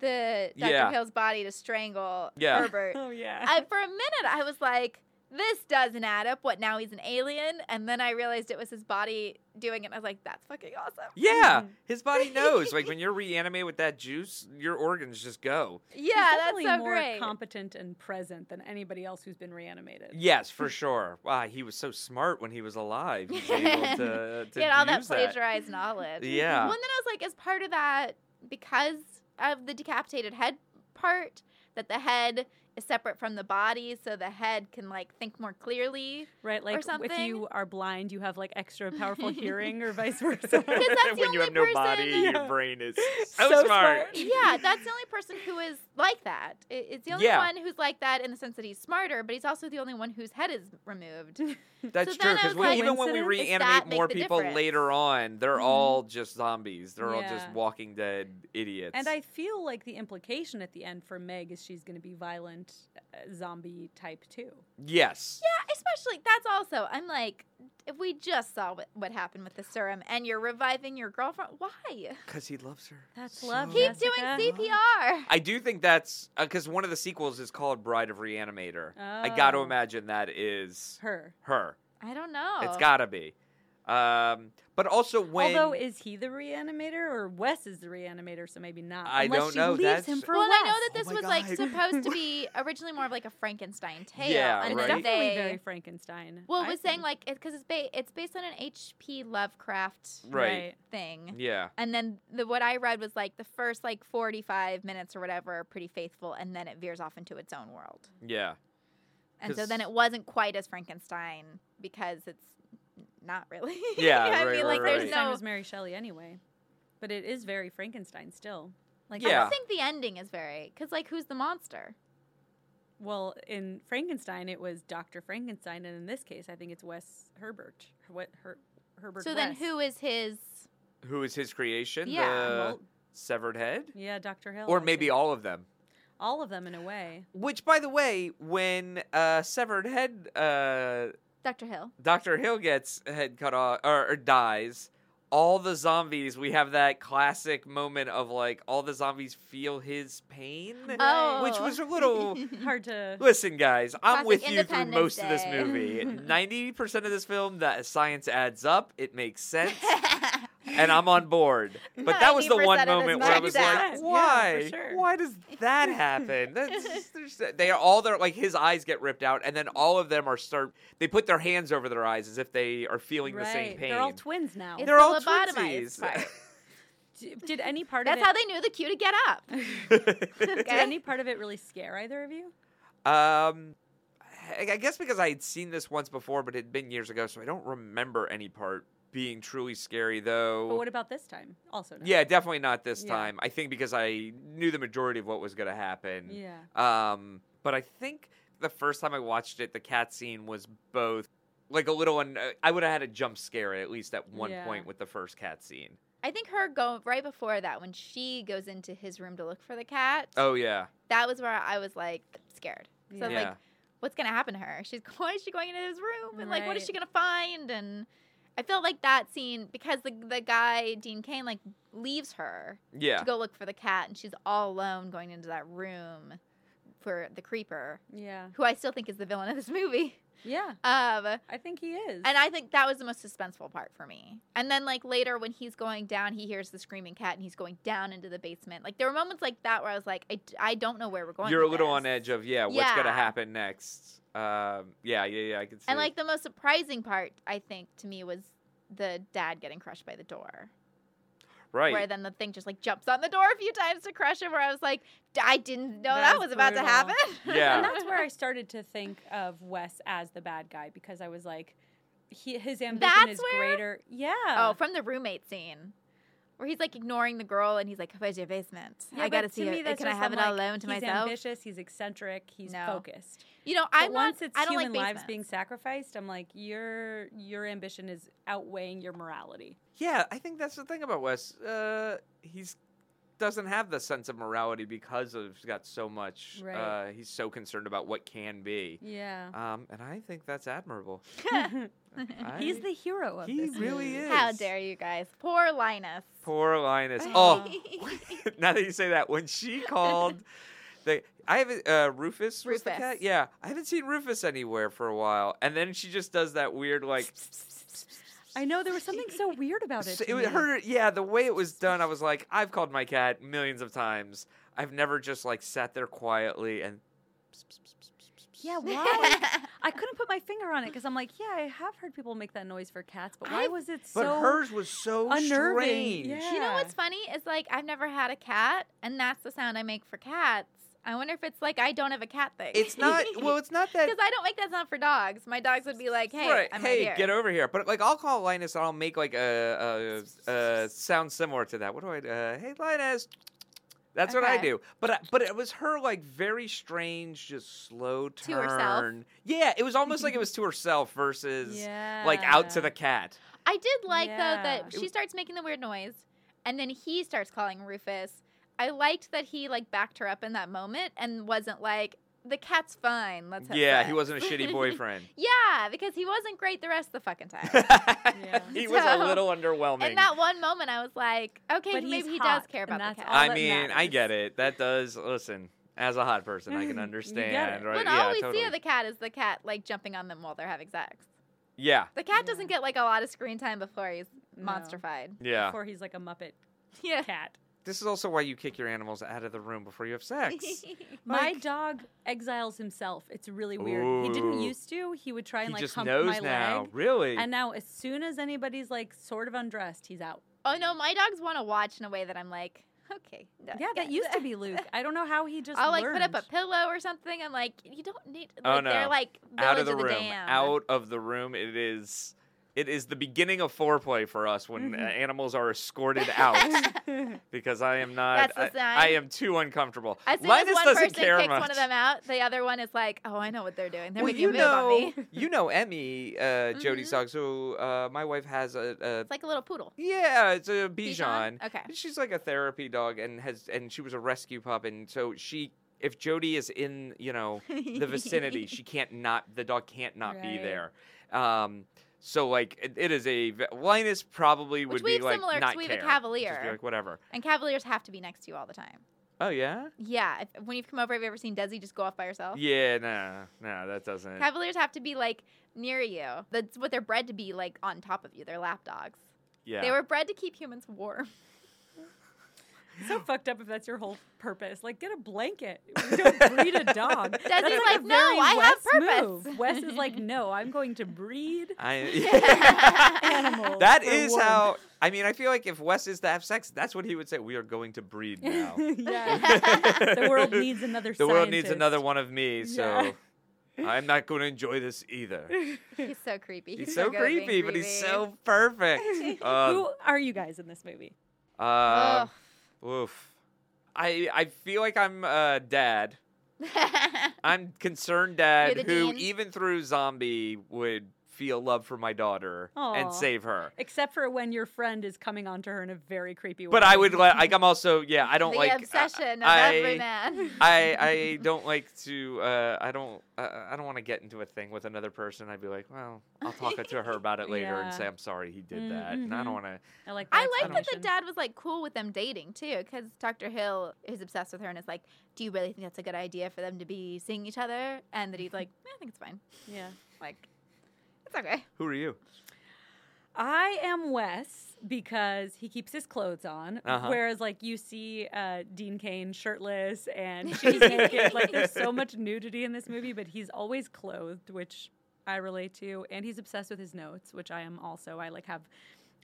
Speaker 3: the Dr.
Speaker 4: Yeah.
Speaker 3: Hill's body to strangle
Speaker 4: Yeah.
Speaker 3: Herbert,
Speaker 2: Oh yeah.
Speaker 3: I, for a minute I was like, this doesn't add up. What now? He's an alien, and then I realized it was his body doing it. and I was like, that's fucking awesome.
Speaker 4: Yeah, his body knows. like when you're reanimated with that juice, your organs just go.
Speaker 3: Yeah,
Speaker 2: He's
Speaker 3: that's
Speaker 2: definitely
Speaker 3: so
Speaker 2: more
Speaker 3: great.
Speaker 2: competent and present than anybody else who's been reanimated.
Speaker 4: Yes, for sure. Wow, he was so smart when he was alive. He was able to, to
Speaker 3: Get all that
Speaker 4: use that.
Speaker 3: plagiarized knowledge.
Speaker 4: Yeah.
Speaker 3: Well, and then I was like, as part of that, because of the decapitated head part, that the head is separate from the body, so the head can like think more clearly.
Speaker 2: Right? Like if
Speaker 3: something.
Speaker 2: you are blind, you have like extra powerful hearing or vice versa.
Speaker 3: that's the
Speaker 4: when
Speaker 3: only
Speaker 4: you have no body,
Speaker 3: person-
Speaker 4: your
Speaker 2: Yeah.
Speaker 4: brain is so,
Speaker 2: So
Speaker 4: smart.
Speaker 2: smart.
Speaker 3: yeah, that's the only person who is like that. I- It's the only
Speaker 4: Yeah.
Speaker 3: one who's like that in the sense that he's smarter, but he's also the only one whose head is removed.
Speaker 4: That's
Speaker 3: So
Speaker 4: true.
Speaker 3: then I
Speaker 4: Because
Speaker 3: was like-
Speaker 4: even when we
Speaker 2: Coincidence?
Speaker 3: Does that
Speaker 4: reanimate
Speaker 3: make
Speaker 4: more
Speaker 3: the
Speaker 4: people
Speaker 3: difference?
Speaker 4: later on, they're
Speaker 3: Mhm.
Speaker 4: all just zombies. They're all just
Speaker 2: Yeah.
Speaker 4: walking dead idiots.
Speaker 2: and I feel like the implication at the end for Meg is she's going to be violent, uh, zombie type too.
Speaker 4: yes.
Speaker 3: Yeah, especially that's also. I'm like, if we just saw what, what happened with the serum, and you're reviving your girlfriend, why?
Speaker 4: Because he loves her.
Speaker 2: That's
Speaker 4: so
Speaker 2: love,
Speaker 3: Keep
Speaker 2: Jessica.
Speaker 3: doing CPR.
Speaker 4: I do think that's because one of the sequels is called Bride of Reanimator. I got to
Speaker 2: Oh.
Speaker 4: imagine that is
Speaker 2: Her.
Speaker 4: her.
Speaker 3: I don't know.
Speaker 4: It's got to be. Um, but also when
Speaker 2: Oh. Although, is he the reanimator or Wes is the reanimator? So maybe not.
Speaker 4: I
Speaker 2: Unless
Speaker 4: don't
Speaker 2: she
Speaker 4: know,
Speaker 2: Leaves
Speaker 4: that's-
Speaker 2: him for
Speaker 3: Well, and
Speaker 2: Wes.
Speaker 3: I know that this
Speaker 4: Oh my
Speaker 3: was like
Speaker 4: God.
Speaker 3: supposed to be originally more of like a Frankenstein tale.
Speaker 4: Yeah,
Speaker 2: and
Speaker 3: and then
Speaker 4: right?
Speaker 2: it's definitely
Speaker 3: they-
Speaker 2: very Frankenstein.
Speaker 3: Well, it
Speaker 2: I
Speaker 3: was saying
Speaker 2: think.
Speaker 3: like because it's ba- it's based on an H.P. Lovecraft
Speaker 4: Right.
Speaker 3: thing.
Speaker 4: yeah.
Speaker 3: And then the what I read was like the first like 45 minutes or whatever are pretty faithful and then it veers off into its own world.
Speaker 4: Yeah.
Speaker 3: And so
Speaker 4: 'Cause-
Speaker 3: then it wasn't quite as Frankenstein because it's not really.
Speaker 4: Yeah,
Speaker 3: I
Speaker 4: right,
Speaker 3: mean like there's
Speaker 4: right, right.
Speaker 2: Frankenstein
Speaker 3: no
Speaker 2: was Mary Shelley anyway, but it is very Frankenstein still. Like
Speaker 3: I
Speaker 4: Yeah.
Speaker 3: don't think the ending is very cuz like who's the monster?
Speaker 2: Well, in Frankenstein, it was Doctor Frankenstein, and in this case, I think it's Wes Herbert. Her- What Her- Herbert?
Speaker 3: so then
Speaker 2: Wes.
Speaker 3: who is his
Speaker 4: Who is his creation?
Speaker 3: Yeah,
Speaker 4: The
Speaker 2: Well,
Speaker 4: severed head?
Speaker 2: yeah, Doctor Hill,
Speaker 4: Uh, Or
Speaker 2: I
Speaker 4: maybe
Speaker 2: think.
Speaker 4: all of them.
Speaker 2: all of them in a way.
Speaker 4: Which, by the way, when uh, severed head uh,
Speaker 3: Dr. Hill?
Speaker 4: Doctor Hill gets head cut off or, or dies, all the zombies we have that classic moment of like all the zombies feel his pain,
Speaker 3: Oh.
Speaker 4: which was a little.
Speaker 2: Hard to.
Speaker 4: Listen, guys,
Speaker 3: Classic
Speaker 4: I'm with you through
Speaker 3: Independence
Speaker 4: most of this
Speaker 3: Day.
Speaker 4: movie. Ninety percent of this film, that science adds up. It makes sense, and I'm on board. But that was the
Speaker 3: 90%
Speaker 4: one
Speaker 3: of this
Speaker 4: moment where I
Speaker 3: makes
Speaker 4: was
Speaker 3: sense.
Speaker 2: Yeah,
Speaker 4: like,
Speaker 2: for
Speaker 4: "Why?
Speaker 2: sure.
Speaker 4: Why does that happen?" That's just- there's- they are all their like his eyes get ripped out, and then all of them are start. They put their hands over their eyes as if they are feeling the same
Speaker 2: Right,
Speaker 4: pain.
Speaker 2: they're all twins now.
Speaker 3: It's-
Speaker 4: They're
Speaker 3: the
Speaker 4: all
Speaker 3: lobotomized
Speaker 4: twinsies.
Speaker 2: D- Did any part
Speaker 3: That's
Speaker 2: of it?
Speaker 3: how they knew the cue to get up.
Speaker 2: did
Speaker 3: Okay.
Speaker 2: any part of it really scare either of you?
Speaker 4: Um, I I guess because I had seen this once before, but it had been years ago, so I don't remember any part being truly scary, though.
Speaker 2: But what about this time? Also, no.
Speaker 4: yeah, definitely not this
Speaker 2: Yeah.
Speaker 4: time. I think because I knew the majority of what was going to happen.
Speaker 2: Yeah.
Speaker 4: Um, but I think the first time I watched it, the cat scene was both like a little. Un- uh, I would have had a jump scare at least at one
Speaker 2: Yeah.
Speaker 4: point with the first cat scene.
Speaker 3: I think her go right before that when she goes into his room to look for the cat.
Speaker 4: Oh yeah,
Speaker 3: that was where I was like scared.
Speaker 2: Yeah.
Speaker 3: So like,
Speaker 4: yeah,
Speaker 3: what's gonna happen to her? She's why is she going into his room and like what is
Speaker 2: Right.
Speaker 3: she gonna find? And I felt like that scene because the the guy Dean Kane like leaves her
Speaker 4: yeah.
Speaker 3: to go look for the cat and she's all alone going into that room for the creeper,
Speaker 2: Yeah.
Speaker 3: who I still think is the villain of this movie.
Speaker 2: Yeah.
Speaker 3: Um,
Speaker 2: I think he is.
Speaker 3: And I think that was the most suspenseful part for me. And then like later when he's going down, he hears the screaming cat and he's going down into the basement. Like there were moments like that where I was like, I, I don't know where we're going.
Speaker 4: You're a
Speaker 3: with
Speaker 4: little
Speaker 3: this.
Speaker 4: on edge of yeah, what's
Speaker 3: Yeah.
Speaker 4: gonna happen next? Um, yeah, yeah, yeah. I can see.
Speaker 3: And like the most surprising part, I think to me was the dad getting crushed by the door.
Speaker 4: right.
Speaker 3: Where then the thing just like jumps on the door a few times to crush him. Where I was like, I didn't know
Speaker 2: That
Speaker 3: that,
Speaker 2: is
Speaker 3: was about to
Speaker 2: brutal.
Speaker 3: happen.
Speaker 4: Yeah.
Speaker 2: and that's where I started to think of Wes as the bad guy because I was like, he, his ambition
Speaker 3: That's
Speaker 2: is
Speaker 3: where-
Speaker 2: greater. Yeah.
Speaker 3: Oh, from the roommate scene. Where he's like ignoring the girl and he's like, "Where's your basement?
Speaker 2: Yeah,
Speaker 3: I
Speaker 2: but
Speaker 3: gotta see
Speaker 2: to
Speaker 3: it.
Speaker 2: me, that's
Speaker 3: Can I
Speaker 2: just,
Speaker 3: have
Speaker 2: I'm
Speaker 3: it all
Speaker 2: like,
Speaker 3: alone to
Speaker 2: he's
Speaker 3: myself?"
Speaker 2: ambitious. He's eccentric. He's
Speaker 3: No.
Speaker 2: focused.
Speaker 3: You know,
Speaker 2: But
Speaker 3: I'm not.
Speaker 2: once it's
Speaker 3: I don't
Speaker 2: human
Speaker 3: like
Speaker 2: lives
Speaker 3: basements.
Speaker 2: being sacrificed, I'm like, your your ambition is outweighing your morality.
Speaker 4: yeah, I think that's the thing about Wes. Uh, he's doesn't have the sense of morality because of he's got so much.
Speaker 2: Right.
Speaker 4: Uh, he's so concerned about what can be.
Speaker 2: Yeah.
Speaker 4: Um, and I think that's admirable. I-
Speaker 2: he's the hero of
Speaker 4: he
Speaker 2: this.
Speaker 4: really
Speaker 2: movie.
Speaker 4: is.
Speaker 3: How dare you guys? Poor Linus.
Speaker 4: Oh, Poor Linus. Oh, now that you say that, when she called The I haven't uh, Rufus. was the
Speaker 3: Rufus.
Speaker 4: cat? Yeah, I haven't seen Rufus anywhere for a while, and then she just does that weird like.
Speaker 2: I know there was something so weird about it.
Speaker 4: s-
Speaker 2: to
Speaker 4: It was
Speaker 2: me.
Speaker 4: her, yeah. The way it was done, I was like, I've called my cat millions of times. I've never just like sat there quietly and.
Speaker 2: Yeah, why? I couldn't put my finger on it because I'm like, yeah, I have heard people make that noise for cats, but why
Speaker 3: I've-
Speaker 2: was it
Speaker 4: But
Speaker 2: so
Speaker 4: hers was so
Speaker 2: unnerving?
Speaker 4: strange.
Speaker 2: Yeah.
Speaker 3: You know what's funny is like I've never had a cat, and that's the sound I make for cats. I wonder if it's like I don't have a cat thing.
Speaker 4: It's not well. It's not that
Speaker 3: because I don't make that sound for dogs. My dogs would be like, "Hey,
Speaker 4: right.
Speaker 3: I'm
Speaker 4: hey,
Speaker 3: right here."
Speaker 4: get over here. But like, I'll call Linus and I'll make like a, a, a sound similar to that. What do I? Uh, hey, Linus. That's what I
Speaker 3: Okay.
Speaker 4: do. But I, but it was her like very strange, just slow
Speaker 3: To
Speaker 4: turn.
Speaker 3: herself?
Speaker 4: Yeah, it was almost like it was to herself versus
Speaker 2: yeah.
Speaker 4: like out to the cat.
Speaker 3: I did like though
Speaker 2: Yeah.
Speaker 3: that she starts making the weird noise, and then he starts calling Rufus. I liked that he like backed her up in that moment and wasn't like the cat's fine. Let's have
Speaker 4: yeah, he
Speaker 3: sex."
Speaker 4: wasn't a shitty boyfriend.
Speaker 3: yeah, because he wasn't great the rest of the fucking time.
Speaker 4: he was a
Speaker 3: So-
Speaker 4: little underwhelming.
Speaker 3: In that one moment, I was like, "Okay,
Speaker 2: But he's
Speaker 3: maybe he
Speaker 2: hot,
Speaker 3: does care
Speaker 2: and
Speaker 3: about
Speaker 2: that's
Speaker 3: the cat."
Speaker 2: all
Speaker 4: I
Speaker 2: that
Speaker 4: mean, I
Speaker 2: matters.
Speaker 4: get it. That does. Listen, as a hot person, I
Speaker 2: You
Speaker 4: can
Speaker 2: get it.
Speaker 4: understand. Right?
Speaker 3: But
Speaker 4: yeah,
Speaker 3: all we
Speaker 4: totally.
Speaker 3: see of the cat is the cat like jumping on them while they're having sex.
Speaker 4: yeah,
Speaker 3: The cat
Speaker 2: Yeah.
Speaker 3: doesn't get like a lot of screen time before he's
Speaker 2: No.
Speaker 3: monsterfied.
Speaker 4: yeah.
Speaker 2: Before he's like a Muppet
Speaker 3: Yeah.
Speaker 2: cat.
Speaker 4: This is also why you kick your animals out of the room before you have sex.
Speaker 2: My
Speaker 4: Like-
Speaker 2: dog exiles himself. It's really weird. He didn't
Speaker 4: Ooh.
Speaker 2: used to. He would try and
Speaker 4: he
Speaker 2: like
Speaker 4: just
Speaker 2: hump
Speaker 4: knows
Speaker 2: my
Speaker 4: now.
Speaker 2: leg.
Speaker 4: Really?
Speaker 2: And now, as soon as anybody's like sort of undressed, he's out.
Speaker 3: oh no, my dogs want to watch in a way that I'm like, okay. no,
Speaker 2: Yeah, that
Speaker 3: get-
Speaker 2: used to be Luke. I don't know how he just.
Speaker 3: I'll like put up
Speaker 2: learned.
Speaker 3: a pillow or something. I'm like, you don't need. Like,
Speaker 4: Oh,
Speaker 3: They're
Speaker 4: no.
Speaker 3: like
Speaker 4: out
Speaker 3: Village
Speaker 4: of the, room.
Speaker 3: damned.
Speaker 4: Out of the room. It is. It is the beginning of foreplay for us when uh,
Speaker 2: Mhm.
Speaker 3: Mm-hmm.
Speaker 4: animals are escorted out because I am not.
Speaker 3: That's the sign.
Speaker 4: I, I am too uncomfortable.
Speaker 3: As soon
Speaker 4: Linus
Speaker 3: as one
Speaker 4: doesn't
Speaker 3: person
Speaker 4: care
Speaker 3: kicks
Speaker 4: much.
Speaker 3: one of them out, the other one is like, oh, I know what they're doing. They're
Speaker 4: well,
Speaker 3: making a
Speaker 4: you
Speaker 3: move on
Speaker 4: know,
Speaker 3: me.
Speaker 4: you know, Emmy, uh, Jody's
Speaker 3: Mhm.
Speaker 4: dog. So uh, my wife has a, a
Speaker 3: It's like a little poodle.
Speaker 4: yeah, it's a Bichon.
Speaker 3: Bichon? Okay.
Speaker 4: She's like a therapy dog and has and she was a rescue pup and so she if Jody is in, you know, the vicinity, she can't not the dog can't not be
Speaker 2: Right.
Speaker 4: there. Um so like it, it is a v- Linus probably
Speaker 3: Which
Speaker 4: would
Speaker 3: we
Speaker 4: be
Speaker 3: have
Speaker 4: like
Speaker 3: similar 'cause
Speaker 4: not
Speaker 3: we have a
Speaker 4: care. Just be
Speaker 3: Cavalier.
Speaker 4: like whatever.
Speaker 3: And Cavaliers have to be next to you all the time.
Speaker 4: Oh yeah?
Speaker 3: Yeah. If, when you've come over, have you ever seen Desi just go off by herself?
Speaker 4: Yeah, no. No, that doesn't.
Speaker 3: Cavaliers have to be like near you. That's what they're bred to be, like on top of you. They're lap dogs.
Speaker 4: yeah.
Speaker 3: They were bred to keep humans warm.
Speaker 2: so fucked up if that's your whole purpose. Like, get a blanket. We don't breed a dog. That's
Speaker 3: Desi's
Speaker 2: a
Speaker 3: like, "No,
Speaker 2: very
Speaker 3: I have
Speaker 2: Wes
Speaker 3: purpose."
Speaker 2: move. Wes is like, no, I'm going to breed
Speaker 4: I
Speaker 2: animals.
Speaker 4: That
Speaker 2: for
Speaker 4: is
Speaker 2: warmth."
Speaker 4: how I mean, I feel like if Wes is to have sex, that's what he would say. We are going to breed now.
Speaker 2: yeah. The world needs another.
Speaker 4: The world needs another
Speaker 2: scientist.
Speaker 4: one of me, so I'm not going to enjoy this either.
Speaker 3: He's so creepy.
Speaker 4: He's so
Speaker 3: good at being
Speaker 4: creepy, but he's so perfect. Um,
Speaker 2: Who are you guys in this movie?
Speaker 4: um,
Speaker 3: Ugh.
Speaker 4: uh, oof. I I feel like I'm uh, dad. um, I'm concerned dad
Speaker 3: You're the
Speaker 4: who
Speaker 3: dean?
Speaker 4: even through zombie would feel love for my daughter
Speaker 2: Aw.
Speaker 4: and save her.
Speaker 2: Except for when your friend is coming onto her in a very creepy way.
Speaker 4: But I would li- like I'm also yeah, I don't
Speaker 3: the
Speaker 4: like I-
Speaker 3: obsession
Speaker 4: I-
Speaker 3: of every man.
Speaker 4: I, I don't like to uh, I don't uh, I don't want to get into a thing with another person. I'd be like, well, I'll talk to her about it later
Speaker 2: Yeah.
Speaker 4: and say I'm sorry he did that, and I
Speaker 2: Mhm.
Speaker 3: Mm-hmm.
Speaker 4: don't want to.
Speaker 2: I like.
Speaker 3: I like that the
Speaker 2: explanation.
Speaker 3: dad was like cool with them dating too, because Dr. Hill is obsessed with her and is like, "Do you really think that's a good idea for them to be seeing each other?" And that he's like, "Eh, "I think it's fine.
Speaker 2: Yeah.
Speaker 3: Like, it's okay."
Speaker 4: Who are you?
Speaker 2: I am Wes because he keeps his clothes on,
Speaker 4: Uh-huh.
Speaker 2: whereas like you see uh, Dean Kane shirtless and she's naked. Like there's so much nudity in this movie, but he's always clothed, which I relate to, and he's obsessed with his notes, which I am also. I like have.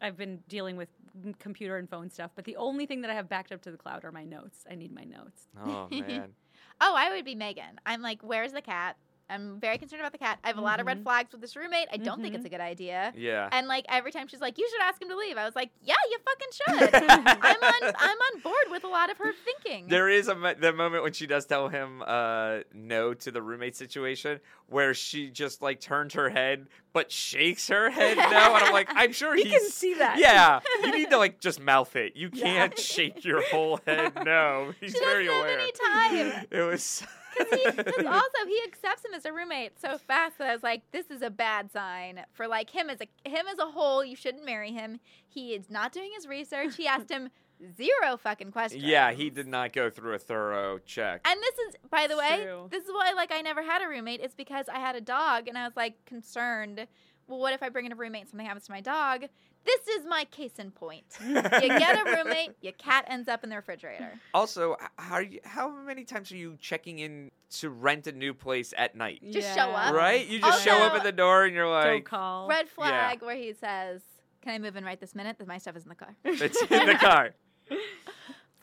Speaker 2: I've been dealing with m- computer and phone stuff, but the only thing that I have backed up to the cloud are my notes. I need my notes.
Speaker 4: Oh man,
Speaker 3: Oh, I would be Megan. I'm like, where's the cat? I'm very concerned about the cat. I have a lot of red
Speaker 2: Mhm.
Speaker 3: flags with this roommate. I don't think
Speaker 2: Mhm.
Speaker 3: it's a good idea.
Speaker 4: yeah.
Speaker 3: And like every time she's like, you should ask him to leave. I was like, yeah, you fucking should. I'm on I'm on board with a lot of her thinking.
Speaker 4: There is a mo- the moment when she does tell him uh, no to the roommate situation, where she just like turns her head but shakes her head no, and I'm like, I'm sure
Speaker 2: He
Speaker 4: he's.
Speaker 2: can see that.
Speaker 4: Yeah, you need to like just mouth it. You
Speaker 3: Yeah.
Speaker 4: can't shake your whole head no. He's
Speaker 3: She doesn't
Speaker 4: very
Speaker 3: have
Speaker 4: aware.
Speaker 3: any time.
Speaker 4: It was.
Speaker 3: Because also he accepts him as a roommate so fast that I was like, this is a bad sign for like him as a him as a whole. You shouldn't marry him. He is not doing his research. He asked him zero fucking questions.
Speaker 4: Yeah, he did not go through a thorough check.
Speaker 3: And this is, by the way,
Speaker 2: True.
Speaker 3: this is why like I never had a roommate. It's because I had a dog, and I was like concerned. Well, what if I bring in a roommate? and Something happens to my dog. This is my case in point. You get a roommate, your cat ends up in the refrigerator.
Speaker 4: Also, h- how are you, how many times are you checking in to rent a new place at night?
Speaker 3: Just show up.
Speaker 4: Right? You just show up
Speaker 3: Also-
Speaker 4: at the door and you're
Speaker 2: Don't
Speaker 4: like,
Speaker 2: call.
Speaker 3: Red flag where he says, "Can I move in right this minute? My stuff is in the car." It's
Speaker 4: it's in the car.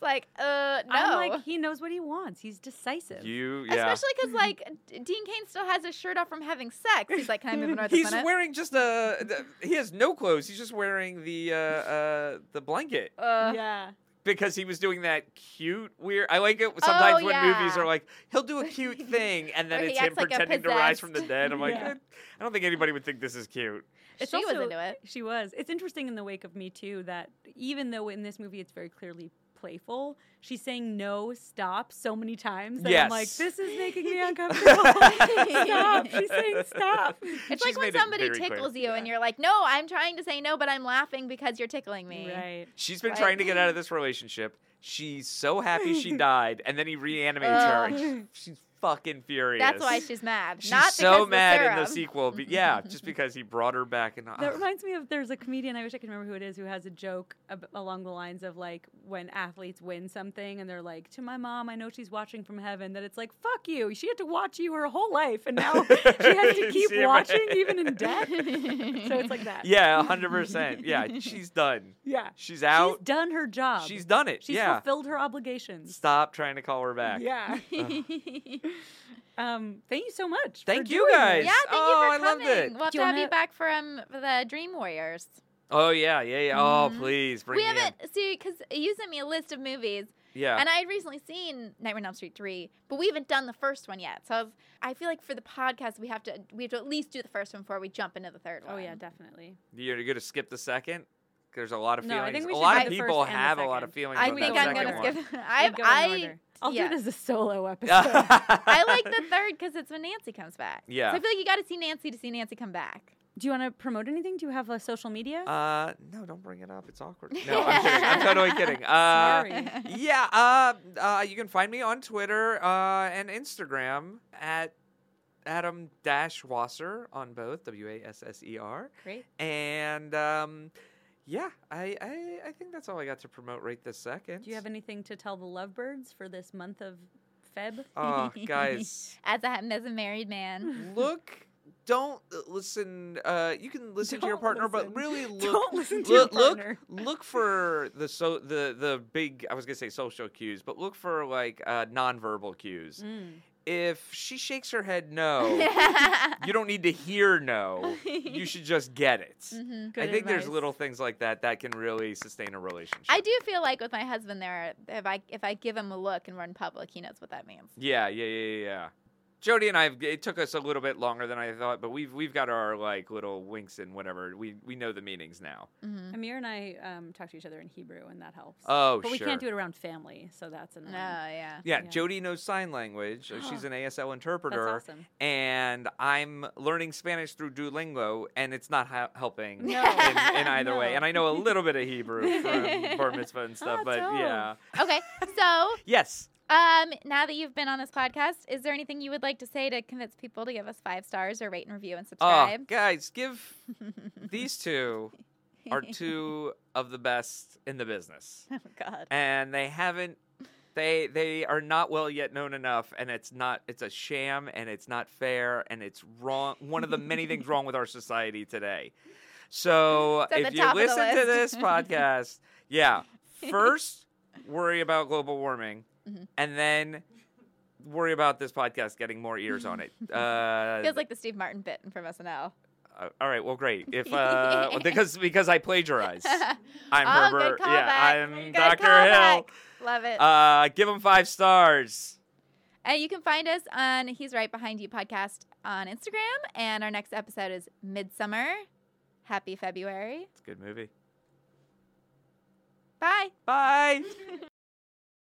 Speaker 3: like, uh, no.
Speaker 2: I'm like, he knows what he wants. He's decisive.
Speaker 4: You, yeah.
Speaker 3: Especially because like D- Dean Kane still has his shirt off from having sex. He's like, "Can I move in right this
Speaker 4: He's
Speaker 3: minute?"
Speaker 4: wearing just a. th- He has no clothes. He's just wearing the uh, uh, the blanket
Speaker 3: uh,
Speaker 2: yeah.
Speaker 4: because he was doing that cute weird. I like it sometimes
Speaker 3: Oh,
Speaker 4: when movies
Speaker 3: yeah.
Speaker 4: are like he'll do a cute thing and then
Speaker 3: Where he
Speaker 4: it's him
Speaker 3: acts like a
Speaker 4: pretending to rise from the
Speaker 3: possessed.
Speaker 4: dead. I'm like,
Speaker 2: Yeah.
Speaker 4: "Eh, I don't think anybody would think this is cute.
Speaker 2: It's
Speaker 3: she was
Speaker 2: also-
Speaker 3: into it.
Speaker 2: She was. It's interesting in the wake of Me Too that even though in this movie it's very clearly playful, she's saying no, stop so many times that I'm like,
Speaker 4: Yes.
Speaker 2: this is making me uncomfortable. stop. She's saying stop.
Speaker 3: It's
Speaker 4: She's
Speaker 3: like when
Speaker 4: made it
Speaker 3: somebody
Speaker 4: very clear.
Speaker 3: tickles you and you're like, no, I'm trying to say no, but I'm laughing because you're tickling me.
Speaker 2: Right.
Speaker 4: She's been
Speaker 3: Like-
Speaker 4: trying to get out of this relationship. She's so happy she died, and then he reanimates her. And she- she's fucking furious.
Speaker 3: That's why she's mad.
Speaker 4: She's
Speaker 3: Not because
Speaker 4: so
Speaker 3: of the
Speaker 4: mad in the
Speaker 3: syrup.
Speaker 4: sequel. But yeah, just because he brought her back and
Speaker 2: That reminds me of there's a comedian I wish I could remember who it is who has a joke ab- along the lines of like when athletes win something and they're like to my mom I know she's watching from heaven that it's like fuck you she had to watch you her whole life and now she has to keep
Speaker 4: See, right.
Speaker 2: watching even in death so it's like that
Speaker 4: yeah, hundred percent. Yeah, she's done.
Speaker 2: yeah
Speaker 4: She's out.
Speaker 2: She's done her job.
Speaker 4: She's, done it.
Speaker 2: She's
Speaker 4: yeah.
Speaker 2: fulfilled her obligations.
Speaker 4: Stop trying to call her back.
Speaker 2: Yeah. um, thank you so much. for
Speaker 4: Thank Uh. you
Speaker 2: doing
Speaker 4: guys.
Speaker 2: this.
Speaker 3: yeah, thank
Speaker 4: Oh,
Speaker 3: you
Speaker 4: I
Speaker 3: for
Speaker 4: loved
Speaker 3: coming.
Speaker 4: it.
Speaker 3: We'll have
Speaker 2: Do
Speaker 3: to
Speaker 2: you
Speaker 3: have you
Speaker 2: wanna-
Speaker 3: back from the Dream Warriors.
Speaker 4: Oh yeah, yeah, yeah. Oh
Speaker 3: Mhm.
Speaker 4: please bring
Speaker 3: we
Speaker 4: me in.
Speaker 3: haven't see because you sent me a list of movies,
Speaker 4: Yeah.
Speaker 3: and I had recently seen Nightmare on Elm Street three, but we haven't done the first one yet. So I, was, I feel like for the podcast, we have to we have to at least do the first one before we jump into the third one.
Speaker 2: Oh yeah, definitely.
Speaker 4: You're gonna skip the second. There's a lot of
Speaker 2: No,
Speaker 4: feelings.
Speaker 2: I think we
Speaker 4: a
Speaker 2: should
Speaker 4: lot
Speaker 2: do
Speaker 4: of
Speaker 2: the
Speaker 4: people
Speaker 2: first and the
Speaker 4: have a lot
Speaker 2: second.
Speaker 4: of feelings.
Speaker 3: I
Speaker 4: on
Speaker 3: think
Speaker 4: that
Speaker 3: I'm
Speaker 4: second
Speaker 3: gonna
Speaker 4: one.
Speaker 3: skip. I
Speaker 2: We'd go in
Speaker 3: I
Speaker 2: order. I'll
Speaker 3: yeah.
Speaker 2: do it as a solo episode.
Speaker 3: I like the third because it's when Nancy comes back.
Speaker 4: Yeah.
Speaker 3: So I feel like you got to see Nancy to see Nancy come back.
Speaker 2: do you want to promote anything? Do you have a social media?
Speaker 4: Uh, no, don't bring it up. It's awkward. No, I'm kidding. I'm totally kidding. Uh,
Speaker 2: Sorry.
Speaker 4: yeah. Uh, uh, you can find me on Twitter uh, and Instagram at Adam Dash Wasser on both W A S S E R.
Speaker 2: Great.
Speaker 4: And um, yeah, I, I I think that's all I got to promote right this second.
Speaker 2: Do you have anything to tell the lovebirds for this month of Feb?
Speaker 4: Oh, guys,
Speaker 3: As a as a married man.
Speaker 4: look. Don't listen. Uh, you can listen to your
Speaker 2: Don't
Speaker 4: partner,
Speaker 2: listen.
Speaker 4: but really look.
Speaker 2: Don't listen to
Speaker 4: look,
Speaker 2: your
Speaker 4: look,
Speaker 2: partner.
Speaker 4: look for the so the the big. I was gonna say social cues, but look for like uh, nonverbal cues.
Speaker 2: Mm.
Speaker 4: If she shakes her head no, Oh. you don't need to hear no. You should just get it.
Speaker 3: hmm
Speaker 2: Mm, Good
Speaker 4: I think there's
Speaker 2: advice.
Speaker 4: little things like that that can really sustain a relationship.
Speaker 3: I do feel like with my husband there, if I if I give him a look and we're in public, he knows what that means.
Speaker 4: Yeah, yeah, yeah, yeah, yeah. Jody and I, have- it took us a little bit longer than I thought, but we've we've got our like little winks and whatever. We we know the meanings now.
Speaker 3: hmm
Speaker 2: Amir and I um, talk to each other in Hebrew, and that helps.
Speaker 4: Oh,
Speaker 2: but we
Speaker 4: sure.
Speaker 2: can't do it around family, so that's
Speaker 3: No,
Speaker 2: another.
Speaker 3: Oh, yeah.
Speaker 4: yeah,
Speaker 2: yeah.
Speaker 4: Jody knows sign language. so She's an ASL
Speaker 2: That's
Speaker 4: interpreter,
Speaker 2: awesome.
Speaker 4: and I'm learning Spanish through Duolingo, and it's not hel- helping
Speaker 2: No.
Speaker 4: in, in either way.
Speaker 2: No.
Speaker 4: And I know a little bit of Hebrew from bar mitzvah and stuff,
Speaker 2: Oh,
Speaker 4: but
Speaker 2: dope.
Speaker 4: yeah,
Speaker 3: Okay, so
Speaker 4: yes.
Speaker 3: um, now that you've been on this podcast, is there anything you would like to say to convince people to give us five stars or rate and review and
Speaker 4: Oh,
Speaker 3: subscribe?
Speaker 4: guys, give these two are two of the best in the business.
Speaker 3: Oh God.
Speaker 4: and they haven't they they are not well yet known enough and it's not it's a sham and it's not fair and it's wrong one of the many things wrong with our society today so
Speaker 3: It's at
Speaker 4: if
Speaker 3: the
Speaker 4: you
Speaker 3: top of the
Speaker 4: listen to this
Speaker 3: list.
Speaker 4: podcast yeah first worry about global warming
Speaker 3: Mhm.
Speaker 4: and then worry about this podcast getting more ears on it uh,
Speaker 3: Feels like the Steve Martin bit from SNL.
Speaker 4: uh, all right well great if uh, because because i plagiarized i'm
Speaker 3: Oh, good
Speaker 4: herbert
Speaker 3: callback.
Speaker 4: yeah i'm
Speaker 3: Good
Speaker 4: dr hill
Speaker 3: callback. Love it.
Speaker 4: uh, give them five stars.
Speaker 3: And you can find us on He's Right Behind You podcast on Instagram. And our next episode is Midsummer. Happy February.
Speaker 4: It's a good movie.
Speaker 3: Bye.
Speaker 4: Bye.